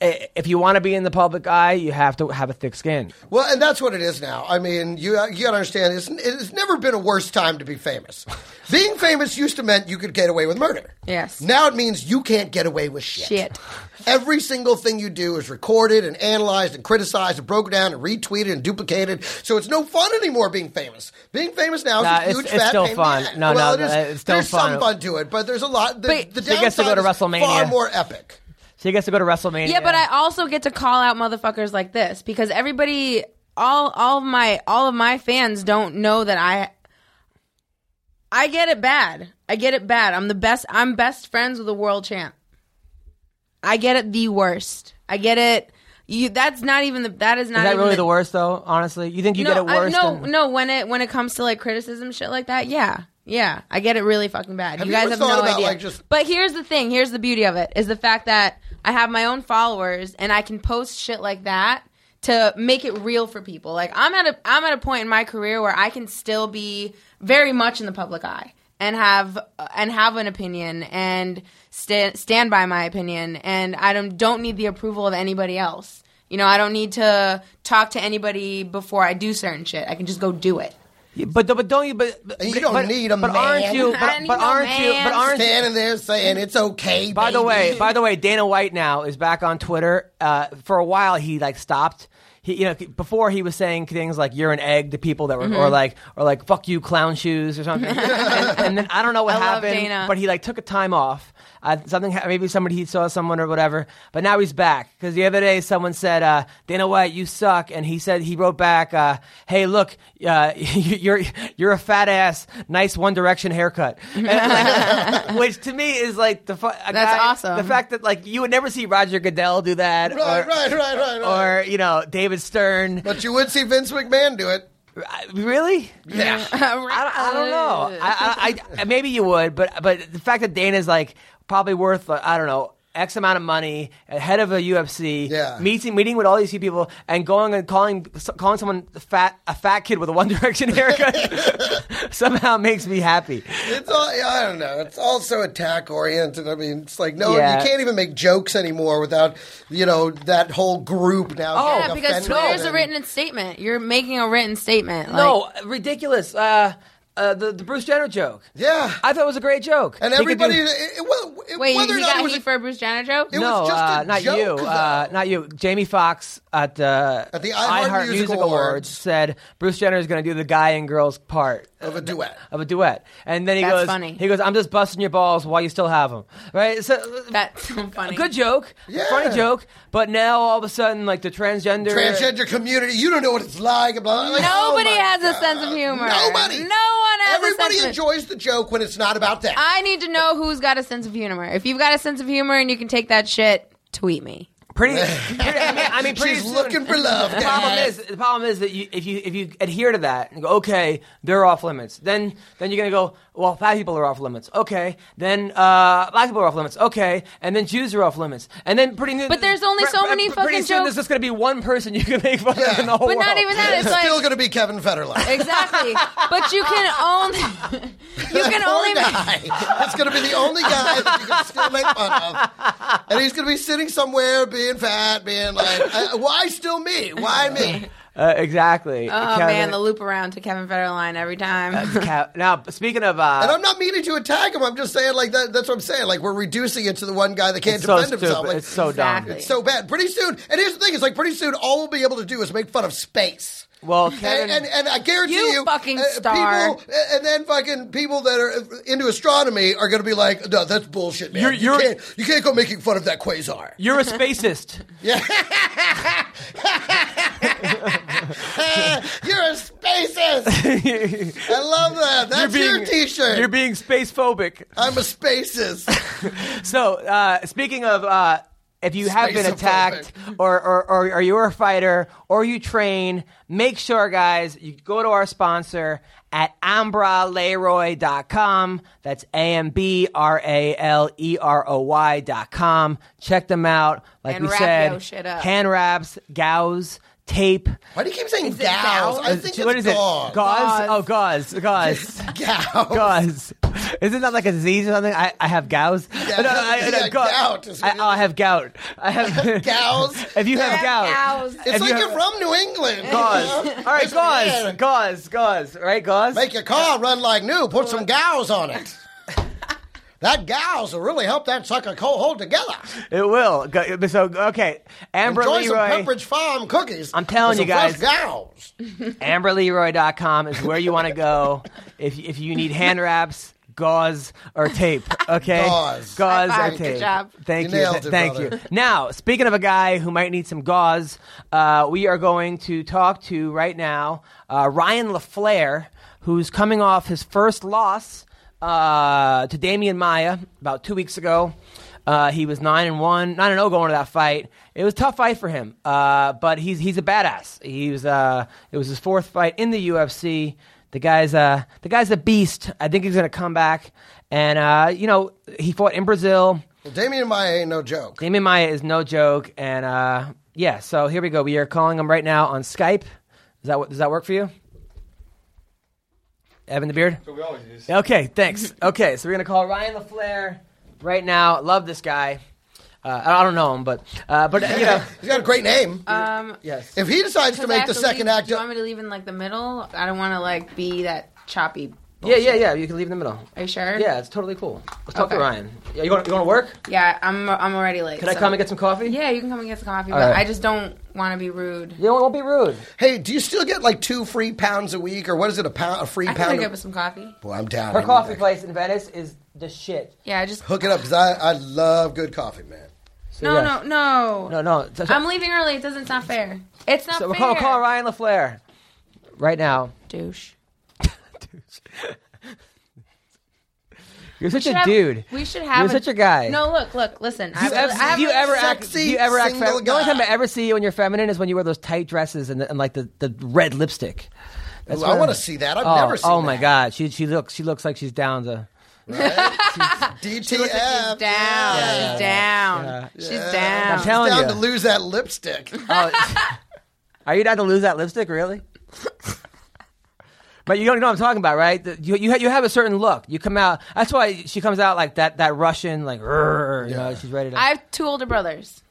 Speaker 2: i- if you want to be in the public eye, you have to have a thick skin.
Speaker 4: Well, and that's what it is now. I mean, you uh, you gotta understand, it's, it's never been a worse time to be famous. Being famous used to meant you could get away with murder.
Speaker 3: Yes.
Speaker 4: Now it means you can't get away with shit.
Speaker 3: Shit.
Speaker 4: Every single thing you do is recorded and analyzed and criticized and broken down and retweeted and duplicated. So it's no fun anymore being famous. Being famous now is
Speaker 2: Nah,
Speaker 4: a
Speaker 2: it's-
Speaker 4: huge
Speaker 2: it's
Speaker 4: fat
Speaker 2: still
Speaker 4: pain in the
Speaker 2: fun.
Speaker 4: ass.
Speaker 2: No, no,
Speaker 4: well, it
Speaker 2: uh,
Speaker 4: is,
Speaker 2: it's still
Speaker 4: there's
Speaker 2: fun.
Speaker 4: some fun to it, but there's a lot. The,
Speaker 3: But-
Speaker 4: the
Speaker 2: She gets to go
Speaker 4: downside
Speaker 2: to
Speaker 4: is Far
Speaker 2: WrestleMania.
Speaker 4: more epic.
Speaker 2: So you guys to go to WrestleMania.
Speaker 3: Yeah, but I also get to call out motherfuckers like this because everybody, all all of my all of my fans don't know that I, I get it bad. I get it bad. I'm the best. I'm best friends with a world champ. I get it the worst. I get it. You. That's not even the. That is not.
Speaker 2: Is that
Speaker 3: even
Speaker 2: really the worst though? Honestly, you think you
Speaker 3: no,
Speaker 2: get it
Speaker 3: I-
Speaker 2: worse?
Speaker 3: no,
Speaker 2: than-
Speaker 3: no. When it when it comes to like criticism, shit like that, yeah, yeah, I get it really fucking bad.
Speaker 4: Have
Speaker 3: you
Speaker 4: you
Speaker 3: guys
Speaker 4: ever
Speaker 3: have
Speaker 4: thought
Speaker 3: no
Speaker 4: about,
Speaker 3: idea.
Speaker 4: like, just-
Speaker 3: but here's the thing. Here's the beauty of it is the fact that I have my own followers and I can post shit like that to make it real for people. Like I'm at a I'm at a point in my career where I can still be very much in the public eye and have and have an opinion and stand stand by my opinion and I don't don't need the approval of anybody else. You know, I don't need to talk to anybody before I do certain shit. I can just go do it.
Speaker 2: But but don't you? But, but
Speaker 4: And you don't
Speaker 2: but-
Speaker 4: need a
Speaker 2: but aren't
Speaker 4: man.
Speaker 2: you? But,
Speaker 3: I don't
Speaker 2: but
Speaker 3: need no
Speaker 2: aren't you?
Speaker 3: man.
Speaker 2: But aren't you?
Speaker 4: Standing there saying it's okay.
Speaker 2: By the
Speaker 4: baby."
Speaker 2: way, by the way, Dana White now is back on Twitter. Uh, for a while, he like stopped. He, you know, before he was saying things like "you're an egg" to people that were,
Speaker 3: Mm-hmm.
Speaker 2: or like, or like "fuck you, clown shoes" or something. and, and then I don't know what
Speaker 3: I love
Speaker 2: happened,
Speaker 3: Dana.
Speaker 2: but he like took a time off. Uh, something ha- maybe somebody he saw someone or whatever. But now he's back because the other day someone said uh, Dana White, you suck, and he said he wrote back, uh, "Hey, look, uh, you're you're a fat ass, nice One Direction haircut," which to me is like the fu- a guy-
Speaker 3: That's awesome.
Speaker 2: The fact that like you would never see Roger Goodell do that,
Speaker 4: Right,
Speaker 2: or,
Speaker 4: right, right, right, right.
Speaker 2: or you know David Stern.
Speaker 4: but you would see Vince McMahon do it.
Speaker 2: I- really?
Speaker 4: Yeah.
Speaker 2: I, don't- I don't know. I, I, I maybe you would, but but the fact that Dana's like probably worth like, I don't know x amount of money, head of a UFC,
Speaker 4: Yeah.
Speaker 2: meeting meeting with all these people, and going and calling calling someone fat a fat kid with a One Direction haircut somehow makes me happy.
Speaker 4: It's all I don't know. It's also attack oriented. I mean, it's like no,
Speaker 2: Yeah.
Speaker 4: you can't even make jokes anymore without you know that whole group now.
Speaker 2: Oh,
Speaker 4: getting
Speaker 3: Yeah, because
Speaker 4: offended
Speaker 3: Twitter's a
Speaker 4: and-
Speaker 3: written statement. You're making a written statement. Like,
Speaker 2: No, ridiculous. Uh, uh, the, the Bruce Jenner joke.
Speaker 4: Yeah.
Speaker 2: I thought it was a great joke.
Speaker 4: and
Speaker 2: He could
Speaker 4: everybody.
Speaker 2: do-
Speaker 4: it, it, well, it-
Speaker 3: Wait,
Speaker 4: whether
Speaker 3: he
Speaker 4: or not
Speaker 3: got
Speaker 4: it was
Speaker 3: heat
Speaker 4: a-
Speaker 3: for a Bruce Jenner joke?
Speaker 4: it
Speaker 2: no,
Speaker 4: was just a
Speaker 2: uh, not
Speaker 4: joke,
Speaker 2: you. Uh,
Speaker 4: though.
Speaker 2: not you. Jamie Foxx at uh,
Speaker 4: At the iHeart Music Awards.
Speaker 2: said Bruce Jenner is going to do the guy and girls part
Speaker 4: of a duet.
Speaker 2: of a duet, and then he
Speaker 3: That's
Speaker 2: goes,
Speaker 3: funny.
Speaker 2: he goes, I'm just busting your balls while you still have them, right? So
Speaker 3: That's so funny.
Speaker 2: good joke,
Speaker 4: Yeah.
Speaker 2: funny joke, but now all of a sudden, like the transgender,
Speaker 4: Transgender community, you don't know what it's like. Blah, blah, blah. Like, oh
Speaker 3: Nobody
Speaker 4: my
Speaker 3: has a
Speaker 4: God.
Speaker 3: sense of humor.
Speaker 4: Nobody.
Speaker 3: No one has
Speaker 4: Everybody
Speaker 3: a sense of
Speaker 4: enjoys the joke when it's not about them.
Speaker 3: I need to know who's got a sense of humor. If you've got a sense of humor and you can take that shit, tweet me.
Speaker 2: pretty, pretty- I mean, I mean pretty
Speaker 4: She's
Speaker 2: soon-
Speaker 4: looking for love.
Speaker 2: The problem
Speaker 4: guys.
Speaker 2: is the problem is that you, if you if you adhere to that and go okay they're off limits then then you're gonna go well fat people are off limits okay then uh, black people are off limits okay and then Jews are off limits and then pretty new
Speaker 3: But there's only so many
Speaker 2: pretty
Speaker 3: fucking
Speaker 2: soon there's
Speaker 3: jokes.
Speaker 2: just gonna be one person you can make fun of
Speaker 4: Yeah.
Speaker 2: in the whole
Speaker 3: But not
Speaker 2: world.
Speaker 3: even that. It's
Speaker 4: It's still
Speaker 3: like
Speaker 4: going to be Kevin Federline.
Speaker 3: exactly. But you can only you can
Speaker 4: Poor
Speaker 3: only
Speaker 4: guy. It's going to be the only guy that you can still make fun of. and he's going to be sitting somewhere being fat, being like, I, why still me? Why me?
Speaker 2: Uh, exactly.
Speaker 3: Oh man, the loop around to Kevin Federline every time.
Speaker 2: now speaking of, uh,
Speaker 4: And I'm not meaning to attack him. I'm just saying, like, that, that's what I'm saying. Like, we're reducing it to the one guy that can't
Speaker 2: it's so
Speaker 4: defend
Speaker 2: stupid.
Speaker 4: himself. Like,
Speaker 2: it's so
Speaker 3: Exactly.
Speaker 2: dumb.
Speaker 4: so bad. Pretty soon, and here's the thing: is like pretty soon, all we'll be able to do is make fun of space.
Speaker 2: Well,
Speaker 4: And,
Speaker 2: Kevin,
Speaker 4: and, and I guarantee you, uh,
Speaker 3: You fucking star.
Speaker 4: People, and then fucking people that are into astronomy are going to be like, "No, that's bullshit, man.
Speaker 2: You're-
Speaker 4: you
Speaker 2: you're-
Speaker 4: can't, you can't go making fun of that quasar."
Speaker 2: you're a spacist.
Speaker 4: You're a spacist.
Speaker 2: That's
Speaker 4: I love that. That's your T-shirt.
Speaker 2: You're being space phobic.
Speaker 4: I'm a spacist.
Speaker 2: So, uh, speaking of, uh, if you have been
Speaker 4: Space
Speaker 2: attacked or, or, or, or you're a fighter or you train, make sure, guys, you go to our sponsor at ambraleroy.com. That's A M B R A L E R O Y.com. Check them out. Like
Speaker 3: And
Speaker 2: we
Speaker 3: wrap
Speaker 2: said,
Speaker 3: yo shit up.
Speaker 2: hand wraps, gauze, tape.
Speaker 4: Why do you keep saying
Speaker 3: Is it
Speaker 4: gals?
Speaker 3: gals?
Speaker 4: I think
Speaker 2: what
Speaker 4: it's
Speaker 2: is
Speaker 4: gauze.
Speaker 2: it? Gauze?
Speaker 3: Gauze.
Speaker 2: Oh, gauze. Gauze.
Speaker 4: Gals.
Speaker 2: gauze. Isn't that like a disease or something? I, I have Oh, gauze.
Speaker 4: Yeah, yeah,
Speaker 2: gau-
Speaker 4: gout is what
Speaker 2: I,
Speaker 4: it
Speaker 2: oh, I have gout. I have
Speaker 4: Gals.
Speaker 2: If you
Speaker 3: Yeah,
Speaker 2: have gout,
Speaker 3: cows.
Speaker 4: It's
Speaker 2: if
Speaker 4: like
Speaker 2: you
Speaker 4: you
Speaker 2: have-
Speaker 4: are from New England.
Speaker 2: gauze. All right,
Speaker 4: Yeah.
Speaker 2: gauze, gauze, gauze. Right, gauze.
Speaker 4: Make your car run like new. Put some gauze on it. that gauze will really help that sucker co- hold together.
Speaker 2: It will. Go- So okay, Amber
Speaker 4: Enjoy some
Speaker 2: Leroy.
Speaker 4: Pepperidge Farm cookies.
Speaker 2: I'm telling
Speaker 4: with
Speaker 2: you
Speaker 4: some fresh
Speaker 2: guys.
Speaker 4: gauze.
Speaker 2: AmberLeroy.com is where you want to go if if you need hand wraps. Gauze or tape, okay?
Speaker 4: Gauze.
Speaker 2: Gauze
Speaker 3: High
Speaker 2: or
Speaker 3: five. Good
Speaker 2: tape.
Speaker 3: job.
Speaker 2: Thank
Speaker 4: You
Speaker 2: you.
Speaker 4: nailed it,
Speaker 2: Thank
Speaker 4: brother.
Speaker 2: you. Now, speaking of a guy who might need some gauze, uh, we are going to talk to right now uh, Ryan LaFlair, who's coming off his first loss uh, to Damian Maya about two weeks ago. Uh, he was nine and one, nine and zero going to that fight. It was a tough fight for him, uh, but he's he's a badass. He was uh, it was his fourth fight in the UFC. The guy's uh, the guy's a beast. I think he's gonna come back, and uh, you know he fought in Brazil.
Speaker 4: Well, Damien Maya ain't no joke.
Speaker 2: Damien Maya is no joke, and uh, yeah. So here we go. We are calling him right now on Skype. Is that what, does that work for you, Evan the Beard?
Speaker 5: We always use.
Speaker 2: Okay, thanks. Okay, so we're gonna call Ryan LaFlair right now. Love this guy. Uh, I don't know him, but uh, but you know,
Speaker 4: He's got a great name.
Speaker 3: um,
Speaker 2: yes.
Speaker 4: if he decides to
Speaker 3: I
Speaker 4: make
Speaker 3: have
Speaker 4: the
Speaker 3: to
Speaker 4: second
Speaker 3: leave-
Speaker 4: act,
Speaker 3: Do you want me to leave in like the middle? I don't want to like be that choppy.
Speaker 2: Yeah,
Speaker 3: bullshit.
Speaker 2: yeah, yeah. You can leave in the middle.
Speaker 3: Are you sure?
Speaker 2: Yeah, it's totally cool. Let's talk
Speaker 3: Okay.
Speaker 2: to Ryan. Yeah, you want you want to work?
Speaker 3: Yeah, I'm. I'm already late.
Speaker 2: Can I
Speaker 3: so-
Speaker 2: come and get some coffee?
Speaker 3: Yeah, you can come and get some coffee,
Speaker 2: All
Speaker 3: but
Speaker 2: right.
Speaker 3: I just don't want to be rude.
Speaker 2: You know, won't be rude.
Speaker 4: hey, do you still get like two free pounds a week, or what is it? A pound, a free
Speaker 3: I can
Speaker 4: pound.
Speaker 3: hook
Speaker 4: a-
Speaker 3: up with some coffee.
Speaker 4: Boy, I'm down. I
Speaker 2: Her
Speaker 4: need
Speaker 2: coffee
Speaker 4: that.
Speaker 2: place in Venice is the shit.
Speaker 3: Yeah, I just.
Speaker 4: Hook it up because I, I love good coffee, man.
Speaker 2: So,
Speaker 3: No,
Speaker 2: yeah.
Speaker 3: no, no,
Speaker 2: no, no. So- so-
Speaker 3: I'm leaving early. It doesn't. It's not fair. It's not
Speaker 2: So we're
Speaker 3: fair.
Speaker 2: calling call Ryan LaFlair right now.
Speaker 3: Douche.
Speaker 2: You're such
Speaker 3: Should
Speaker 2: a
Speaker 3: have-
Speaker 2: dude.
Speaker 3: We should have.
Speaker 2: You're such a guy.
Speaker 3: No, look, look, listen. I,
Speaker 2: Do you,
Speaker 3: have-
Speaker 2: ever,
Speaker 3: I have
Speaker 2: do you
Speaker 3: really
Speaker 2: ever act? Do
Speaker 4: sexy
Speaker 2: you ever act?
Speaker 4: single
Speaker 2: Fem- the only
Speaker 4: guy.
Speaker 2: time I ever see you when you're feminine is when you wear those tight dresses and, the, and like the, the red lipstick. That's
Speaker 4: Ooh, I
Speaker 2: when-
Speaker 4: want to see that. I've
Speaker 2: Oh,
Speaker 4: never seen
Speaker 2: oh my
Speaker 4: that.
Speaker 2: god, she she looks she looks like she's down to.
Speaker 4: DTF.
Speaker 3: She's down. She's down. She's down.
Speaker 2: I'm telling
Speaker 4: down
Speaker 2: you.
Speaker 4: to lose that lipstick.
Speaker 2: Oh, are you down to lose that lipstick? Really? But you don't know what I'm talking about, right? The- You, you, ha- you have a certain look. You come out. That's why she comes out like that. That Russian, like, "Rrr," you know, she's ready to.
Speaker 3: I have two older brothers.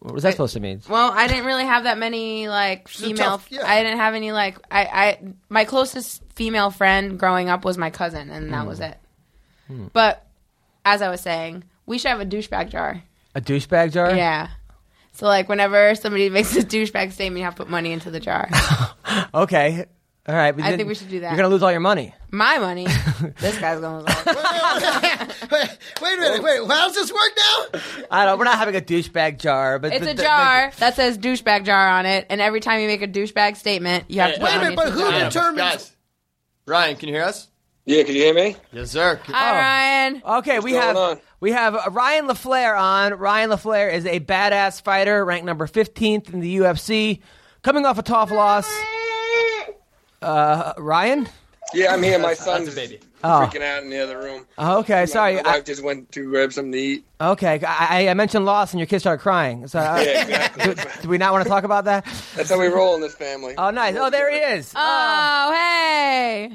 Speaker 2: what was that supposed to mean?
Speaker 3: Well, I didn't really have that many like
Speaker 4: a
Speaker 3: female.
Speaker 4: tough- yeah.
Speaker 3: I didn't have any like I, I my closest female friend growing up was my cousin, and that was it. But as I was saying, we should have a douchebag jar.
Speaker 2: A douchebag jar?
Speaker 3: Yeah. So like whenever somebody makes a douchebag statement, you have to put money into the jar.
Speaker 2: Okay. All right. but
Speaker 3: I
Speaker 2: then
Speaker 3: think we should do that.
Speaker 2: You're gonna lose all your money.
Speaker 3: my money. This guy's gonna. Lose all-
Speaker 4: wait, wait a minute. Wait, how's this work now?
Speaker 2: I don't. We're not having a douchebag jar, but
Speaker 3: It's
Speaker 2: but-
Speaker 3: a
Speaker 2: but-
Speaker 3: jar that says douchebag jar on it, and every time you make a douchebag statement, you have to. put
Speaker 5: Wait a
Speaker 3: money
Speaker 4: minute, but
Speaker 3: into
Speaker 4: who
Speaker 3: the jar.
Speaker 5: Damn.
Speaker 4: determines-
Speaker 5: Guys, Ryan, can you hear us?
Speaker 7: Yeah, can you hear me?
Speaker 5: Yes, sir.
Speaker 3: Hi, Ryan.
Speaker 4: Oh.
Speaker 2: Okay, we
Speaker 7: going
Speaker 2: have
Speaker 7: on?
Speaker 2: we have Ryan LaFlair on. Ryan LaFlair is a badass fighter, ranked number 15th in the UFC, coming off a tough loss. Uh, Ryan.
Speaker 7: Yeah, I'm here. My son's
Speaker 5: that's a baby.
Speaker 7: freaking out in the other room.
Speaker 2: Oh, okay, Oh. sorry.
Speaker 7: My
Speaker 2: I,
Speaker 7: wife just went to grab something to eat.
Speaker 2: okay, I, I mentioned loss, and your kid started crying. So, uh,
Speaker 7: Yeah, exactly.
Speaker 2: do, do we not want to talk about that?
Speaker 7: That's how we roll in this family.
Speaker 2: Oh, nice. Oh, there he is.
Speaker 3: Oh, hey.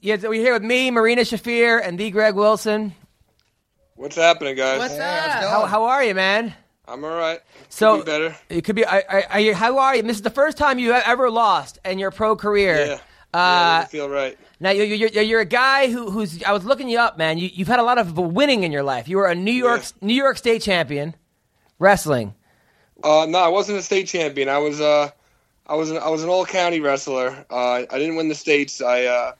Speaker 2: Yeah, so we're here with me, Marina Shafir, and the Greg Wilson.
Speaker 7: What's happening, guys?
Speaker 3: What's
Speaker 4: Yeah,
Speaker 3: up?
Speaker 2: How, how are you, man?
Speaker 7: I'm all right.
Speaker 2: So uh,
Speaker 7: Could be better.
Speaker 2: It could be. Are, are, are you, how are you? This is the first time you have ever lost in your pro career.
Speaker 7: Yeah. yeah,
Speaker 2: Uh,
Speaker 7: doesn't feel right.
Speaker 2: Now you're, you're, you're- you're a guy who, who's. I was looking you up, man. You, you've had a lot of winning in your life. You were a New York
Speaker 7: Yeah.
Speaker 2: New York State champion wrestling.
Speaker 7: Uh, no, I wasn't a state champion. I was uh, I was an, I was an all county wrestler. Uh, I didn't win the states. I uh,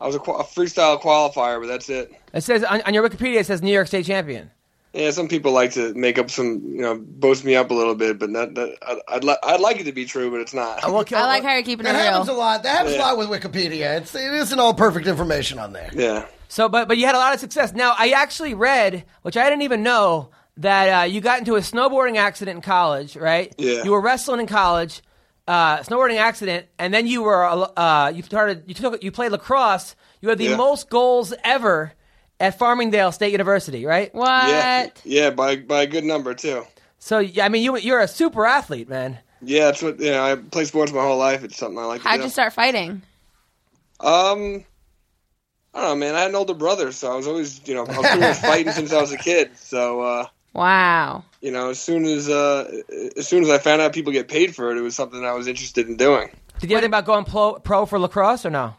Speaker 7: I was a, qua- a freestyle qualifier, but that's it.
Speaker 2: It says on, on your Wikipedia. It says New York State champion.
Speaker 7: Yeah, some people like to make up some, you know, boast me up a little bit, but not, that, I'd, I'd, li- I'd like it to be true, but it's not.
Speaker 3: I like how you're keeping it
Speaker 4: That happens a
Speaker 3: real.
Speaker 4: lot. That happens
Speaker 7: Yeah.
Speaker 4: a lot with Wikipedia. It's, it isn't all perfect information on there.
Speaker 7: yeah.
Speaker 2: So, but but you had a lot of success. Now, I actually read, which I didn't even know, that uh, you got into a snowboarding accident in college, right?
Speaker 7: Yeah.
Speaker 2: You were wrestling in college, uh, snowboarding accident, and then you were uh, you started you took you played lacrosse. You had the
Speaker 7: Yeah.
Speaker 2: most goals ever at Farmingdale State University, right?
Speaker 7: Yeah.
Speaker 3: What?
Speaker 7: Yeah, by by a good number too.
Speaker 2: So, yeah, I mean, you you're a super athlete, man.
Speaker 7: Yeah, that's what you know, I play sports my whole life. It's something I like to
Speaker 3: How'd
Speaker 7: do.
Speaker 3: you start fighting?
Speaker 7: Um I don't know, man. I had an older brother, so I was always, you know, I was pretty much fighting since I was a kid. So uh,
Speaker 3: Wow.
Speaker 7: you know, as soon as uh as soon as I found out people get paid for it, it was something I was interested in doing.
Speaker 2: Did you ever think about going pro, pro for lacrosse or no?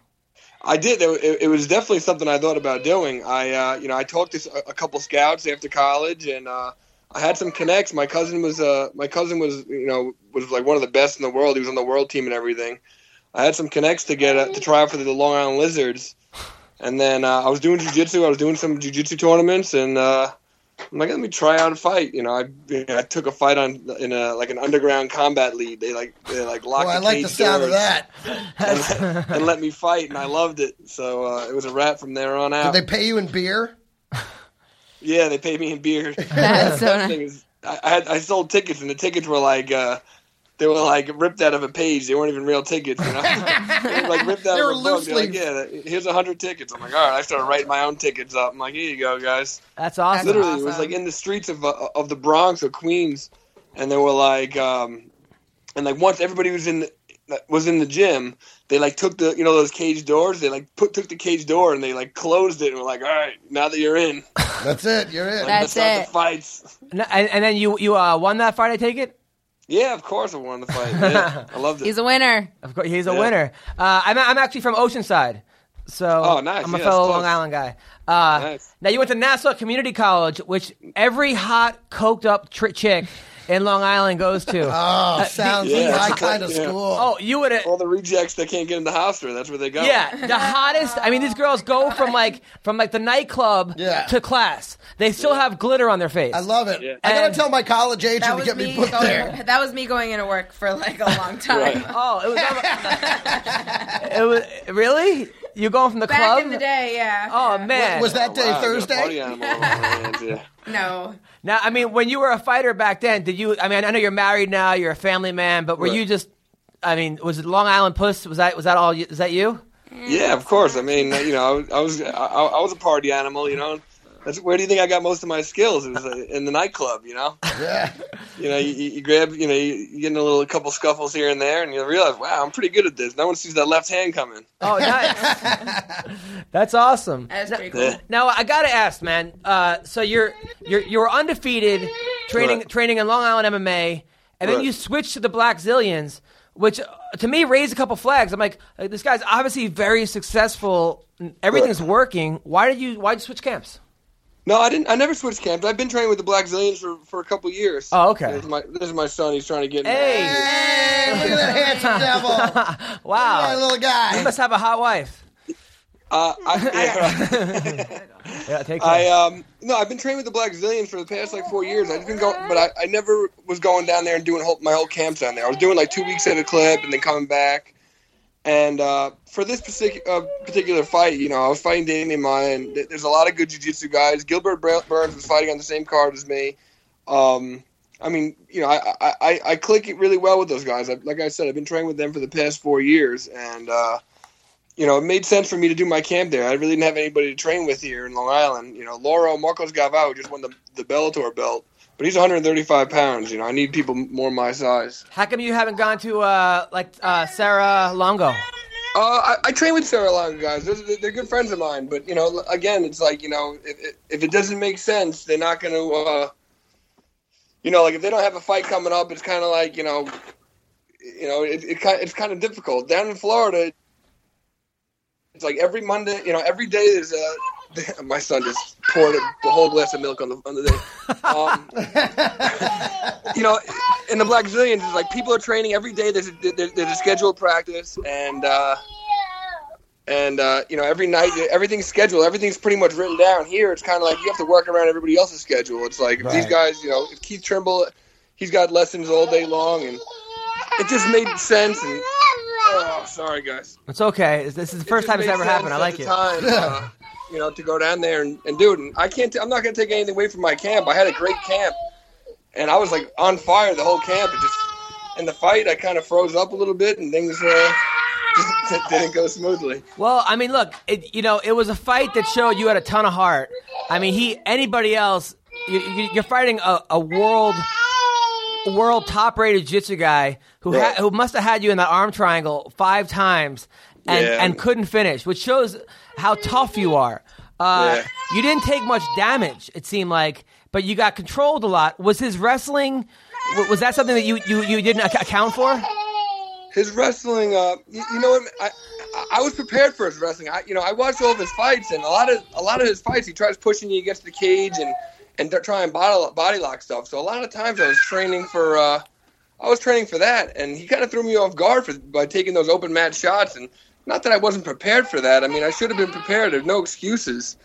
Speaker 7: I did. It, it was definitely something I thought about doing. I, uh, you know, I talked to a, a couple scouts after college, and uh, I had some connects. My cousin was, uh, my cousin was, you know, was like one of the best in the world. He was on the world team and everything. I had some connects to get uh, to try out for the Long Island Lizards, and then uh, I was doing jujitsu. I was doing some jujitsu tournaments, and uh, I'm like, let me try out a fight. You know, I, you know, I took a fight on in a like an underground combat league. They like they like locked.
Speaker 4: Well, I like
Speaker 7: cage
Speaker 4: the sound of
Speaker 7: doors
Speaker 4: that.
Speaker 7: and, and let me fight, and I loved it. So uh, it was a wrap from there on
Speaker 4: Did
Speaker 7: out.
Speaker 4: they pay you in beer?
Speaker 7: yeah, they paid me in beer.
Speaker 3: That's so
Speaker 7: That
Speaker 3: nice.
Speaker 7: thing is- I, I, had, I sold tickets, and the tickets were like uh, they were like ripped out of a page. They weren't even real tickets, you know. They were, like ripped out
Speaker 4: They were
Speaker 7: of a book. They're like,
Speaker 4: loose
Speaker 7: yeah, that- here's a hundred tickets. I'm like, all right. I started writing my own tickets up. I'm like, here you go, guys.
Speaker 2: That's awesome.
Speaker 7: Literally, it was
Speaker 3: awesome.
Speaker 7: like in the streets of uh, of the Bronx or Queens, and they were like, um, and like once everybody was in the, was in the gym, they like took the you know those cage doors. They like put took the cage door and they like closed it and were like, all right, now that you're in,
Speaker 4: That's it. You're in.
Speaker 3: That's
Speaker 7: start
Speaker 3: it.
Speaker 7: the fights.
Speaker 2: And, and then you you uh, won that fight, I take it.
Speaker 7: Yeah, of course I won the fight. Yeah, I loved it.
Speaker 3: He's a winner.
Speaker 2: Of course, he's a
Speaker 7: Yeah.
Speaker 2: winner. Uh, I'm, I'm actually from Oceanside, so
Speaker 7: Oh, nice.
Speaker 2: I'm a
Speaker 7: Yeah,
Speaker 2: fellow Long
Speaker 7: that's close.
Speaker 2: Island guy. Uh,
Speaker 7: Nice.
Speaker 2: Now you went to Nassau Community College, which every hot, coked up tri- chick in Long Island goes to. Uh,
Speaker 4: Oh, sounds
Speaker 7: Yeah.
Speaker 4: like my kind of
Speaker 7: Yeah.
Speaker 4: school.
Speaker 2: oh, you would have.
Speaker 7: All the rejects that can't get in the hospital, that's where they go.
Speaker 2: Yeah, the hottest. I mean, these girls go from like from like the nightclub
Speaker 4: Yeah.
Speaker 2: to class. They still have glitter on their face.
Speaker 4: I love it.
Speaker 7: Yeah.
Speaker 4: I gotta
Speaker 2: And-
Speaker 4: tell my college
Speaker 3: That
Speaker 4: agent to
Speaker 3: was
Speaker 4: get
Speaker 3: me
Speaker 4: me put
Speaker 2: Oh,
Speaker 3: going,
Speaker 4: there.
Speaker 3: That was me going into work for like a long time.
Speaker 7: Right.
Speaker 2: oh, it was. it was really you going from the
Speaker 3: Back
Speaker 2: club
Speaker 3: in the day, yeah.
Speaker 2: Oh
Speaker 3: Yeah.
Speaker 2: man,
Speaker 4: Was that day
Speaker 7: Wow, I got a party
Speaker 4: Thursday?
Speaker 7: animal on my hands, yeah.
Speaker 3: No.
Speaker 2: Now, I mean, when you were a fighter back then, did you? I mean, I know you're married now, you're a family man, but were
Speaker 7: Right.
Speaker 2: you just? I mean, was it Long Island Puss? Was that was that all? You, is that you?
Speaker 7: Yeah, of course. I mean, you know, I was I, I was a party animal. You know, that's where do you think I got most of my skills? It was uh, in the nightclub. You know,
Speaker 4: Yeah.
Speaker 7: you know, you, you grab, you know, you, you get in a little couple scuffles here and there, and you realize, wow, I'm pretty good at this. No one sees that left hand coming.
Speaker 2: Oh, nice. That's awesome.
Speaker 3: That's pretty cool.
Speaker 7: Yeah.
Speaker 2: Now I gotta ask, man. Uh, so you're you're you were undefeated, training
Speaker 7: Right.
Speaker 2: training in Long Island MMA, and then
Speaker 7: Right.
Speaker 2: you switched to the Black Zillions, which uh, to me raised a couple flags. I'm like, uh, this guy's obviously very successful. Everything's working. Why did you Why did you switch camps?
Speaker 7: No, I didn't. I never switched camps. I've been training with the Black Zillions for, for a couple years.
Speaker 2: Oh, okay.
Speaker 7: This is my, this is my son. He's trying to get. in.
Speaker 2: Hey,
Speaker 4: Hey, look at that handsome devil. Look at
Speaker 2: wow.
Speaker 4: that little
Speaker 2: You
Speaker 4: guy.
Speaker 2: must have a hot wife.
Speaker 7: Uh, I, yeah, right.
Speaker 2: Yeah, take
Speaker 7: I um no, I've been training with the Black Zillions for the past like four years. I've been going, but I, I never was going down there and doing whole, my whole camps down there. I was doing like two weeks at a clip and then coming back. And uh, for this partic- uh, particular fight, you know, I was fighting Damian Maya, and th- there's a lot of good jiu-jitsu guys. Gilbert Bra- Burns was fighting on the same card as me. Um, I mean, you know, I, I, I, I click it really well with those guys. I, like I said, I've been training with them for the past four years, and uh, you know, it made sense for me to do my camp there. I really didn't have anybody to train with here in Long Island. You know, Lauro Marcos Gavao just won the the Bellator belt, but he's 135 pounds. You know, I need people more my size.
Speaker 2: How come you haven't gone to uh, like uh, Sarah Longo?
Speaker 7: Uh, I, I train with Sarah Longo guys. They're, they're- they're good friends of mine. But you know, again, it's like you know, if, if- if it doesn't make sense, they're not going to. Uh, you know, like if they don't have a fight coming up, it's kind of like you know, you know, it, it ki- it's kind of difficult down in Florida. It's like every Monday, you know, every day is a. My son just poured a whole glass of milk on the on the day. Um, you know, in the Black Zillions, it's like people are training every day. There's a, there, there's a scheduled practice, and uh, and uh, you know, every night everything's scheduled. Everything's pretty much written down. Here, it's kind of like you have to work around everybody else's schedule. It's like if these
Speaker 4: Right.
Speaker 7: guys, you know, if Keith Trimble, he's got lessons all day long, and it just made sense. And, oh, sorry guys.
Speaker 2: It's okay. This- This is the first
Speaker 7: It
Speaker 2: time
Speaker 7: just
Speaker 2: it's ever
Speaker 7: made sense
Speaker 2: happened. I
Speaker 7: at
Speaker 2: like
Speaker 7: the
Speaker 2: it.
Speaker 7: Time, uh, you know, to go down there and, and do it. And I can't. T- I'm not going to take anything away from my camp. I had a great camp, and I was like on fire the whole camp. It just in the fight, I kind of froze up a little bit, and things uh, just didn't go smoothly.
Speaker 2: Well, I mean, look, it, you know, it was a fight that showed you had a ton of heart. I mean, he, anybody else, you, you, you're fighting a, a world, world top rated jiu-jitsu guy who ha-
Speaker 7: Right.
Speaker 2: who must have had you in that arm triangle five times and
Speaker 7: Yeah.
Speaker 2: and couldn't finish, which shows how tough you are. Uh,
Speaker 7: Yeah.
Speaker 2: You didn't take much damage, it seemed like, but you got controlled a lot. Was his wrestling? wa- Was that something that you, you, you didn't ac- account for?
Speaker 7: His wrestling, uh, you, you know, what I, I I was prepared for his wrestling. I, you know, I watched all of his fights, and a lot of a lot of his fights, he tries pushing you against the cage and and trying body body lock stuff. So a lot of times I was training for, uh, I was training for that, and he kind of threw me off guard for by taking those open mat shots. And not that I wasn't prepared for that. I mean, I should have been prepared. There's no excuses,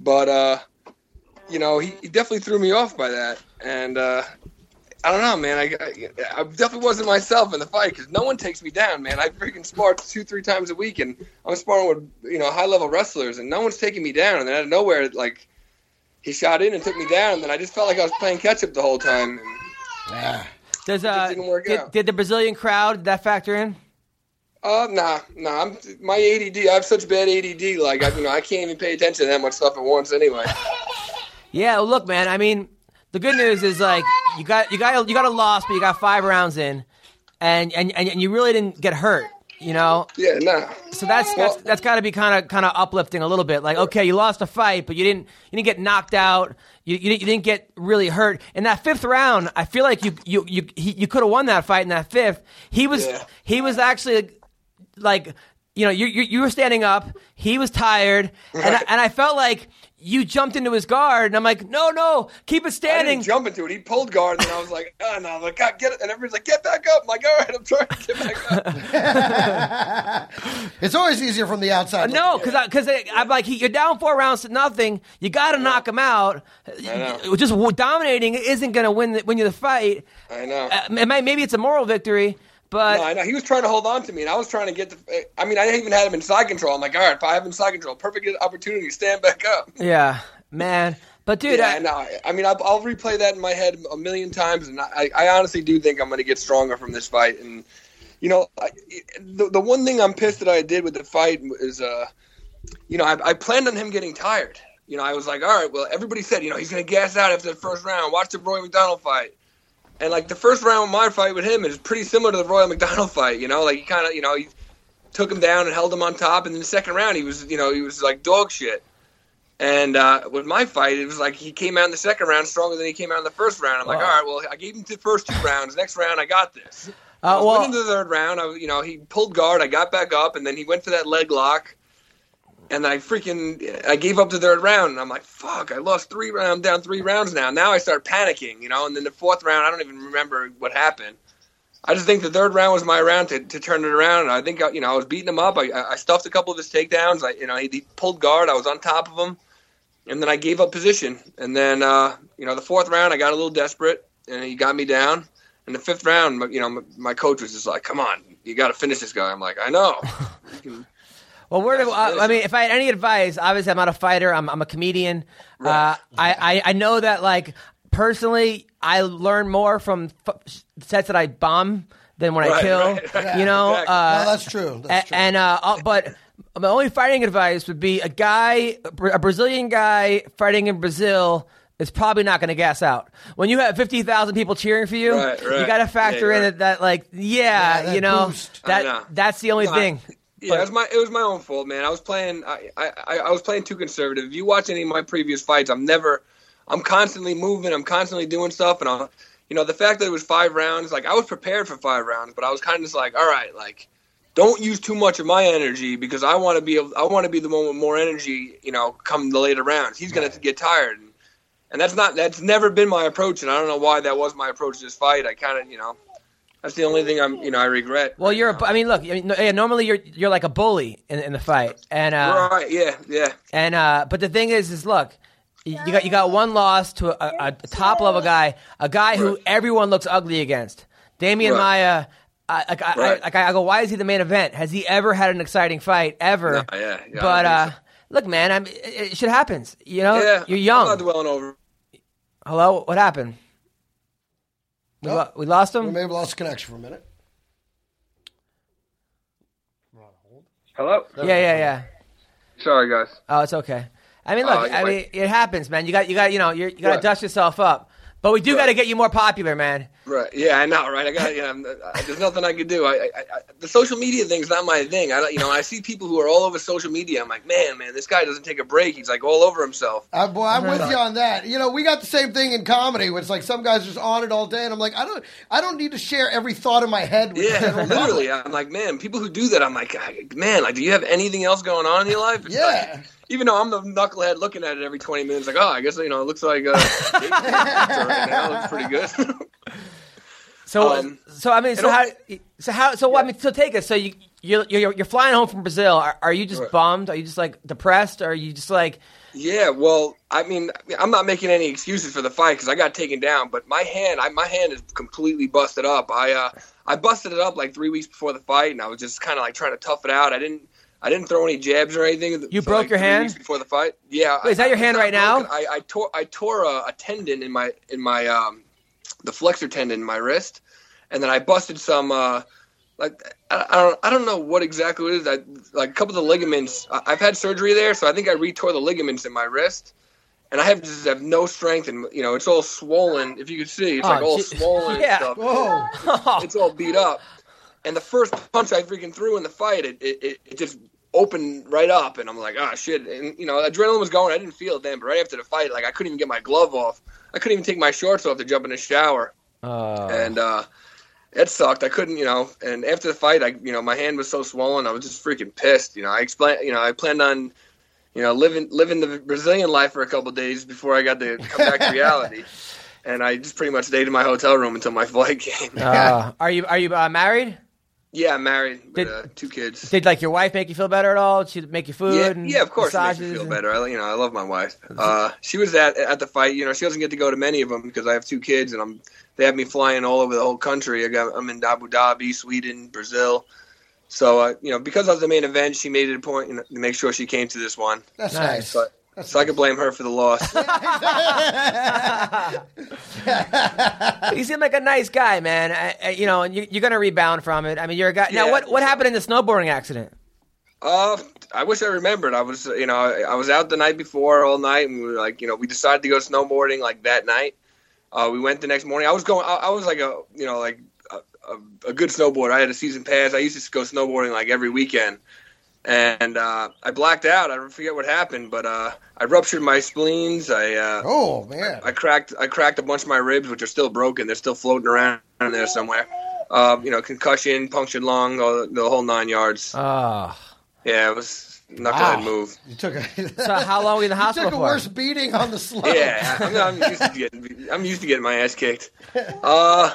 Speaker 7: but uh, you know, he, he definitely threw me off by that, and. Uh, I don't know, man. I, I, I definitely wasn't myself in the fight because no one takes me down, man. I freaking spar two, three times a week, and I'm sparring with you know high level wrestlers, and no one's taking me down. And then out of nowhere, like he shot in and took me down, and then I just felt like I was playing catch up the whole time. And,
Speaker 2: Does uh,
Speaker 7: didn't work
Speaker 2: did,
Speaker 7: out.
Speaker 2: did the Brazilian crowd did that factor in?
Speaker 7: uh, nah, nah. I'm my ADD. I have such bad ADD. Like I, you know, I can't even pay attention to that much stuff at once. Anyway,
Speaker 2: Yeah, well, look, man. I mean, the good news is like you got you got you got a loss, but you got five rounds in, and and and, and you really didn't get hurt. You know,
Speaker 7: yeah, nah.
Speaker 2: so that's that's,
Speaker 7: Well-
Speaker 2: that's got to be kind of kind of uplifting a little bit. Like, okay, you lost a fight, but you didn't you didn't get knocked out. You you, didn't- you didn't get really hurt. In that fifth round, I feel like you you you he, you could have won that fight in that fifth. He was
Speaker 7: Yeah.
Speaker 2: he was actually like you know you you, you were standing up. He was tired, and I,
Speaker 7: Right.
Speaker 2: and I felt like. You jumped into his guard, and I'm like, no, no, keep it
Speaker 7: I
Speaker 2: standing.
Speaker 7: didn't jump into it. He pulled guard, and I was like, "Ah, no!" I'm like, God, get it!" And everybody's like, "Get back up!" I'm like, "All right, I'm trying to get back up."
Speaker 4: It's always easier from the outside.
Speaker 2: Uh, No, because because I'm like he, you're down four rounds to nothing. You got to knock him out.
Speaker 7: know.
Speaker 2: Just w- dominating isn't going to win the, win you the fight.
Speaker 7: I know.
Speaker 2: Uh, it might, maybe it's a moral victory, but
Speaker 7: No, I know. He was trying to hold on to me, and I was trying to get the. I mean, I even had him in side control. I'm like, all right, if I have him in side control, perfect opportunity, stand back up.
Speaker 2: yeah, man. But dude,
Speaker 7: yeah,
Speaker 2: I,
Speaker 7: no. I- I mean, I'll, I'll replay that in my head a million times, and I, I honestly do think I'm going to get stronger from this fight. And you know, I, the the one thing I'm pissed that I did with the fight is, uh, you know, I, I planned on him getting tired. You know, I was like, all right, well, everybody said, you know, he's going to gas out after the first round. Watch the Roy McDonald fight. And like the first round of my fight with him is pretty similar to the Royal McDonald fight, you know. Like he kind of, you know, he took him down and held him on top, and then the second round he was, you know, he was like dog shit. And uh, with my fight, it was like he came out in the second round stronger than he came out in the first round. I'm like, all right, well, I gave him the first two rounds. Next round, I got this. I
Speaker 2: uh,
Speaker 7: was
Speaker 2: well,
Speaker 7: winning the third round. I, was- you know, he pulled guard. I got back up, and then he went for that leg lock. And I freaking, I gave up the third round, and I'm like, fuck, I lost three rounds, I'm down three rounds now. Now I start panicking, you know. And then the fourth round, I don't even remember what happened. I just think the third round was my round to, to turn it around. And I think, I- you know, I was beating him up. I, I stuffed a couple of his takedowns. I, you know, he, he pulled guard. I was on top of him and then I gave up position. And then uh, you know the fourth round, I got a little desperate, and he got me down. And the fifth round, my- you know, my, my coach was just like, "Come on, you got to finish this guy." I'm like, "I know."
Speaker 2: well, we're.
Speaker 7: Yes,
Speaker 2: Uh, I mean, if I had any advice, obviously I'm not a fighter. I'm I'm a comedian. Uh, I, I I know that like personally, I learn more from f- sets that I bomb than when I
Speaker 7: Right,
Speaker 2: kill.
Speaker 7: right, right.
Speaker 2: You know,
Speaker 7: Exactly.
Speaker 2: uh,
Speaker 4: No, that's true.
Speaker 2: A-
Speaker 4: That's true.
Speaker 2: and uh, uh, but my only fighting advice would be a guy, a Bra- a Brazilian guy fighting in Brazil is probably not going to gas out. When you have fifty thousand people cheering for you,
Speaker 7: Right, right.
Speaker 2: you got to factor
Speaker 7: Yeah,
Speaker 2: in
Speaker 7: right.
Speaker 2: that, that like yeah,
Speaker 4: Yeah, that
Speaker 2: you know
Speaker 4: boost.
Speaker 7: I know.
Speaker 2: that that's the only
Speaker 7: No, I-
Speaker 2: thing.
Speaker 7: Yeah, it was my it was my own fault, man. I was playing I, I, I- I was playing too conservative. If you watch any of my previous fights, I'm never I'm constantly moving, I'm constantly doing stuff and I'm you know, the fact that it was five rounds, like I was prepared for five rounds, but I was kinda just like, All right, like don't use too much of my energy because I wanna be able, I wanna be the one with more energy, you know, come the later rounds. He's gonna get tired and, and that's not that's never been my approach and I don't know why that was my approach to this fight. I kinda you know that's the only thing I'm you know, I regret.
Speaker 2: Well, you're. A, I mean, look. I mean, no- yeah, normally you're you're like a bully in, in the fight, and uh,
Speaker 7: right, yeah, yeah.
Speaker 2: and uh, but the thing is, is look, you you got you got one loss to a, a, a top level guy, a guy who
Speaker 7: Right.
Speaker 2: everyone looks ugly against. Damian
Speaker 7: Right.
Speaker 2: Maya. I, like, I, I,
Speaker 7: Right.
Speaker 2: like, I go, why is he the main event? Has he ever had an exciting fight ever?
Speaker 7: No, yeah, yeah, I
Speaker 2: but
Speaker 7: don't
Speaker 2: uh,
Speaker 7: think so.
Speaker 2: look, man, I'm, it, it, shit happens. You know,
Speaker 7: Yeah,
Speaker 2: you're
Speaker 7: I'm
Speaker 2: young.
Speaker 7: not dwelling over.
Speaker 2: Hello, what happened? We,
Speaker 4: Oh.
Speaker 2: lo- we lost
Speaker 4: We
Speaker 2: him.
Speaker 4: may have lost connection for a minute.
Speaker 7: Hello.
Speaker 2: Yeah, yeah, yeah.
Speaker 7: Sorry, guys.
Speaker 2: Oh, it's okay. I mean, look,
Speaker 7: Oh,
Speaker 2: I
Speaker 7: wait.
Speaker 2: mean, it happens, man. You got, you got, you know, you're, you got to
Speaker 7: Right.
Speaker 2: dust yourself up. But we do got to get you more popular, man.
Speaker 7: Right. Yeah, I know. Right. I got. You know, I'm- uh, I- there's nothing I could do. I, I, I, the social media thing's not my thing. I, don't- you know, I see people who are all over social media. I'm like, man, man, this guy doesn't take a break. He's like all over himself.
Speaker 4: I, Uh, boy, I'm
Speaker 2: Uh-huh.
Speaker 4: with you on that. You know, we got the same thing in comedy. Where it's like some guys just on it all day, and I'm like, I don't, I don't need to share every thought in my head. With the
Speaker 7: Yeah,
Speaker 4: general public.
Speaker 7: literally. I'm like, man, people who do that, I'm like, I- man, like, do you have anything else going on in your life? It's
Speaker 4: Yeah.
Speaker 7: like- even though I'm the knucklehead looking at it every 20 minutes, like, oh, I guess you know, it looks like uh, right now, it looks pretty good.
Speaker 2: So,
Speaker 7: Um,
Speaker 2: so I mean, so
Speaker 7: it'll-
Speaker 2: how, so how, so what? I mean, so take us. So you, you're, you're, you're flying home from Brazil. Are, are you just
Speaker 7: Right.
Speaker 2: bummed? Are you just like depressed? Are you just like,
Speaker 7: Yeah, well, I mean, I'm not making any excuses for the fight because I got taken down, but my hand, I, my hand is completely busted up. I uh, I busted it up like three weeks before the fight, and I was just kind of like trying to tough it out. I didn't, I didn't throw any jabs or anything.
Speaker 2: You
Speaker 7: for,
Speaker 2: broke
Speaker 7: like,
Speaker 2: your
Speaker 7: three
Speaker 2: hand?
Speaker 7: weeks before the fight. Yeah,
Speaker 2: Wait, is that your
Speaker 7: it's
Speaker 2: hand
Speaker 7: not
Speaker 2: right now?
Speaker 7: broken. I, I tore, I tore a, a tendon in my in my um, the flexor tendon in my wrist, and then I busted some. Uh, like I, I don't I don't know what exactly it is. I, like a couple of the ligaments. I, I've had surgery there, so I think I retore the ligaments in my wrist, and I have just have no strength, and you know it's all swollen. If you could see, it's like
Speaker 2: Oh,
Speaker 7: all
Speaker 2: gee-
Speaker 7: swollen
Speaker 2: Yeah.
Speaker 7: and stuff.
Speaker 4: Whoa.
Speaker 7: It's all beat up. And the first punch I freaking threw in the fight, it it, it, it just opened right up, and I'm like, ah, shit. And you know, adrenaline was going. I didn't feel it then, but right after the fight, like I couldn't even get my glove off. I couldn't even take my shorts off to jump in the shower
Speaker 2: uh,
Speaker 7: and uh, it sucked. I couldn't, you know. And after the fight, I, you know, my hand was so swollen, I was just freaking pissed. You know, I explained, you know, I planned on, you know, living living the Brazilian life for a couple days before I got to come back to reality. And I just pretty much stayed in my hotel room until my flight came.
Speaker 2: uh, are you, are you uh, married?
Speaker 7: yeah, I'm married with
Speaker 2: Did-
Speaker 7: uh, two kids.
Speaker 2: Did like your wife make you feel better at all? Did She make you food?
Speaker 7: yeah,
Speaker 2: and
Speaker 7: yeah, of course, it makes me
Speaker 2: massages
Speaker 7: feel
Speaker 2: and-
Speaker 7: better. I, you know, I love my wife. Uh, she was at at the fight. You know, she doesn't get to go to many of them because I have two kids, and I'm they have me flying all over the whole country. I got I'm in Abu Dhabi, Sweden, Brazil. So uh, you know, because I was the main event, she made it a point you know, to make sure she came to this one.
Speaker 4: That's
Speaker 2: Nice.
Speaker 4: nice.
Speaker 7: But so I could blame her for the loss.
Speaker 2: You seem like a nice guy, man. I, I, you know, and you, you're gonna rebound from it. I mean, you're a guy. now,
Speaker 7: Yeah,
Speaker 2: what what
Speaker 7: yeah.
Speaker 2: happened in the snowboarding accident?
Speaker 7: Uh, I wish I remembered. I was, you know, I, I was out the night before all night, and we were like, you know, we decided to go snowboarding like that night. Uh, we went the next morning. I was going. I, I was like a, you know, like a, a, a good snowboarder. I had a season pass. I used to go snowboarding like every weekend, and uh, I blacked out. I forget what happened, but uh, I ruptured my spleens. I uh,
Speaker 4: Oh man.
Speaker 7: I cracked I cracked a bunch of my ribs, which are still broken. They're still floating around in there somewhere. Uh, you know, concussion, punctured lung, all, the the whole nine yards.
Speaker 4: Uh,
Speaker 2: Oh.
Speaker 7: Yeah, it was knucklehead
Speaker 4: Wow.
Speaker 7: move.
Speaker 4: You took a.
Speaker 2: So Uh, how long were you in the
Speaker 4: you
Speaker 2: hospital
Speaker 4: took a
Speaker 2: for?
Speaker 4: worse beating on the slope.
Speaker 7: Yeah, I'm, I'm used to getting I'm used to getting my ass kicked. Uh,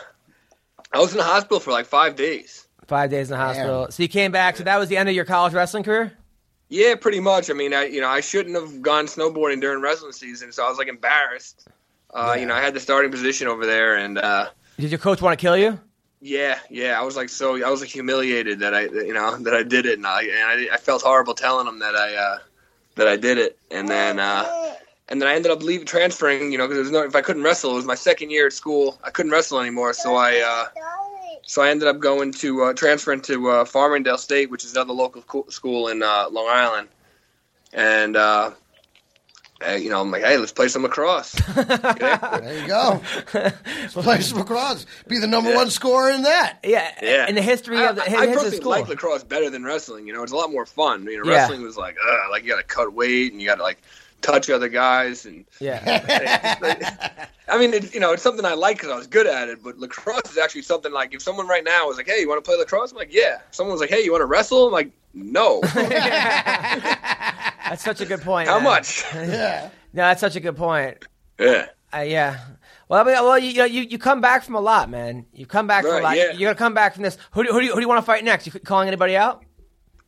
Speaker 7: I was in the hospital for like five days.
Speaker 2: Five days in the hospital. So you came back. So that was the end of your college wrestling career.
Speaker 7: Yeah, pretty much. I mean, I you know I shouldn't have gone snowboarding during wrestling season, so I was like embarrassed. Uh, You know, I had the starting position over there, and uh,
Speaker 2: Did your coach want to kill you?
Speaker 7: yeah, yeah, I was like so I was like humiliated that I that, you know that I did it, and I and I, I felt horrible telling them that I uh, that I did it, and then. Uh, and then I ended up leaving, transferring, you know, because no, if I couldn't wrestle, it was my second year at school. I couldn't wrestle anymore, so I, uh, so I ended up going to uh, transferring to uh, Farmingdale State, which is another local co- school in uh, Long Island, and uh, hey, you know, I'm like, hey, let's play some lacrosse.
Speaker 4: There you go. Let's play some lacrosse. Be the number one scorer in that.
Speaker 2: Yeah,
Speaker 7: Yeah.
Speaker 2: in the history of the,
Speaker 7: I,
Speaker 2: his,
Speaker 7: I
Speaker 2: his
Speaker 7: personally
Speaker 2: school.
Speaker 7: like lacrosse better than wrestling. You know, it's a lot more fun. You know,
Speaker 2: Yeah.
Speaker 7: wrestling was like, ugh, like you got to cut weight and you got to like touch other guys and
Speaker 2: yeah,
Speaker 7: I mean, it, you know, it's something I like because I was good at it. But lacrosse is actually something like if someone right now was like, "Hey, you want to play lacrosse?" I'm like, "Yeah." If someone was like, "Hey, you want to wrestle?" I'm like, "No."
Speaker 2: that's such a good point.
Speaker 7: How
Speaker 2: man.
Speaker 7: much?
Speaker 4: Yeah.
Speaker 2: No, that's such a good point.
Speaker 7: yeah.
Speaker 2: Uh, yeah. Well, I mean, well, you, you know, you you come back from a lot, man. You come back from a
Speaker 7: Right,
Speaker 2: lot.
Speaker 7: yeah.
Speaker 2: You're gonna come back from this. Who do, who do you, who do you want to fight next? You calling anybody out?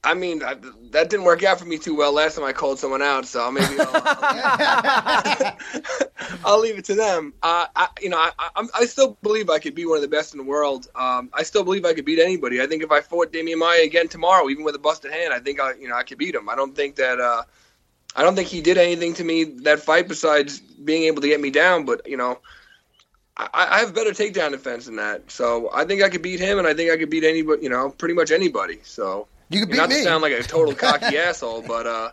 Speaker 7: I mean, I, that didn't work out for me too well last time I called someone out, so maybe I'll, I'll leave it to them. Uh, I, you know, I, I, I'm- I still believe I could be one of the best in the world. Um, I still believe I could beat anybody. I think if I fought Damian Maya again tomorrow, even with a busted hand, I think I, you know, I could beat him. I don't think that. Uh, I don't think he did anything to me that fight besides being able to get me down. But you know, I, I have better takedown defense than that, so I think I could beat him, and I think I could beat anybody. You know, pretty much anybody. So
Speaker 4: You could
Speaker 7: you know,
Speaker 4: beat
Speaker 7: not
Speaker 4: me.
Speaker 7: to sound like a total cocky asshole, but uh,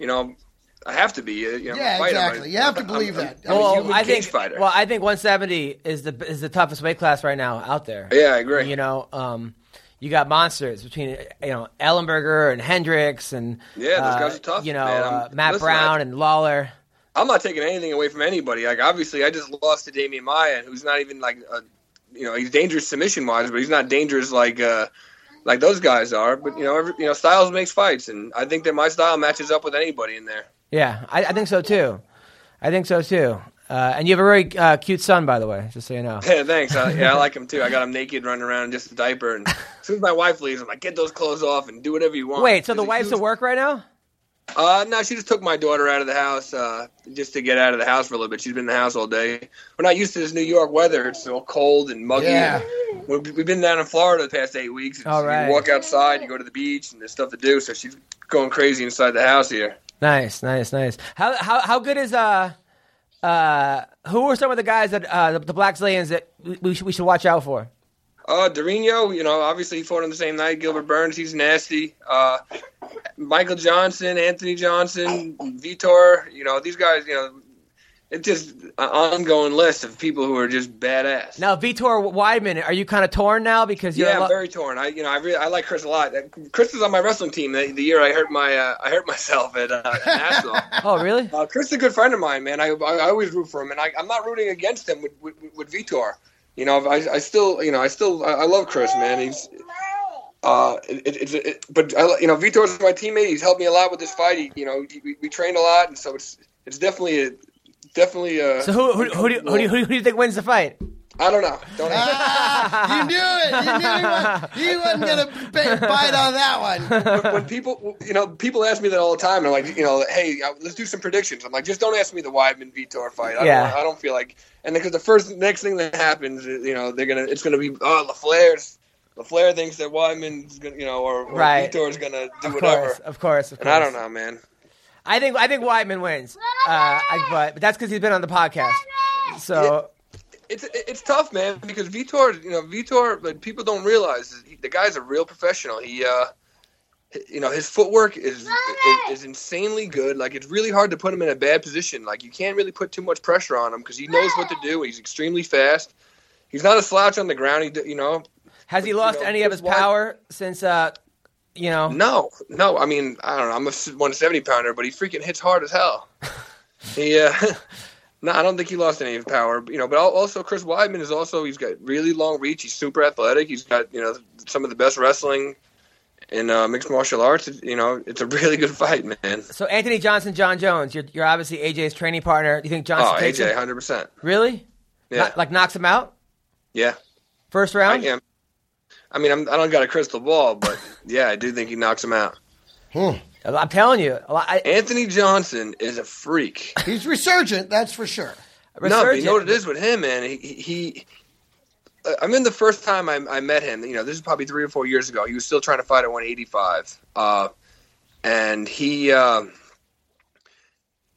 Speaker 7: you know, I have to be. uh, You know,
Speaker 4: Yeah,
Speaker 7: fight him.
Speaker 4: exactly. You have to believe
Speaker 7: I'm-
Speaker 4: that.
Speaker 7: I'm a
Speaker 4: Well,
Speaker 7: human
Speaker 2: I
Speaker 7: cage
Speaker 2: think.
Speaker 7: fighter.
Speaker 2: Well, I think 170 is the is the toughest weight class right now out there.
Speaker 7: yeah, I agree.
Speaker 2: You know, um, you got monsters between you know Ellenberger and Hendricks and
Speaker 7: Yeah, those
Speaker 2: uh,
Speaker 7: guys are tough,
Speaker 2: You know,
Speaker 7: man. I'm-
Speaker 2: uh, Matt
Speaker 7: listen,
Speaker 2: Brown
Speaker 7: I-
Speaker 2: and Lawler.
Speaker 7: I'm not taking anything away from anybody. Like obviously, I just lost to Damian Maya, who's not even like a, you know he's dangerous submission wise, but he's not dangerous like uh, like those guys are. But you know, every, you know, Styles makes fights, and I think that my style matches up with anybody in there.
Speaker 2: Yeah, I, I think so too. I think so too. Uh, and you have a very uh, cute son, by the way, just so you know.
Speaker 7: Yeah, thanks. I, yeah, I like him too. I got him naked running around in just a diaper, and as soon as my wife leaves, I'm like, get those clothes off and do whatever you want.
Speaker 2: Wait, so the
Speaker 7: It's a
Speaker 2: wife's
Speaker 7: huge-
Speaker 2: at work right now?
Speaker 7: Uh, no, she just took my daughter out of the house uh, just to get out of the house for a little bit. She's been in the house all day. We're not used to this New York weather. It's so cold and muggy.
Speaker 4: Yeah.
Speaker 7: We've, we've been down in Florida the past eight weeks.
Speaker 2: All right.
Speaker 7: You walk outside, you go to the beach, and there's stuff to do. So she's going crazy inside the house here.
Speaker 2: Nice, nice, nice. How how how good is uh uh who are some of the guys that uh the, the Black Zillions that we, we should we should watch out for?
Speaker 7: Uh, Dorino, you know, obviously he fought on the same night. Gilbert Burns, he's nasty. Uh, Michael Johnson, Anthony Johnson, Vitor, you know, these guys, you know, it's just an ongoing list of people who are just badass.
Speaker 2: Now Vitor Weidman, are you kind of torn now because you're a
Speaker 7: yeah,
Speaker 2: lo-
Speaker 7: I'm very torn. I, you know, I really, I like Chris a lot. Uh, Chris was on my wrestling team the, the year I hurt my, uh, I hurt myself at, uh, at Nassau.
Speaker 2: oh really?
Speaker 7: Uh, Chris is a good friend of mine, man. I, I, I always root for him, and I, I'm not rooting against him with, with, with Vitor. You know, I, I still, you know, I still, I, I love Chris, man. He's, uh, it, it, it, it- but I, you know, Vitor's my teammate. He's helped me a lot with this fight. He, you know, we, we trained a lot, and so it's, it's definitely, a, definitely. A,
Speaker 2: So who who who do, you- who, do, you- who do you think wins the fight?
Speaker 7: I don't know. Don't ask.
Speaker 4: Ah, you knew it. You knew he wasn't, he wasn't gonna b- bite on that one.
Speaker 7: when, when people, you know, people ask me that all the time. I'm like, you know, hey, uh, let's do some predictions. I'm like, just don't ask me the Weidman Vitor fight. I,
Speaker 2: Yeah.
Speaker 7: don't, I don't feel like, and because the first next thing that happens, you know, they're gonna, it's gonna be, oh, Lafleur's, Lafleur thinks that Weidman's gonna, you know, or, or
Speaker 2: Right.
Speaker 7: Vitor's gonna do
Speaker 2: Of
Speaker 7: whatever.
Speaker 2: course, of course, of course.
Speaker 7: And I don't know, man.
Speaker 2: I think I think Weidman wins. Uh, I, but but that's because he's been on the podcast. So
Speaker 7: It's it- it's tough, man, because Vitor, you know, Vitor, like people don't realize is he, the guy's a real professional. He, uh, h- you know, his footwork is, is is insanely good. Like it's really hard to put him in a bad position. Like you can't really put too much pressure on him because he knows what to do. He's extremely fast. He's not a slouch on the ground. He, d- you know,
Speaker 2: has he
Speaker 7: you
Speaker 2: lost
Speaker 7: know,
Speaker 2: any of his
Speaker 7: Chris Weid-
Speaker 2: power since uh you know?
Speaker 7: no, no. I mean, I don't know. I'm a s- 170 pounder, but he freaking hits hard as hell. he, uh, no, I don't think he lost any power. But, you know, but al- also Chris Weidman is also he's got really long reach. He's super athletic. He's got you know some of the best wrestling in uh, mixed martial arts. You know, it's a really good fight, man.
Speaker 2: So Anthony Johnson, John Jones, you're you're obviously AJ's training partner. You think Johnson
Speaker 7: Oh,
Speaker 2: takes
Speaker 7: AJ,
Speaker 2: him?
Speaker 7: hundred percent.
Speaker 2: Really?
Speaker 7: Yeah,
Speaker 2: Not- like knocks him out
Speaker 7: yeah.
Speaker 2: first
Speaker 7: I
Speaker 2: round.
Speaker 7: am. I mean, I'm, I don't got a crystal ball, but yeah, I do think he knocks him out.
Speaker 2: I'm telling you, a lot, I,
Speaker 7: Anthony Johnson is a freak.
Speaker 4: He's resurgent, that's for sure.
Speaker 7: No, but you know what
Speaker 2: resurgent-
Speaker 7: it is with him, man. He, he, he I mean, the first time I, I met him, you know, this is probably three or four years ago. He was still trying to fight at 185, uh, and he, um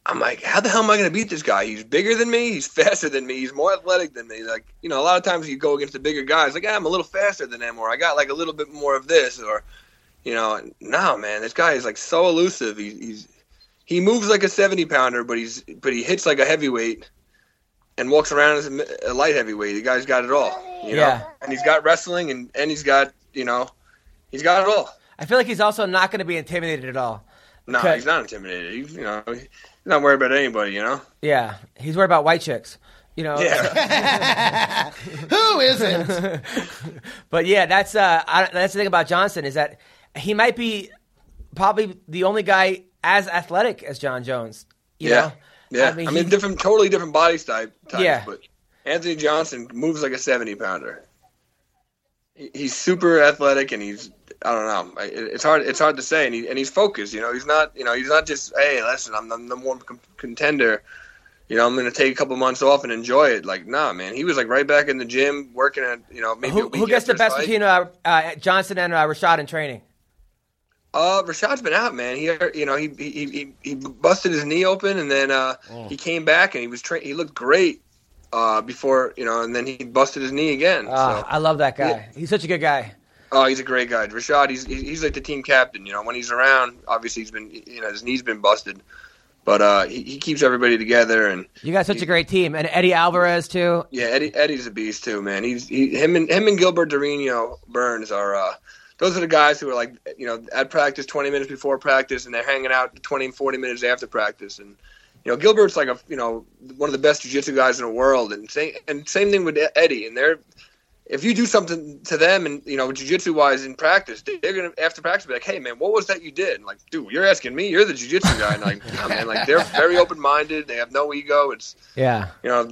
Speaker 7: I'm like, how the hell am I going to beat this guy? He's bigger than me. He's faster than me. He's more athletic than me. Like, you know, a lot of times you go against the bigger guys, like, "Ah, I'm a little faster than him, or I got like a little bit more of this, or, you know, no, man, this guy is like so elusive. He, he's He moves like a seventy pounder, but he's but he hits like a heavyweight, and walks around as a, mi- a light heavyweight. The guy's got it all, you know.
Speaker 2: Yeah.
Speaker 7: And he's got wrestling, and and he's got you know, he's got it all.
Speaker 2: I feel like he's also not going to be intimidated at all.
Speaker 7: No,
Speaker 2: Okay.
Speaker 7: he's not intimidated. He, you know, he's not worried about anybody. You know.
Speaker 2: Yeah, he's worried about white chicks. You know,
Speaker 7: Yeah.
Speaker 4: Who isn't?
Speaker 2: But yeah, that's uh, I, that's the thing about Johnson is that he might be probably the only guy as athletic as John Jones. You
Speaker 7: yeah.
Speaker 2: know?
Speaker 7: Yeah.
Speaker 2: I mean, he-
Speaker 7: different, totally different body type. Types,
Speaker 2: Yeah.
Speaker 7: But Anthony Johnson moves like a seventy pounder. He- He's super athletic, and he's I don't know. I- it- It's hard. It's hard to say, and he and he's focused. You know, he's not. You know, he's not just hey, listen, I'm the number one con- contender. You know, I'm going to take a couple months off and enjoy it. Like, nah, man. He was like right back in the gym working at you know maybe a
Speaker 2: Who,
Speaker 7: week
Speaker 2: who gets the
Speaker 7: after his
Speaker 2: best
Speaker 7: fight.
Speaker 2: between uh, uh, Johnson and uh, Rashad in training?
Speaker 7: Uh, Rashad's been out, man. He, you know, he he, he, he busted his knee open, and then uh, he came back and he was tra- he looked great uh, before, you know, and then he busted his knee again.
Speaker 2: Uh,
Speaker 7: so,
Speaker 2: I love that guy. He's such a good guy.
Speaker 7: oh, he's a great guy, Rashad. He's he- he's like the team captain. You know, when he's around, obviously he's been, you know, his knee's been busted, but uh, he, he keeps everybody together. And
Speaker 2: You got such a great team, and Eddie Alvarez too.
Speaker 7: yeah, Eddie Eddie's a beast too, man. He's he, him and him and Gilbert Dorino Burns are. Uh, those are the guys who are like, you know, at practice 20 minutes before practice, and they're hanging out 20 and 40 minutes after practice. And you know, Gilbert's like a, you know, one of the best jiu-jitsu guys in the world, and same and same thing with E-, Eddie. And they're, if you do something to them, and you know, jiu-jitsu wise in practice, they're gonna after practice be like, hey man, what was that you did? And like, dude, you're asking me, you're the jiu-jitsu guy. And like, nah, man, like they're very open-minded. They have no ego. It's
Speaker 2: Yeah,
Speaker 7: you know,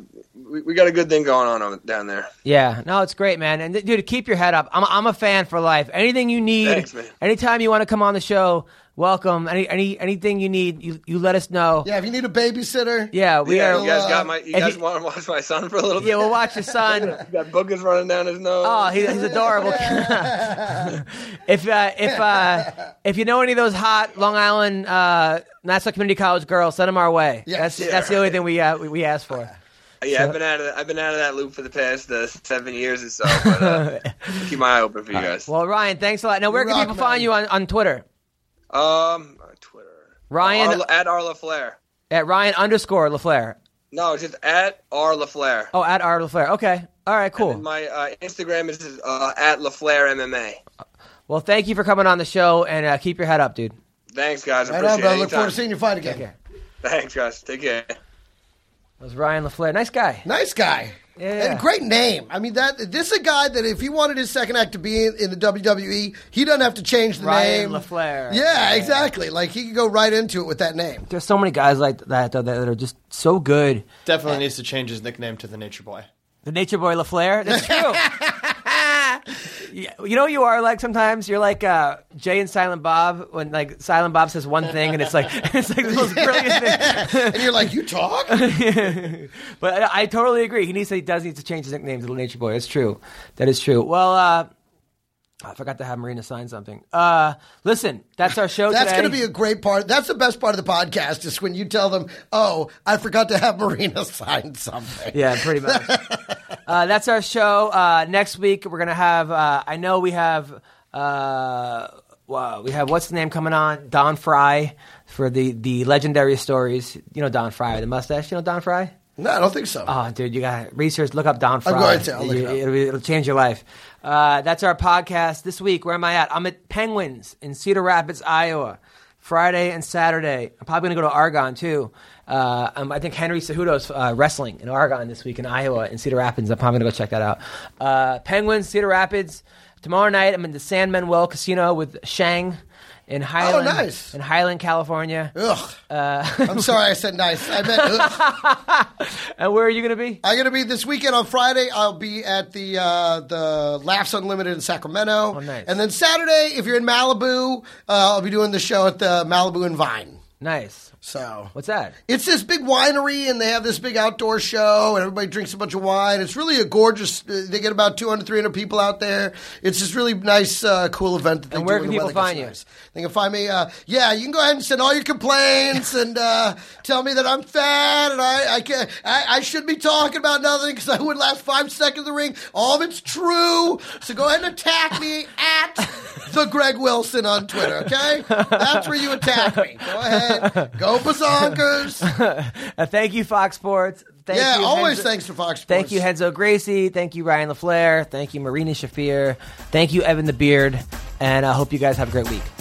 Speaker 7: we, we got a good thing going on over, down there.
Speaker 2: yeah. No, it's great, man. And dude, keep your head up. I'm, I'm a fan for life. Anything you need,
Speaker 7: Thanks, man.
Speaker 2: anytime you want to come on the show, welcome. Any, any, anything you need, you, you let us know.
Speaker 4: yeah, if you need a babysitter.
Speaker 2: Yeah, we
Speaker 7: yeah,
Speaker 2: are.
Speaker 7: you guys
Speaker 4: uh,
Speaker 7: got my. You
Speaker 2: if
Speaker 7: guys
Speaker 2: you-
Speaker 7: want to watch my son for a little bit?
Speaker 2: Yeah, we'll watch your son.
Speaker 7: That book is running down his nose.
Speaker 2: Oh, he, he's adorable. if uh, if uh, if you know any of those hot Long Island uh, Nassau Community College girls, send them our way. that's
Speaker 4: yeah,
Speaker 2: that's the only thing we uh, we, we ask for.
Speaker 7: yeah, I've been out of I've been out of that loop for the past uh, seven years or so. But uh, I'll keep my eye open for you guys.
Speaker 2: Well, Ryan, thanks a lot. Now, where can
Speaker 4: rock,
Speaker 2: people find
Speaker 4: man.
Speaker 2: you on, on Twitter?
Speaker 7: um, Twitter.
Speaker 2: Ryan-
Speaker 7: Arla, at Arla Flair.
Speaker 2: At Ryan underscore LaFleur.
Speaker 7: No, it's just at Arla Flair.
Speaker 2: Oh, at R LaFleur. Okay. All right, cool.
Speaker 7: My uh, Instagram is uh, at LaFlair MMA.
Speaker 2: Well, thank you for coming on the show and uh, keep your head up, dude.
Speaker 7: Thanks, guys. I
Speaker 4: Right
Speaker 7: appreciate
Speaker 4: on,
Speaker 7: it.
Speaker 4: bro. Look
Speaker 7: Anytime.
Speaker 4: forward to seeing you fight again.
Speaker 2: Okay.
Speaker 7: Thanks, guys. Take care.
Speaker 2: That was Ryan LaFleur. Nice guy.
Speaker 4: Nice guy.
Speaker 2: Yeah.
Speaker 4: And great name. I mean, that this is a guy that if he wanted his second act to be in, in the WWE, he doesn't have to change the
Speaker 2: Ryan
Speaker 4: name.
Speaker 2: LaFleur.
Speaker 4: Yeah, exactly. Like he could go right into it with that name.
Speaker 2: There's so many guys like that, though, that are just so good.
Speaker 5: Definitely needs to change his nickname to the Nature Boy.
Speaker 2: The Nature Boy LaFleur. That's true. Yeah, you know, you are like sometimes you're like uh, Jay and Silent Bob when like Silent Bob says one thing and it's like it's like the most brilliant thing.
Speaker 4: And you're like, you talk?
Speaker 2: But I, I totally agree. He needs to, he does need to change his nickname to the Nature Boy. It's true. That is true. Well, uh, I forgot to have Marina sign something. Uh, listen, that's our show.
Speaker 4: That's
Speaker 2: today.
Speaker 4: going to be a great part. That's the best part of the podcast is when you tell them, "Oh, I forgot to have Marina sign something."
Speaker 2: Yeah, pretty much. uh, that's our show. Uh, next week we're gonna have. Uh, I know we have. Uh, wow, we have what's the name coming on? Don Fry for the the legendary stories. You know Don Fry, the mustache. You know Don Fry.
Speaker 4: No, I don't think so.
Speaker 2: Oh, dude, you got research. Look up Don Fry.
Speaker 4: going to. I'll look it up.
Speaker 2: will it'll change your life. Uh, that's our podcast this week. Where am I at? I'm at Penguins in Cedar Rapids, Iowa, Friday and Saturday. I'm probably going to go to Argonne too. Uh, um, I think Henry Cejudo's uh, wrestling in Argonne this week in Iowa in Cedar Rapids. I'm probably going to go check that out. Uh, Penguins, Cedar Rapids. Tomorrow night, I'm in the San Manuel Casino with Shang in Highland,
Speaker 4: Oh, nice.
Speaker 2: in Highland, California.
Speaker 4: Ugh.
Speaker 2: Uh,
Speaker 4: I'm sorry I said nice. I meant ugh.
Speaker 2: And where are you going to be?
Speaker 4: I'm going to be this weekend on Friday. I'll be at the uh, the Laughs Unlimited in Sacramento.
Speaker 2: Oh, nice.
Speaker 4: And then Saturday, if you're in Malibu, uh, I'll be doing the show at the Malibu and Vine.
Speaker 2: Nice.
Speaker 4: So
Speaker 2: What's that?
Speaker 4: It's this big winery, and they have this big outdoor show, and everybody drinks a bunch of wine. It's really a gorgeous. uh, They get about 200, 300 people out there. It's this really nice, uh, cool event that they
Speaker 2: And where
Speaker 4: do.
Speaker 2: can
Speaker 4: when the
Speaker 2: people
Speaker 4: weather gets
Speaker 2: find you?
Speaker 4: nice. They can find me. Uh, yeah, you can go ahead and send all your complaints and uh, tell me that I'm fat and I I, can, I, I should be talking about nothing because I would last five seconds in the ring. All of it's true. So go ahead and attack me at the the Greg Wilson on Twitter, okay? That's where you attack me. Go ahead. Go bazonkers.
Speaker 2: Uh, thank you, Fox Sports. Thank
Speaker 4: yeah,
Speaker 2: you,
Speaker 4: always
Speaker 2: Henzo-
Speaker 4: thanks to Fox Sports.
Speaker 2: Thank you, Henzo Gracie. Thank you, Ryan LaFlair. Thank you, Marina Shafir. Thank you, Evan the Beard. And I hope you guys have a great week.